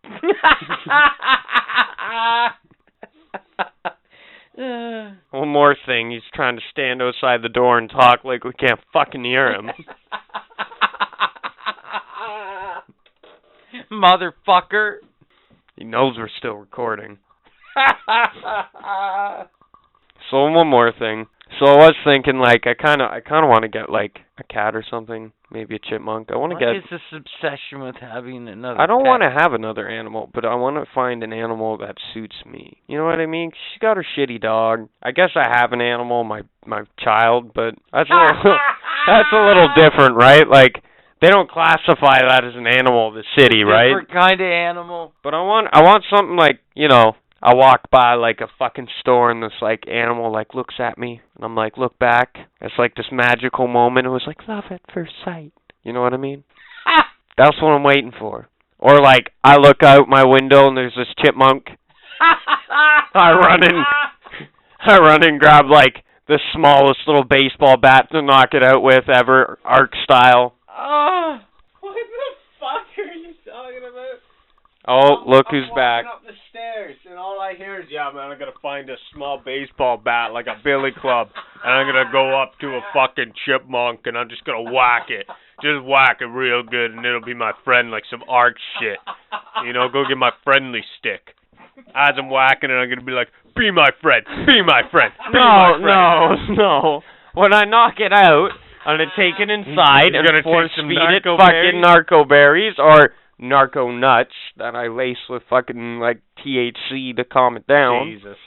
One more thing, he's trying to stand outside the door and talk like we can't fucking hear him. Motherfucker. He knows we're still recording. So one more thing. So I was thinking like I kinda I kinda wanna get like a cat or something. Maybe a chipmunk. I wanna What get is this obsession with having another? I don't want want to have another animal, but I want to find an animal that suits me. You know what I mean? She got her shitty dog. I guess I have an animal, my my child, but that's a little, that's a little different, right? Like they don't classify that as an animal, the city, right? Different kind of animal. But I want I want something like you know. I walk by like a fucking store and this like animal like looks at me and I'm like look back. It's like this magical moment. It was like love at first sight. You know what I mean? That's what I'm waiting for. Or like I look out my window and there's this chipmunk. I run in I run and grab like the smallest little baseball bat to knock it out with ever arc style. Oh, What the fuck are you talking about? Oh, I'm- look I'm who's walking back. Up the stairs, and all I hear is yeah, man. I gotta Find a small baseball bat like a billy club and I'm going to go up to a fucking chipmunk and I'm just going to whack it. Just whack it real good and it'll be my friend like some arc shit. You know, go get my friendly stick. As I'm whacking it, I'm gonna be like, "Be my friend, be my friend, be my friend." No, no, no. When I knock it out, I'm gonna take it inside You're and gonna take force some feed it narco fucking berries? narco berries or narco nuts that I lace with fucking like THC to calm it down, Jesus.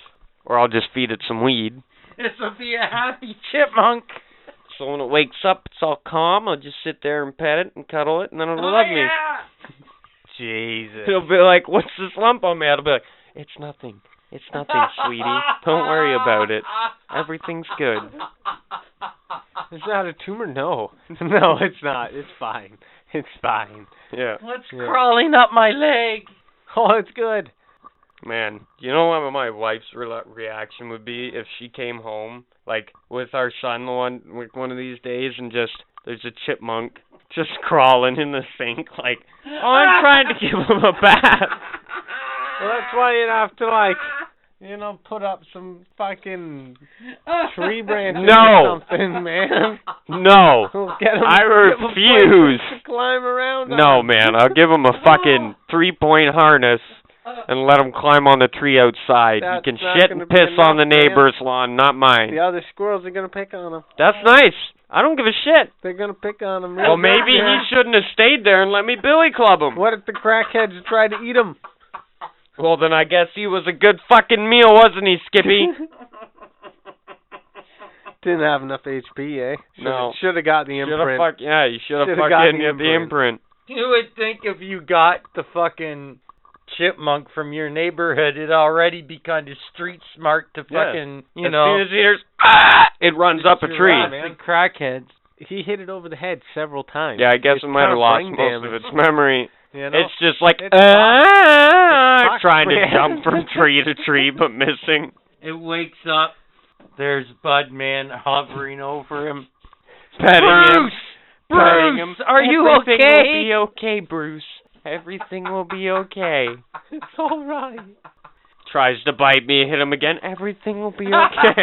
or I'll just feed it some weed. this will be a happy chipmunk. So when it wakes up, it's all calm. I'll just sit there and pet it and cuddle it, and then it'll love me. Jesus. He'll be like, "What's this lump on me?" I'll be like, "It's nothing. It's nothing, sweetie. Don't worry about it. Everything's good." Is that a tumor? No. no, it's not. It's fine. It's fine. Yeah, What's Yeah. crawling up my leg? Oh, it's good. man. You know what my wife's re- reaction would be if she came home like with our son one like one of these days and just there's a chipmunk just crawling in the sink like, "Oh, I'm trying to give him a bath." Well, that's why you have to like, you know, put up some fucking tree branches No. or something, man. No. We'll get 'em- I get 'em a place refuse. to climb around. No, on. man. I'll give him a fucking three-point harness and let him climb on the tree outside. That's he can not shit gonna and be piss on enough, the man. neighbor's lawn, not mine. The other squirrels are gonna pick on him. That's nice. I don't give a shit. They're gonna pick on him. Well, maybe he shouldn't have stayed there and let me billy club him. What if the crackheads try to eat him? Well, then I guess he was a good fucking meal, wasn't he, Skippy? Didn't have enough HP, eh? Should've, No. Should have got the Should've imprint. fuck yeah, you should have Should've gotten fucking the hit the imprint. imprint. You would think if you got the fucking chipmunk from your neighborhood, it'd already be kind of street smart to Yeah. fucking, you as know, soon as he hears, ah, it runs up a you're tree. right, man. crackheads. He hit it over the head several times. Yeah, I It's guess it might kinda have lost brain most of damage. its memory. You know? It's just like It's ah, It's trying to Foxman. jump from tree to tree but missing. It wakes up. There's Budman hovering over him. Petting him. Bruce! Petting him. Bruce! Are you Everything okay? Will be okay, Bruce. Everything will be okay. it's all right. Tries to bite me, hit him again. Everything will be okay.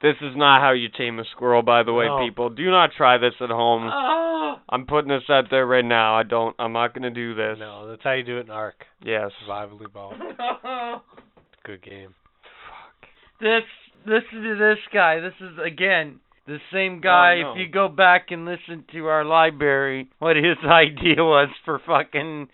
this is not how you tame a squirrel, by the way, No. people. Do not try this at home. Oh, I'm putting this out there right now. I don't. I'm not gonna do this. No, that's how you do it in Ark. Yes. Survival ball. Good game. This this is this guy. This is again the same guy. no. If you go back and listen to our library, what his idea was for fucking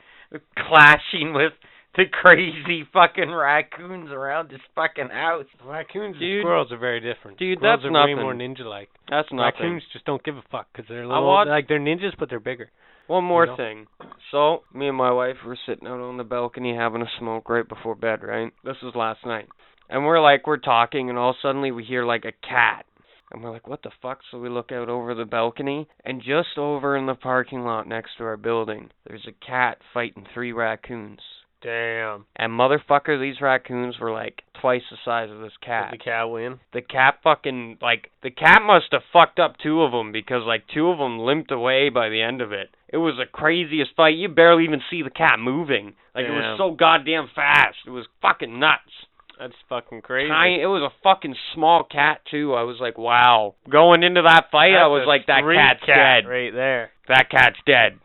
clashing with the crazy fucking raccoons around his fucking house. Raccoons Dude. and squirrels are very different. Dude, squirrels that's are way more nothing. ninja-like. That's nothing. Raccoons just don't give a fuck because they're I little, watched- like they're ninjas, but they're bigger. One more know? thing. So, me and my wife were sitting out on the balcony having a smoke right before bed, right? This was last night. And we're like, we're talking, and all suddenly we hear like a cat. And we're like, what the fuck? So we look out over the balcony, and just over in the parking lot next to our building, there's a cat fighting three raccoons. Damn. And motherfucker, these raccoons were like twice the size of this cat. Did the cat win? The cat fucking like the cat must have fucked up two of them because like two of them limped away by the end of it. It was the craziest fight. You barely even see the cat moving. Like it Damn. was so goddamn fast. It was fucking nuts. That's fucking crazy. Tiny- it was a fucking small cat too. I was like, wow. Going into that fight, I That's was a like, that street cat's cat dead. right there. That cat's dead,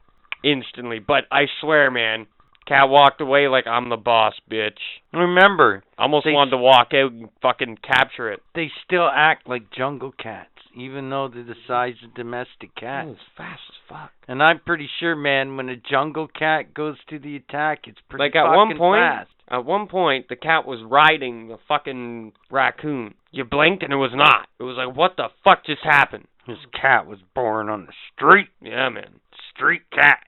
instantly. But I swear, man, cat walked away like I'm the boss, bitch. Remember, Almost They- wanted to walk out and fucking capture it. they still act like jungle cats, even though they're the size of domestic It cats. was fast as fuck. And I'm pretty sure, man, when a jungle cat goes to the attack, it's pretty Like, at one fucking point- fast. At one point, the cat was riding the fucking raccoon. You blinked and it was not. It was like, what the fuck just happened? This cat was born on the street, Yeah, man. street cat.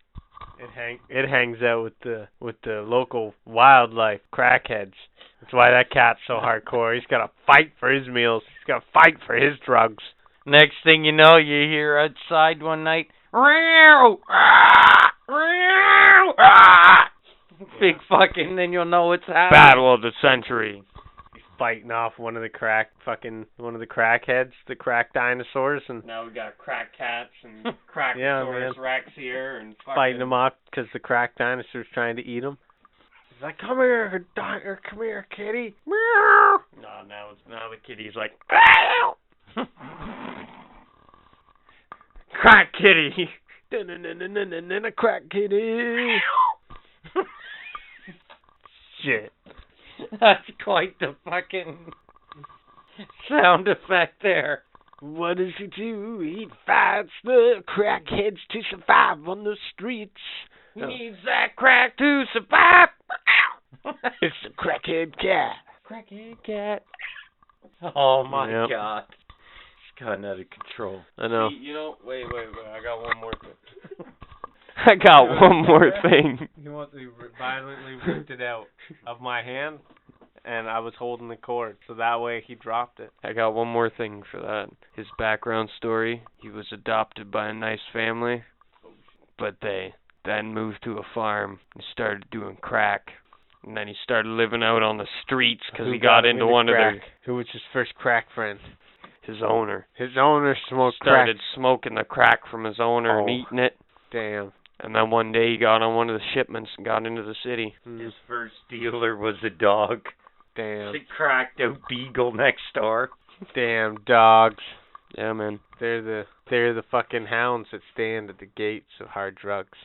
It hang it hangs out with the with the local wildlife crackheads. That's why that cat's so hardcore. He's got to fight for his meals. He's got to fight for his drugs. Next thing you know, you hear outside one night, "Meow, ah, meow, ah." big fucking, then you'll know what's happening. Battle of the century. He's Uh, fighting off one of the crack fucking one of the crackheads, the crack dinosaurs, and Now we got crack cats and crack Yeah, man. racks here and fighting them off because the crack dinosaur's trying to eat him. He's like, "Come here, diner, come here, kitty." Meow. No, now it's now the kitty's like Meow. crack kitty. Dun-dun-dun-dun-dun-dun, Crack kitty. Shit. That's quite the fucking sound effect there. What does he do? He fights the crackheads to survive on the streets. He Oh. needs that crack to survive. It's the crackhead cat. Crackhead cat. Oh my Yep. god, it's gotten out of control. I know. You know, wait, wait, wait. I got one more thing. I got one more thing. He wants he violently ripped it out of my hand, and I was holding the cord, so that way he dropped it. I got one more thing for that. His background story: he was adopted by a nice family, but they then moved to a farm and started doing crack. And then he started living out on the streets because Who he got, him into into one of crack? Who was his first crack friend? their his owner. His owner smoked Started smoking the crack from his owner and Oh. eating it. crack. Damn. And then one day he got on one of the shipments and got into the city. Mm, first dealer was a dog. Damn. cracked out beagle next door. Damn dogs. Yeah, man. They're the they're the fucking hounds that stand at the gates of hard drugs.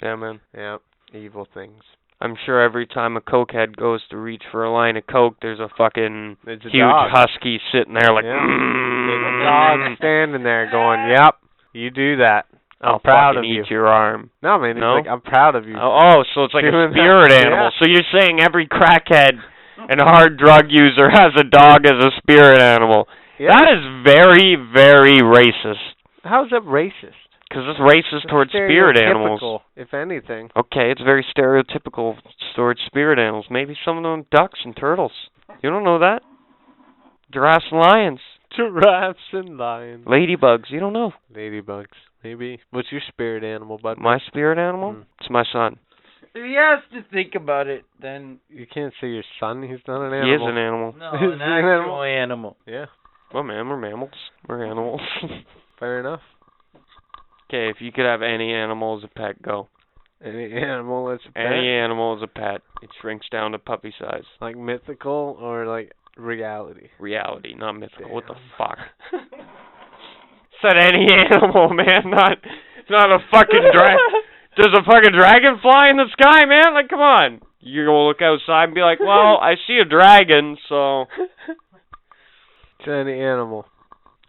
Yeah, man. Yep. Evil things. I'm sure every time a cokehead goes to reach for a line of coke, there's a fucking It's a huge dog. husky sitting there like, Yeah. Big mm, dog standing there going, "Yep, you do that. I'm I'll proud of fucking you." eat your arm. No, man, he's No? like, "I'm proud of you." Oh, oh, so it's like a Doing that. spirit Yeah. animal. So you're saying every crackhead and hard drug user has a dog as a spirit animal. Yeah. That is very, very racist. How's that racist? because it's racist towards spirit animals. Stereotypical, If anything. Okay, it's very stereotypical towards spirit animals. Maybe some of them ducks and turtles. You don't know that. Giraffes and lions, Giraffes and lions. ladybugs. You don't know. Ladybugs. Maybe. What's your spirit animal, bud? My spirit animal? Mm. It's my son. He has to think about it. Then You can't say your son. He's not an He is animal. an animal. no, Is an he an animal? actual animal. Yeah. Well, man, we're mammals. We're animals. Fair enough. okay, if you could have any animal as a pet, go. Any animal that's a pet? Any animal as a pet. It shrinks down to puppy size. like mythical or like reality. Reality, not mythical. What the Damn. fuck? Said any animal, man. Not, not a fucking dragon. There's a fucking dragonfly in the sky, man. Like, come on. You're gonna look outside and be like, well, I see a dragon, so It's any animal.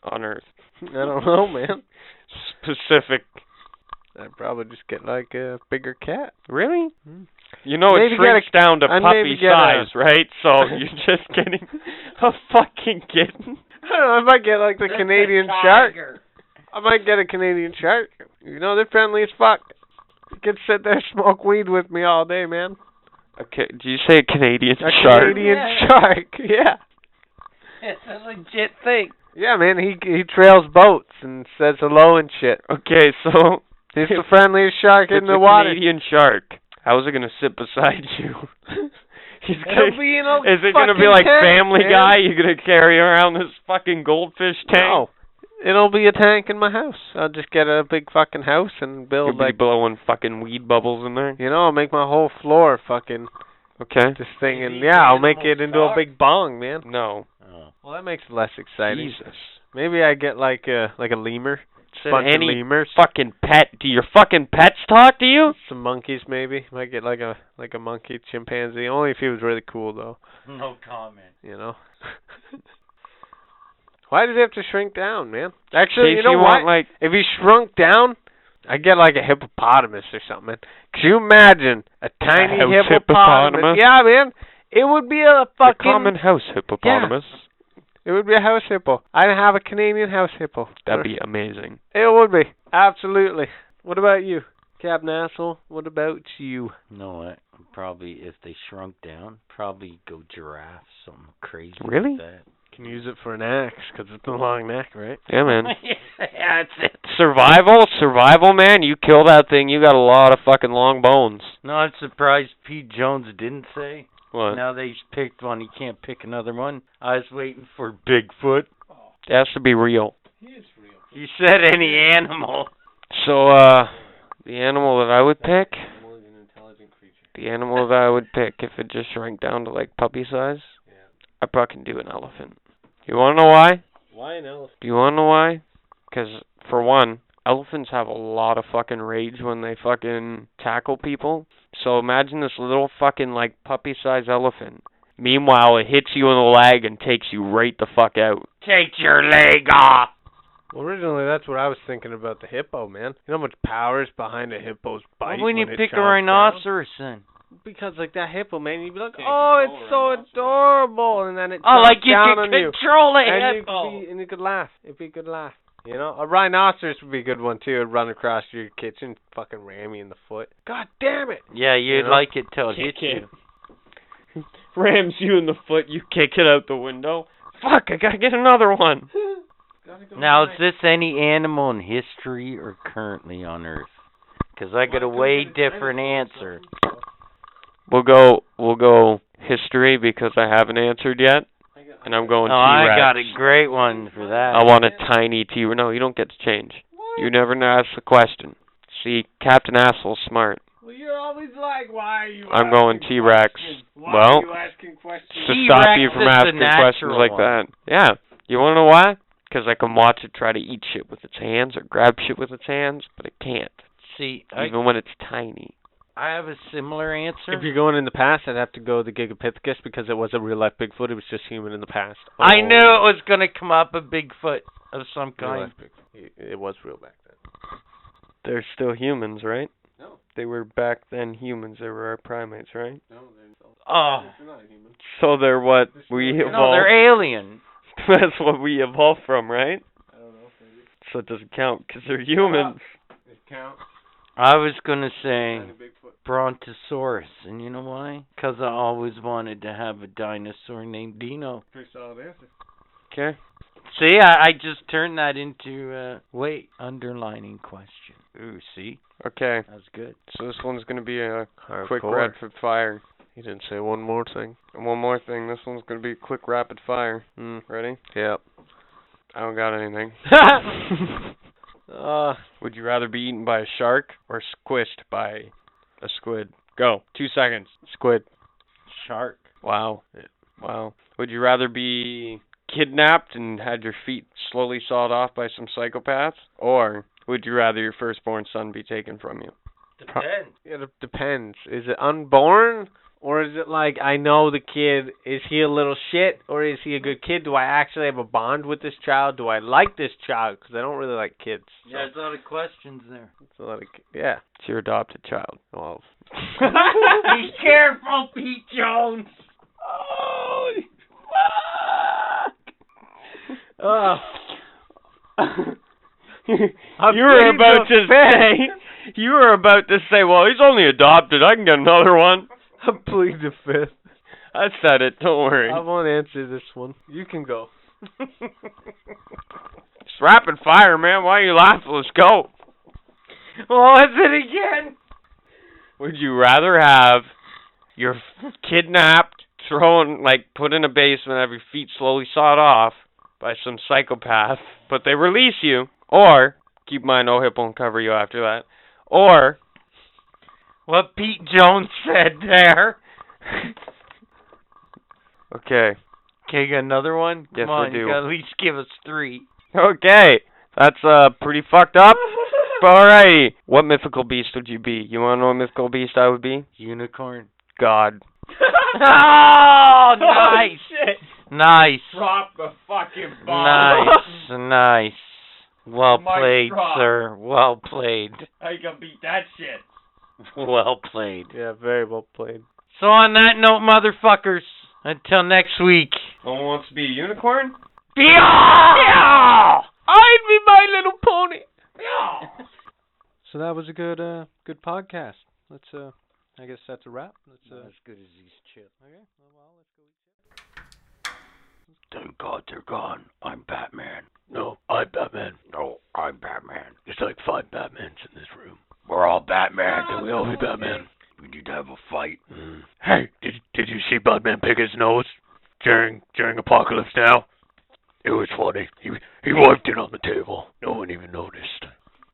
on Earth, I don't know, man. specific. I'd probably just get like a bigger cat. Mm-hmm. Really? You know Maybe it get shrinks down to and puppy maybe get a- size, right? So you're just getting a fucking kitten. I don't know, I might get like the Canadian shark. I might get a Canadian shark. You know they're friendly as fuck. You could sit there and smoke weed with me all day, man. Okay, do you say a Canadian A shark? Canadian Yeah. shark. Yeah. It's a legit thing. Yeah, man, he he trails boats and says hello and shit. Okay, so He's the friendliest shark in it's the a water. Canadian shark. How is it gonna sit beside you? He's It'll gonna, be in a is it gonna be fucking like tank, Family man. Guy? You're gonna carry around this fucking goldfish tank? No. It'll be a tank in my house. I'll just get a big fucking house and You'll build be like blowing fucking weed bubbles in there. you know, I'll make my whole floor fucking Okay. this thing and Maybe yeah, I'll animal make it into a shark. big bong, man. No. Well that makes it less exciting. Jesus. Maybe I get like a like a lemur. Said bunch any of lemurs. fucking pet? Do your fucking pets talk to you? Some monkeys maybe. Might get like a like a monkey chimpanzee. Only if he was really cool though, No comment. you know. Why does he have to shrink down, man? Actually, Case you know you what? want like If he shrunk down, I'd get like a hippopotamus or something. man. Could you imagine a tiny house hippopotamus? hippopotamus? Yeah, man. It would be a the fucking. common house hippopotamus. It would be a house hippo. I'd have a Canadian house hippo. That'd be amazing. It would be absolutely. What about you, Cab Nassel? What about you? No, what? Probably if they shrunk down, probably go giraffe, something crazy. Really? Like that. Can use it for an axe because it's a long neck, right? Yeah, man. yeah, that's it. Survival, survival, man. You kill that thing, you got a lot of fucking long bones. No, I'm surprised Pete Jones didn't say. What? Now they picked one, he can't pick another one. I was waiting for Bigfoot. It has to be real. You said any animal. So, uh, the animal that I would pick. The animal that I would pick if it just shrank down to like puppy size. I'd fucking do an elephant. You wanna know why? Why an elephant? Do you wanna know why? 'Cause for one, elephants have a lot of fucking rage when they fucking tackle people. So imagine this little fucking like puppy sized elephant. Meanwhile, it hits you in the leg and takes you right the fuck out. Take your leg off. Well, originally that's what I was thinking about the hippo, man. You know how much power is behind a hippo's bite? Why wouldn't when you it pick a chomps down? rhinoceros then? Because like that hippo man, you'd be like, oh, it's so adorable, and then it Oh, like chomps you down can on you, control a and hippo. you and you could laugh. It'd be a good laugh. You know, a rhinoceros would be a good one too. It'd run across your kitchen, fucking ram you in the foot. God damn it! Yeah, you'd You know? like it till it hits it. you. Rams you in the foot, you kick it out the window. Fuck, I gotta get another one. Now, is this any animal in history or currently on Earth? Because I got a way different answer. We'll go we'll go history because I haven't answered yet. And I'm Oh, going T-Rex. I got a great one for that. I want a tiny T. No, you don't get to change. You never n- ask the question. See, Captain Asshole's smart. Well, you're always like, why are you? I'm going asking T-Rex. questions? Why Well, are you asking questions? to stop you T-Rex from is the asking questions natural like one. that. Yeah. You want to know why? Because I can watch it try to eat shit with its hands or grab shit with its hands, but it can't, See, I, even when it's tiny. I have a similar answer. If you're going in the past, I'd have to go the Gigapithecus because it was a real life Bigfoot. It was just human in the past. I Oh, knew it was going to come up a Bigfoot of some real kind. life Bigfoot. It- It was real back then. They're still humans, right? No. They were back then humans. They were our primates, right? Oh, So they're what we evolved. no, they're alien. That's what we evolved from, right? I don't know. So it doesn't count because they're humans. count? I was gonna say Tiny Bigfoot. Brontosaurus, and you know why? 'Cause I always wanted to have a dinosaur named Dino. Pretty solid answer. Okay. See, I, I just turned that into uh, wait underlining question. Ooh, see, Okay. that was good. So this one's gonna be a quick Hardcore. rapid fire. He didn't say one more thing. And one more thing. This one's gonna be a quick rapid fire. Mm, ready? Yep. I don't got anything. uh, would you rather be eaten by a shark or squished by a squid? Go. Two seconds. Squid. Shark. Wow. Wow. Would you rather be kidnapped and had your feet slowly sawed off by some psychopaths, or would you rather your firstborn son be taken from you? Depends. It depends. Is it unborn or is it like I know the kid? Is he a little shit or is he a good kid? Do I actually have a bond with this child? Do I like this child? Because I don't really like kids. So Yeah, there's a lot of questions there. it's a lot of ki- yeah. It's your adopted child. Well, Be careful, Pete Jones. Oh, Oh. you were about to say you were about to say, well, he's only adopted. I can get another one. I plead the fifth. I said it. Don't worry. I won't answer this one. You can go. It's rapid fire, man. Why are you laughing? Let's go. Oh, is it again? Would you rather have your f- kidnapped, thrown, like put in a basement, have your feet slowly sawed off by some psychopath, but they release you, or keep mine no hippo and cover you after that, or What Pete Jones said there. okay, Okay, got another one. Yes, Come on, I do. You gotta at least give us three. okay, that's uh pretty fucked up. But alrighty, what mythical beast would you be? You wanna know what mythical beast I would be? Unicorn. God. oh, nice, nice, Drop the fucking bomb. nice, nice. Well Mic played, drop. sir. Well played. How you gonna beat that shit? Well played. Yeah, very well played. So on that note, motherfuckers, until next week. Someone wants to be a unicorn? Yeah! I'd be my little pony. so that was a good, uh, good podcast. Let's, uh, I guess that's a wrap. Let's, uh, good as these chips. okay. Well, let's go. Thank God they're gone. I'm Batman. No, I'm Batman. No, I'm Batman. There's like five Batmans in this room. We're all Batman. Can we all be Batman? We need to have a fight. Hey, did did you see Batman pick his nose during during Apocalypse Now? It was funny. He he wiped it on the table. No one even noticed.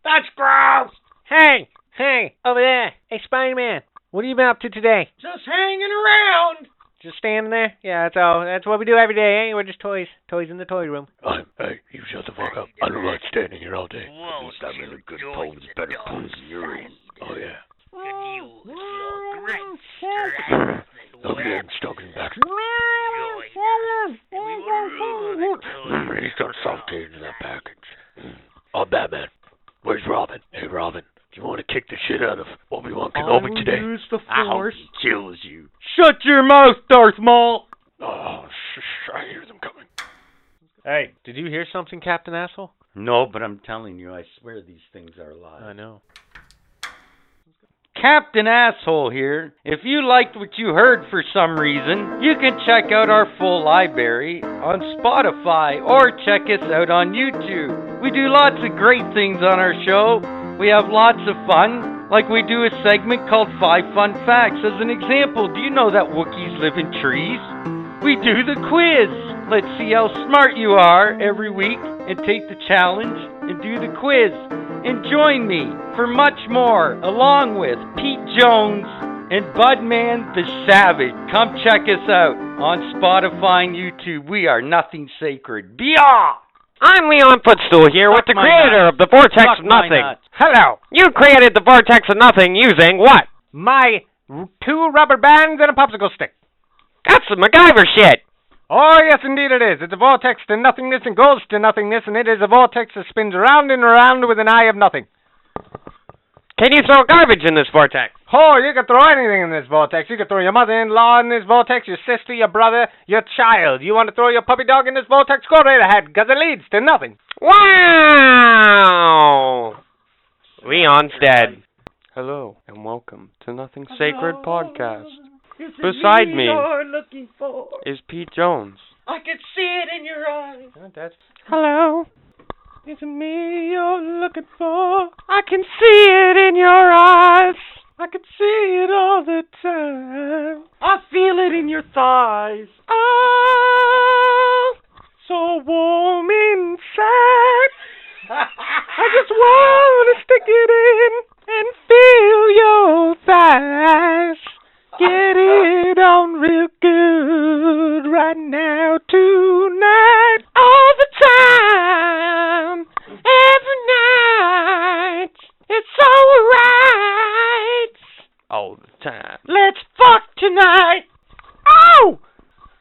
That's gross. Hey, hey, over there. Hey, Spider-Man. What have you been up to today? Just hanging around. Just standing there? Yeah, that's all. That's what we do every day. Hey, we're just toys. Toys in the toy room. I'm, hey, you shut the fuck up. I don't like standing here all day. At least I'm in a good pose, better pose than you're in. Oh yeah. Mm, I'm getting stuck in back. Mm, He's got saltines in that package. Oh, Batman. Where's Robin? Hey, Robin. You want to kick the shit out of Obi Wan Kenobi today? I hope he kills you. Shut your mouth, Darth Maul. Oh, sh- I hear them coming. Hey, did you hear something, Captain Asshole? No, but I'm telling you, I swear these things are lies. know. Captain Asshole here. If you liked what you heard for some reason, you can check out our full library on Spotify or check us out on YouTube. We do lots of great things on our show. We have lots of fun, like we do a segment called Five Fun Facts. As an example, do you know that Wookiees live in trees? We do the quiz. Let's see how smart you are every week and take the challenge and do the quiz. And join me for much more, along with Pete Jones and Budman the Savage. Come check us out on Spotify and YouTube. We are nothing sacred. Beyond! I'm Leon Footstool here with the my creator nuts. of the Vortex Suck of my Nothing. nuts. Hello. You created the Vortex of Nothing using what? My r- two rubber bands and a popsicle stick. That's some MacGyver shit. Oh, yes, indeed it is. It's a vortex to nothingness and goes to nothingness, and it is a vortex that spins round and round with an eye of nothing. Can you throw garbage in this vortex? Oh, you can throw anything in this vortex. You can throw your mother-in-law in this vortex, your sister, your brother, your child. You want to throw your puppy dog in this vortex? Go right ahead, because it leads to nothing. Wow. We Leon's dead. Hello and welcome to Nothing Sacred Podcast. Beside me is Pete Jones. I can see it in your eyes. Hello. It's me you're looking for. I can see it in your eyes. I can see it all the time. I feel it in your thighs. Oh, so warm inside. I just wanna stick it in and feel your thighs. Get it on real good right now tonight.